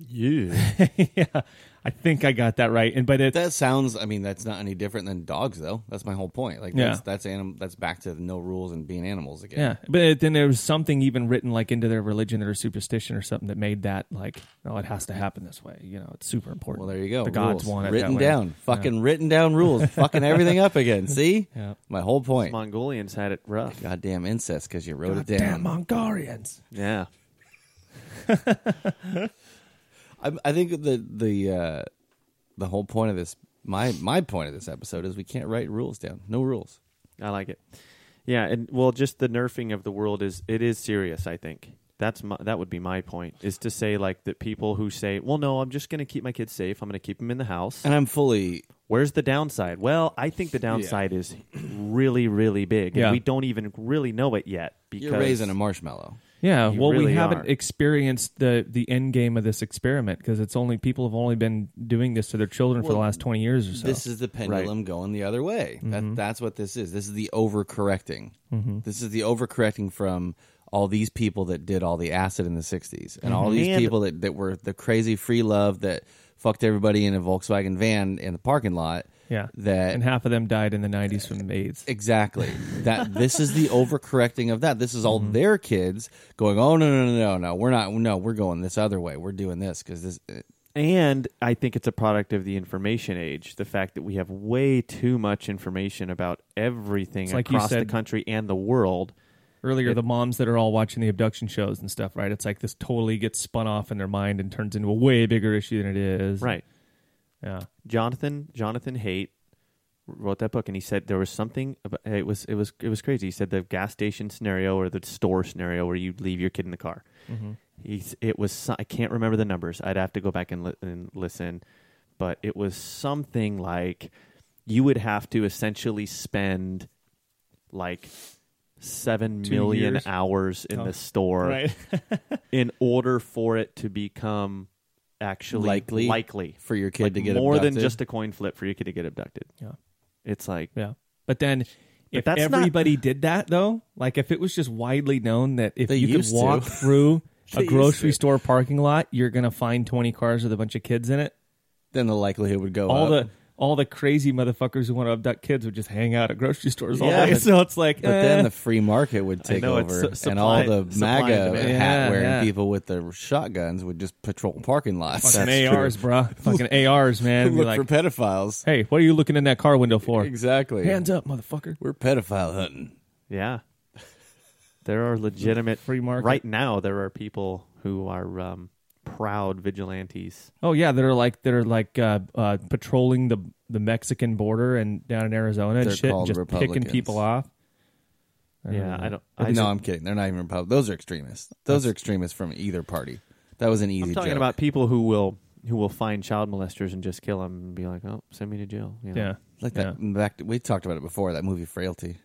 Speaker 4: yeah. I think I got that right. And but it
Speaker 3: that sounds. I mean, that's not any different than dogs, though. That's my whole point. Like,
Speaker 4: Yeah.
Speaker 3: that's that's anim- That's back to no rules and being animals again.
Speaker 4: yeah. But it, then there was something even written like into their religion or superstition or something that made that like, oh, it has to happen this way. You know, it's super important.
Speaker 3: Well, there you go.
Speaker 4: The gods
Speaker 3: rules.
Speaker 4: want it
Speaker 3: written
Speaker 4: that way.
Speaker 3: down. Fucking written down rules. fucking everything up again. See,
Speaker 4: Yeah.
Speaker 3: my whole point.
Speaker 2: Mongolians had it rough.
Speaker 3: Goddamn incest because you wrote
Speaker 4: God
Speaker 3: it down.
Speaker 4: damn Mongolians.
Speaker 2: Yeah.
Speaker 3: I, I think the the uh, the whole point of this, my my point of this episode is we can't write rules down. No rules.
Speaker 2: I like it. Yeah, and well, just the nerfing of the world is it is serious. I think That's my, that would be my point is to say like that people who say, "Well, no, I'm just going to keep my kids safe. I'm going to keep them in the house."
Speaker 3: And I'm fully
Speaker 2: Where's the downside? Well, I think the downside is really, really big, and
Speaker 4: Yeah.
Speaker 2: we don't even really know it yet because
Speaker 3: you're raising a marshmallow.
Speaker 4: Yeah,
Speaker 2: You
Speaker 4: well,
Speaker 2: really
Speaker 4: we haven't
Speaker 2: are.
Speaker 4: experienced the the end game of this experiment because it's only people have only been doing this to their children for the
Speaker 3: Well,
Speaker 4: last twenty years or so.
Speaker 3: This is the pendulum going the other way. That, that's what this is. This is the overcorrecting. This is the overcorrecting from all these people that did all the acid in the 60s and all these
Speaker 2: And-
Speaker 3: people that, that were the crazy free love that fucked everybody in a Volkswagen van in the parking lot.
Speaker 4: yeah,
Speaker 3: That
Speaker 4: and half of them died in the nineties from AIDS.
Speaker 3: Exactly. That this is the overcorrecting of that. This is
Speaker 2: Mm-hmm.
Speaker 3: all their kids going, "Oh no, no, no, no, no. We're not no, we're going this other way. We're doing this cuz this uh,
Speaker 2: And I think it's a product of the information age, the fact that we have way too much information about everything
Speaker 4: It's like you
Speaker 2: across the
Speaker 4: said-
Speaker 2: country and the world.
Speaker 4: Earlier, the moms that are all watching the abduction shows and stuff, right? It's like this totally gets spun off in their mind and turns into a way bigger issue than it is.
Speaker 2: Right.
Speaker 4: Yeah.
Speaker 2: Jonathan Jonathan Haidt wrote that book and he said there was something about, it was it was it was crazy. He said the gas station scenario or the store scenario where you leave your kid in the car.
Speaker 4: Mm-hmm.
Speaker 2: He's, it was so- I can't remember the numbers. I'd have to go back and, li- and listen, but it was something like you would have to essentially spend like seven million
Speaker 4: Two years?
Speaker 2: hours in
Speaker 4: Oh.
Speaker 2: the store in order for it to become actually
Speaker 3: Likely.
Speaker 2: likely
Speaker 3: for your kid
Speaker 2: like
Speaker 3: to get
Speaker 2: more than
Speaker 3: abducted.
Speaker 2: just a coin flip for your kid to get abducted.
Speaker 4: Yeah.
Speaker 2: It's like
Speaker 4: Yeah. But then if
Speaker 2: that's not-
Speaker 4: everybody did that though, like if it was just widely known that if
Speaker 3: They
Speaker 4: you could
Speaker 3: used to.
Speaker 4: walk through
Speaker 3: They
Speaker 4: a
Speaker 3: used
Speaker 4: grocery
Speaker 3: to.
Speaker 4: store parking lot, you're going to find 20 cars with a bunch of kids in it.
Speaker 3: then the likelihood would go
Speaker 4: All
Speaker 3: up.
Speaker 4: the all the crazy motherfuckers who want to abduct kids would just hang out at grocery stores all
Speaker 2: Yeah.
Speaker 4: day. So it's like,
Speaker 3: but
Speaker 4: eh.
Speaker 3: then the free market would
Speaker 2: I
Speaker 3: take
Speaker 2: know, it's
Speaker 3: over,
Speaker 2: su-
Speaker 3: and all
Speaker 2: supply-
Speaker 3: the
Speaker 2: supply and
Speaker 3: MAGA
Speaker 2: demand.
Speaker 3: hat wearing
Speaker 4: Yeah, yeah.
Speaker 3: people with the shotguns would just patrol parking lots.
Speaker 4: fucking ARs, bruh. Fucking ARs, man. Be
Speaker 3: Look
Speaker 4: like,
Speaker 3: for pedophiles.
Speaker 4: hey, what are you looking in that car window for?
Speaker 3: Exactly.
Speaker 4: Hands up, motherfucker.
Speaker 3: We're pedophile hunting.
Speaker 2: yeah. There are legitimate
Speaker 4: Free market.
Speaker 2: Right now there are people who are um, proud vigilantes.
Speaker 4: Oh yeah, that are like that are like uh, uh, patrolling the the Mexican border and down in Arizona and
Speaker 3: They're
Speaker 4: shit, and
Speaker 3: called
Speaker 4: just picking
Speaker 3: Republicans.
Speaker 4: people off.
Speaker 2: yeah, I don't I
Speaker 3: no,
Speaker 2: just-
Speaker 3: I'm kidding. They're not even Republicans. Those are extremists. Those are extremists from either party. That was an easy
Speaker 2: I'm talking
Speaker 3: joke.
Speaker 2: about people who will who will find child molesters and just kill them and be like, "Oh, send me to jail." You know?
Speaker 4: Yeah,
Speaker 3: like that. Back to, we talked about it before. That movie Frailty.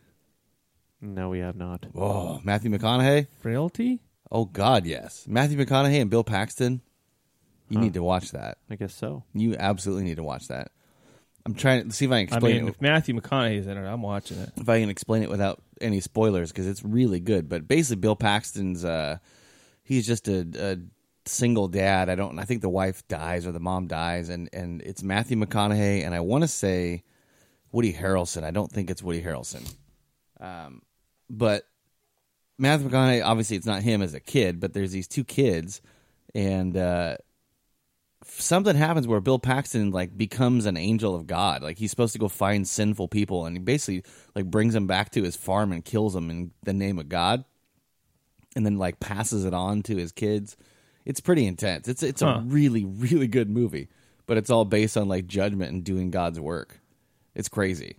Speaker 2: No, we have not.
Speaker 3: Oh, Matthew McConaughey.
Speaker 4: frailty.
Speaker 3: Oh God, yes. Matthew McConaughey and Bill Paxton. You need to watch that.
Speaker 2: I guess so.
Speaker 3: You absolutely need to watch that. I'm trying to see if I can
Speaker 4: I
Speaker 3: explain
Speaker 4: mean,
Speaker 3: it.
Speaker 4: if Matthew McConaughey's in it, I'm watching it.
Speaker 3: If I can explain it without any spoilers, because it's really good. But basically, Bill Paxton's uh, he's just a, a single dad. I don't. I think the wife dies or the mom dies, and and it's Matthew McConaughey and I want to say Woody Harrelson. I don't think it's Woody Harrelson. Um, but Matthew McConaughey, obviously, it's not him as a kid, but there's these two kids, and uh, something happens where Bill Paxton like becomes an angel of God. Like he's supposed to go find sinful people, and he basically like brings them back to his farm and kills them in the name of God, and then like passes it on to his kids. It's pretty intense. It's it's a
Speaker 4: Huh.
Speaker 3: really really good movie, but it's all based on like judgment and doing God's work. It's crazy.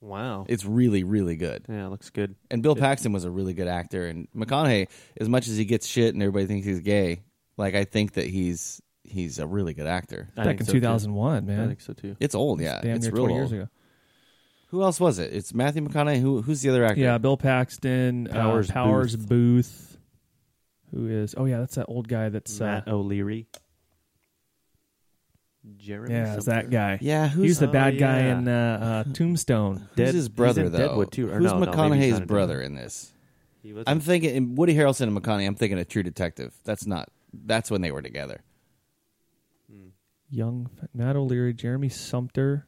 Speaker 2: Wow.
Speaker 3: It's really really good.
Speaker 2: yeah, it looks good.
Speaker 3: And Bill Paxton was a really good actor. And McConaughey, as much as he gets shit and everybody thinks he's gay, like I think that he's he's a really good actor.
Speaker 2: I
Speaker 4: Back
Speaker 2: think
Speaker 4: in
Speaker 2: so, too.
Speaker 4: 2001,
Speaker 2: I
Speaker 4: man.
Speaker 2: think so too.
Speaker 3: It's old, yeah.
Speaker 4: Damn
Speaker 3: it's
Speaker 4: near
Speaker 3: real
Speaker 4: 20
Speaker 3: old.
Speaker 4: years ago.
Speaker 3: Who else was it? It's Matthew McConaughey. Who who's the other actor?
Speaker 4: Yeah, Bill Paxton,
Speaker 2: Powers
Speaker 4: Powers, uh, Powers Booth. who is? Oh yeah, that's that old guy. That's uh,
Speaker 2: Matt O'Leary. Jeremy.
Speaker 4: yeah, it's
Speaker 2: something.
Speaker 4: that guy.
Speaker 3: Yeah, who's
Speaker 4: He's the
Speaker 2: Oh,
Speaker 4: bad guy
Speaker 2: yeah.
Speaker 4: in uh, uh, Tombstone.
Speaker 3: who's
Speaker 2: Dead-
Speaker 3: his
Speaker 2: he's
Speaker 3: brother
Speaker 2: in
Speaker 3: though?
Speaker 2: Deadwood, too, or
Speaker 3: who's
Speaker 2: no, no, maybe he's
Speaker 3: McConaughey's
Speaker 2: not in
Speaker 3: brother in this?
Speaker 2: He was
Speaker 3: I'm thinking and Woody Harrelson and McConaughey. I'm thinking of True Detective. That's not. That's when they were together.
Speaker 4: Young Matt O'Leary, Jeremy Sumter,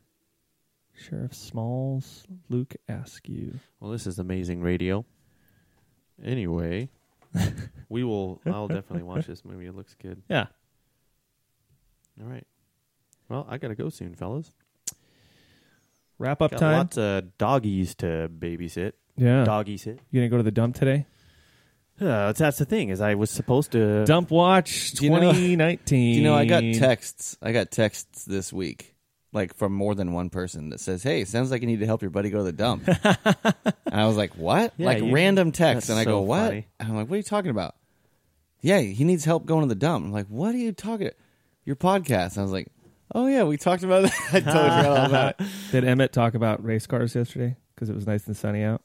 Speaker 4: Sheriff Smalls, Luke Askew.
Speaker 2: Well, this is amazing radio. Anyway, we will. I'll definitely watch this movie. It looks good.
Speaker 4: Yeah.
Speaker 2: All right. Well, I gotta go soon, fellas.
Speaker 4: Wrap up
Speaker 2: Got
Speaker 4: time.
Speaker 2: lots of doggies to babysit.
Speaker 4: Yeah.
Speaker 2: Doggy sit.
Speaker 4: You gonna go to the dump today?
Speaker 2: Uh, that's the thing is, I was supposed to.
Speaker 4: Dump watch
Speaker 3: Uh, Do you know-
Speaker 4: 2019.
Speaker 3: You know, I got texts. I got texts this week, like from more than one person that says, "Hey, sounds like you need to help your buddy go to the dump." and I was like, "What?"
Speaker 2: Yeah,
Speaker 3: like
Speaker 2: you-
Speaker 3: random texts,
Speaker 2: that's
Speaker 3: and I go,
Speaker 2: so
Speaker 3: "What?"
Speaker 2: funny.
Speaker 3: And I'm like, "What are you talking about?" yeah, he needs help going to the dump. I'm like, what are you talking? Your podcast. I was like, oh yeah, we talked about that. I totally forgot all about it.
Speaker 4: Did Emmett talk about race cars yesterday? Because it was nice and sunny out.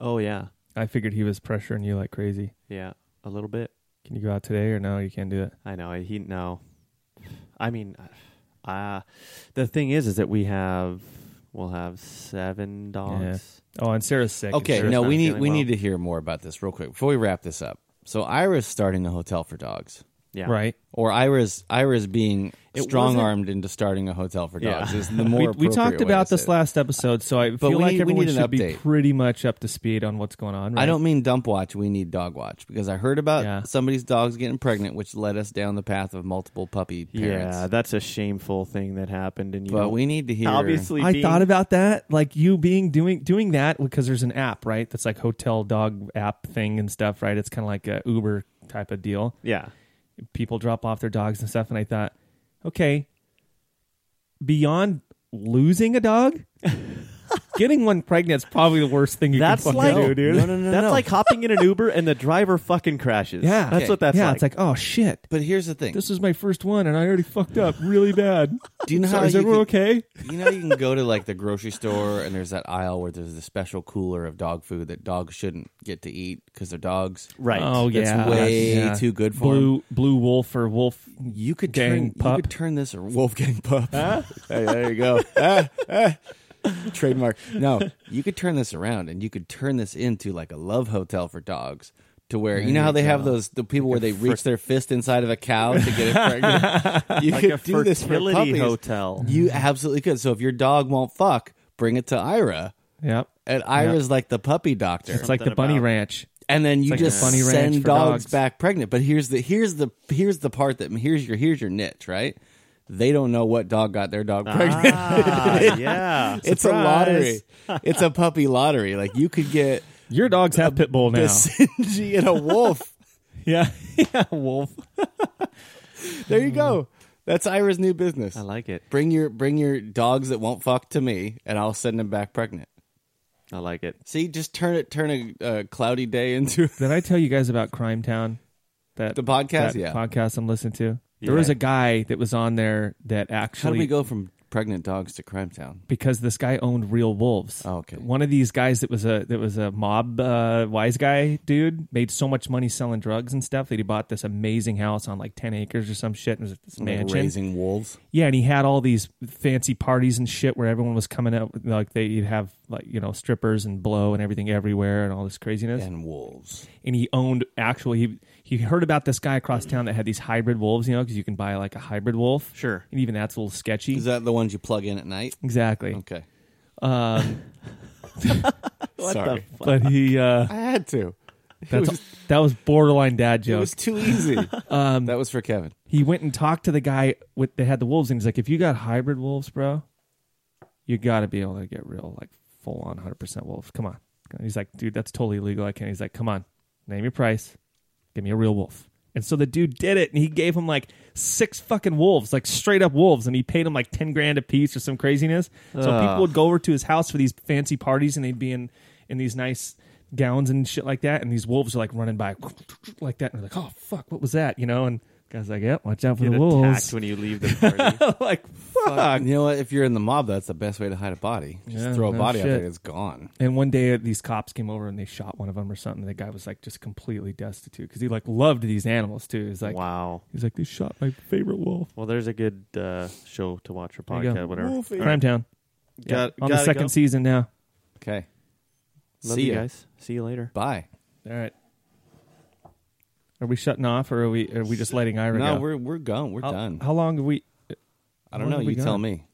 Speaker 2: Oh yeah,
Speaker 4: I figured he was pressuring you like crazy.
Speaker 2: yeah, a little bit.
Speaker 4: Can you go out today or no? You can't do it.
Speaker 2: I know he no. I mean, uh, the thing is, is that we have we'll have seven dogs.
Speaker 4: Oh, and Sarah's sick. and
Speaker 3: Okay,
Speaker 4: Sarah's
Speaker 3: no,
Speaker 4: not
Speaker 3: we need
Speaker 2: feeling
Speaker 3: we
Speaker 2: well.
Speaker 3: need to hear more about this real quick before we wrap this up. So Ira's starting a hotel for dogs,
Speaker 2: Yeah,
Speaker 4: right.
Speaker 3: or Ira's Ira's being
Speaker 2: It
Speaker 3: strong armed into starting a hotel for
Speaker 2: Yeah.
Speaker 3: dogs. Is the more
Speaker 4: we, we talked
Speaker 3: appropriate way
Speaker 4: about
Speaker 3: to say
Speaker 4: this
Speaker 3: it.
Speaker 4: last episode, so I feel
Speaker 3: we
Speaker 4: like
Speaker 3: need- we
Speaker 4: everyone
Speaker 3: need an
Speaker 4: should be
Speaker 3: update.
Speaker 4: pretty much up to speed on what's going on. Right?
Speaker 3: I don't mean dump watch. We need dog watch because I heard about
Speaker 4: Yeah.
Speaker 3: somebody's dogs getting pregnant, which led us down the path of multiple puppy parents.
Speaker 2: Yeah, that's a shameful thing that happened, and you
Speaker 3: but
Speaker 2: know,
Speaker 3: we need to hear.
Speaker 2: obviously
Speaker 4: I
Speaker 2: being-
Speaker 4: thought about that, like you being doing doing that because there's an app, right? That's like hotel dog app thing and stuff, right? It's kind of like a Uber type of deal.
Speaker 2: yeah.
Speaker 4: People drop off their dogs and stuff, and I thought, okay, beyond losing a dog, getting one pregnant is probably the worst thing you
Speaker 2: That's
Speaker 4: can fucking
Speaker 2: like
Speaker 4: do, dude.
Speaker 3: No, no, no,
Speaker 2: that's
Speaker 3: no.
Speaker 2: like hopping in an Uber and the driver fucking crashes.
Speaker 4: Yeah,
Speaker 2: that's what that's
Speaker 4: yeah.
Speaker 2: like.
Speaker 4: It's like, oh shit,
Speaker 3: But here's the thing.
Speaker 4: this is my first one and I already fucked up really bad.
Speaker 3: Do you know
Speaker 4: So
Speaker 3: how
Speaker 4: is
Speaker 3: you
Speaker 4: everyone
Speaker 3: can-
Speaker 4: okay?
Speaker 3: you know you can go to like the grocery store and there's that aisle where there's the special cooler of dog food that dogs shouldn't get to eat because they're dogs.
Speaker 2: right.
Speaker 4: Oh
Speaker 3: That's
Speaker 4: yeah,
Speaker 3: way
Speaker 4: Yeah.
Speaker 3: too good for
Speaker 4: blue blue wolf or wolf.
Speaker 3: You could turn
Speaker 4: Gang pup.
Speaker 3: you could turn this or Wolfgang pup. hey, there you go. Ah, ah. Trademark. No, you could turn this around and you could turn this into like a love hotel for dogs. To where you know how they have those the people where they reach their fist inside of a cow to get it pregnant. You
Speaker 2: like
Speaker 3: could
Speaker 2: a
Speaker 3: do this for
Speaker 2: fertility
Speaker 3: puppies.
Speaker 2: hotel.
Speaker 3: You absolutely could. So if your dog won't fuck, bring it to Ira,
Speaker 4: Yep.
Speaker 3: and Ira's like the puppy doctor.
Speaker 4: It's like the bunny ranch.
Speaker 3: and then you
Speaker 4: like
Speaker 3: just
Speaker 4: the bunny ranch
Speaker 3: send
Speaker 4: for
Speaker 3: dogs,
Speaker 4: dogs.
Speaker 3: back pregnant. But here's the here's the here's the part that here's your here's your niche, right? They don't know what dog got their dog pregnant.
Speaker 2: Ah, yeah.
Speaker 3: it's a lottery. It's a puppy lottery. Like you could get
Speaker 4: Your dogs have pit bull now.
Speaker 3: a Sinji and a wolf.
Speaker 4: Yeah, yeah, wolf.
Speaker 3: There you go. That's Ira's new business.
Speaker 2: I like it.
Speaker 3: Bring your bring your dogs that won't fuck to me, and I'll send them back pregnant.
Speaker 2: I like it.
Speaker 3: See, just turn it turn a uh, cloudy day into
Speaker 4: Did I tell you guys about Crime Town? That
Speaker 3: The podcast?
Speaker 4: that
Speaker 3: Yeah.
Speaker 4: podcast I'm listening to. There was a guy that was on there that
Speaker 3: How do
Speaker 4: actually
Speaker 3: we go from pregnant dogs to crime town?
Speaker 4: because this guy owned real wolves.
Speaker 3: Oh, okay.
Speaker 4: One of these guys that was a that was a mob uh, wise guy dude made so much money selling drugs and stuff that he bought this amazing house on like ten acres or some shit. And it was this mansion.
Speaker 3: Raising wolves.
Speaker 4: Yeah, and he had all these fancy parties and shit where everyone was coming out. Like they'd have like you know strippers and blow and everything everywhere and all this craziness.
Speaker 3: and wolves.
Speaker 4: And he owned actually he he heard about this guy across town that had these hybrid wolves. You know because you can buy like a hybrid wolf.
Speaker 2: Sure.
Speaker 4: And even that's a little sketchy.
Speaker 3: Is that the ones you plug in at night?
Speaker 4: exactly.
Speaker 3: Okay.
Speaker 4: Um,
Speaker 3: Sorry.
Speaker 4: but he. Uh,
Speaker 3: I had to.
Speaker 4: That's,
Speaker 3: It was-
Speaker 4: that was borderline dad
Speaker 3: It
Speaker 4: joke.
Speaker 3: was too easy. that was for Kevin.
Speaker 4: he went and talked to the guy with that had the wolves, and he's like, "If you got hybrid wolves, bro, you got to be able to get real, like full on, hundred percent wolf. Come on." And he's like, "Dude, that's totally legal. I can't." He's like, "Come on, name your price. Give me a real wolf." And so the dude did it, and he gave him like six fucking wolves, like straight up wolves, and he paid him like ten grand a piece or some craziness. So people would go over to his house for these fancy parties, and they'd be in in these nice gowns and shit like that. And these wolves are like running by like that, and they're like, "Oh fuck, what was that?" You know. And the guy's like, "Yep, watch out for
Speaker 2: Get
Speaker 4: the
Speaker 2: attacked
Speaker 4: wolves."
Speaker 2: when you leave the party.
Speaker 4: like fuck.
Speaker 3: you know what? If you're in the mob, that's the best way to hide a body. Just
Speaker 4: Yeah,
Speaker 3: throw a
Speaker 4: no
Speaker 3: body out
Speaker 4: shit.
Speaker 3: there. It's gone.
Speaker 4: And one day, uh, these cops came over and they shot one of them or something. The guy was like just completely destitute because he like loved these animals too. He's like,
Speaker 2: wow.
Speaker 4: he's like, they shot my favorite wolf.
Speaker 2: Well, there's a good uh, show to watch or
Speaker 4: There you
Speaker 2: podcast,
Speaker 4: go.
Speaker 2: whatever.
Speaker 3: Wolfie.
Speaker 4: Crime Town.
Speaker 2: Got-
Speaker 4: on the
Speaker 2: gotta
Speaker 4: second
Speaker 2: go.
Speaker 4: season now.
Speaker 3: Okay.
Speaker 2: Love
Speaker 3: See
Speaker 2: you
Speaker 3: ya.
Speaker 2: guys. See you later.
Speaker 3: Bye.
Speaker 4: All right. Are we shutting off or are we are we just letting Ira
Speaker 3: No,
Speaker 4: go?
Speaker 3: we're we're gone. We're
Speaker 4: how,
Speaker 3: done.
Speaker 4: How long have we?
Speaker 3: I don't
Speaker 4: how
Speaker 3: know.
Speaker 4: long
Speaker 3: You
Speaker 4: we
Speaker 3: tell
Speaker 4: got?
Speaker 3: me.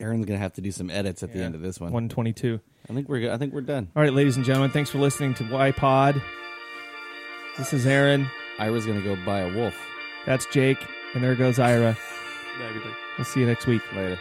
Speaker 3: Aaron's gonna have to do some edits at the end of this one.
Speaker 4: One twenty-two.
Speaker 3: I think we're I think we're done.
Speaker 4: All right, ladies and gentlemen, thanks for listening to Y Pod. This is Aaron.
Speaker 3: Ira's gonna go buy a wolf
Speaker 4: That's Jake, and there goes Ira. We'll see you next week.
Speaker 3: later.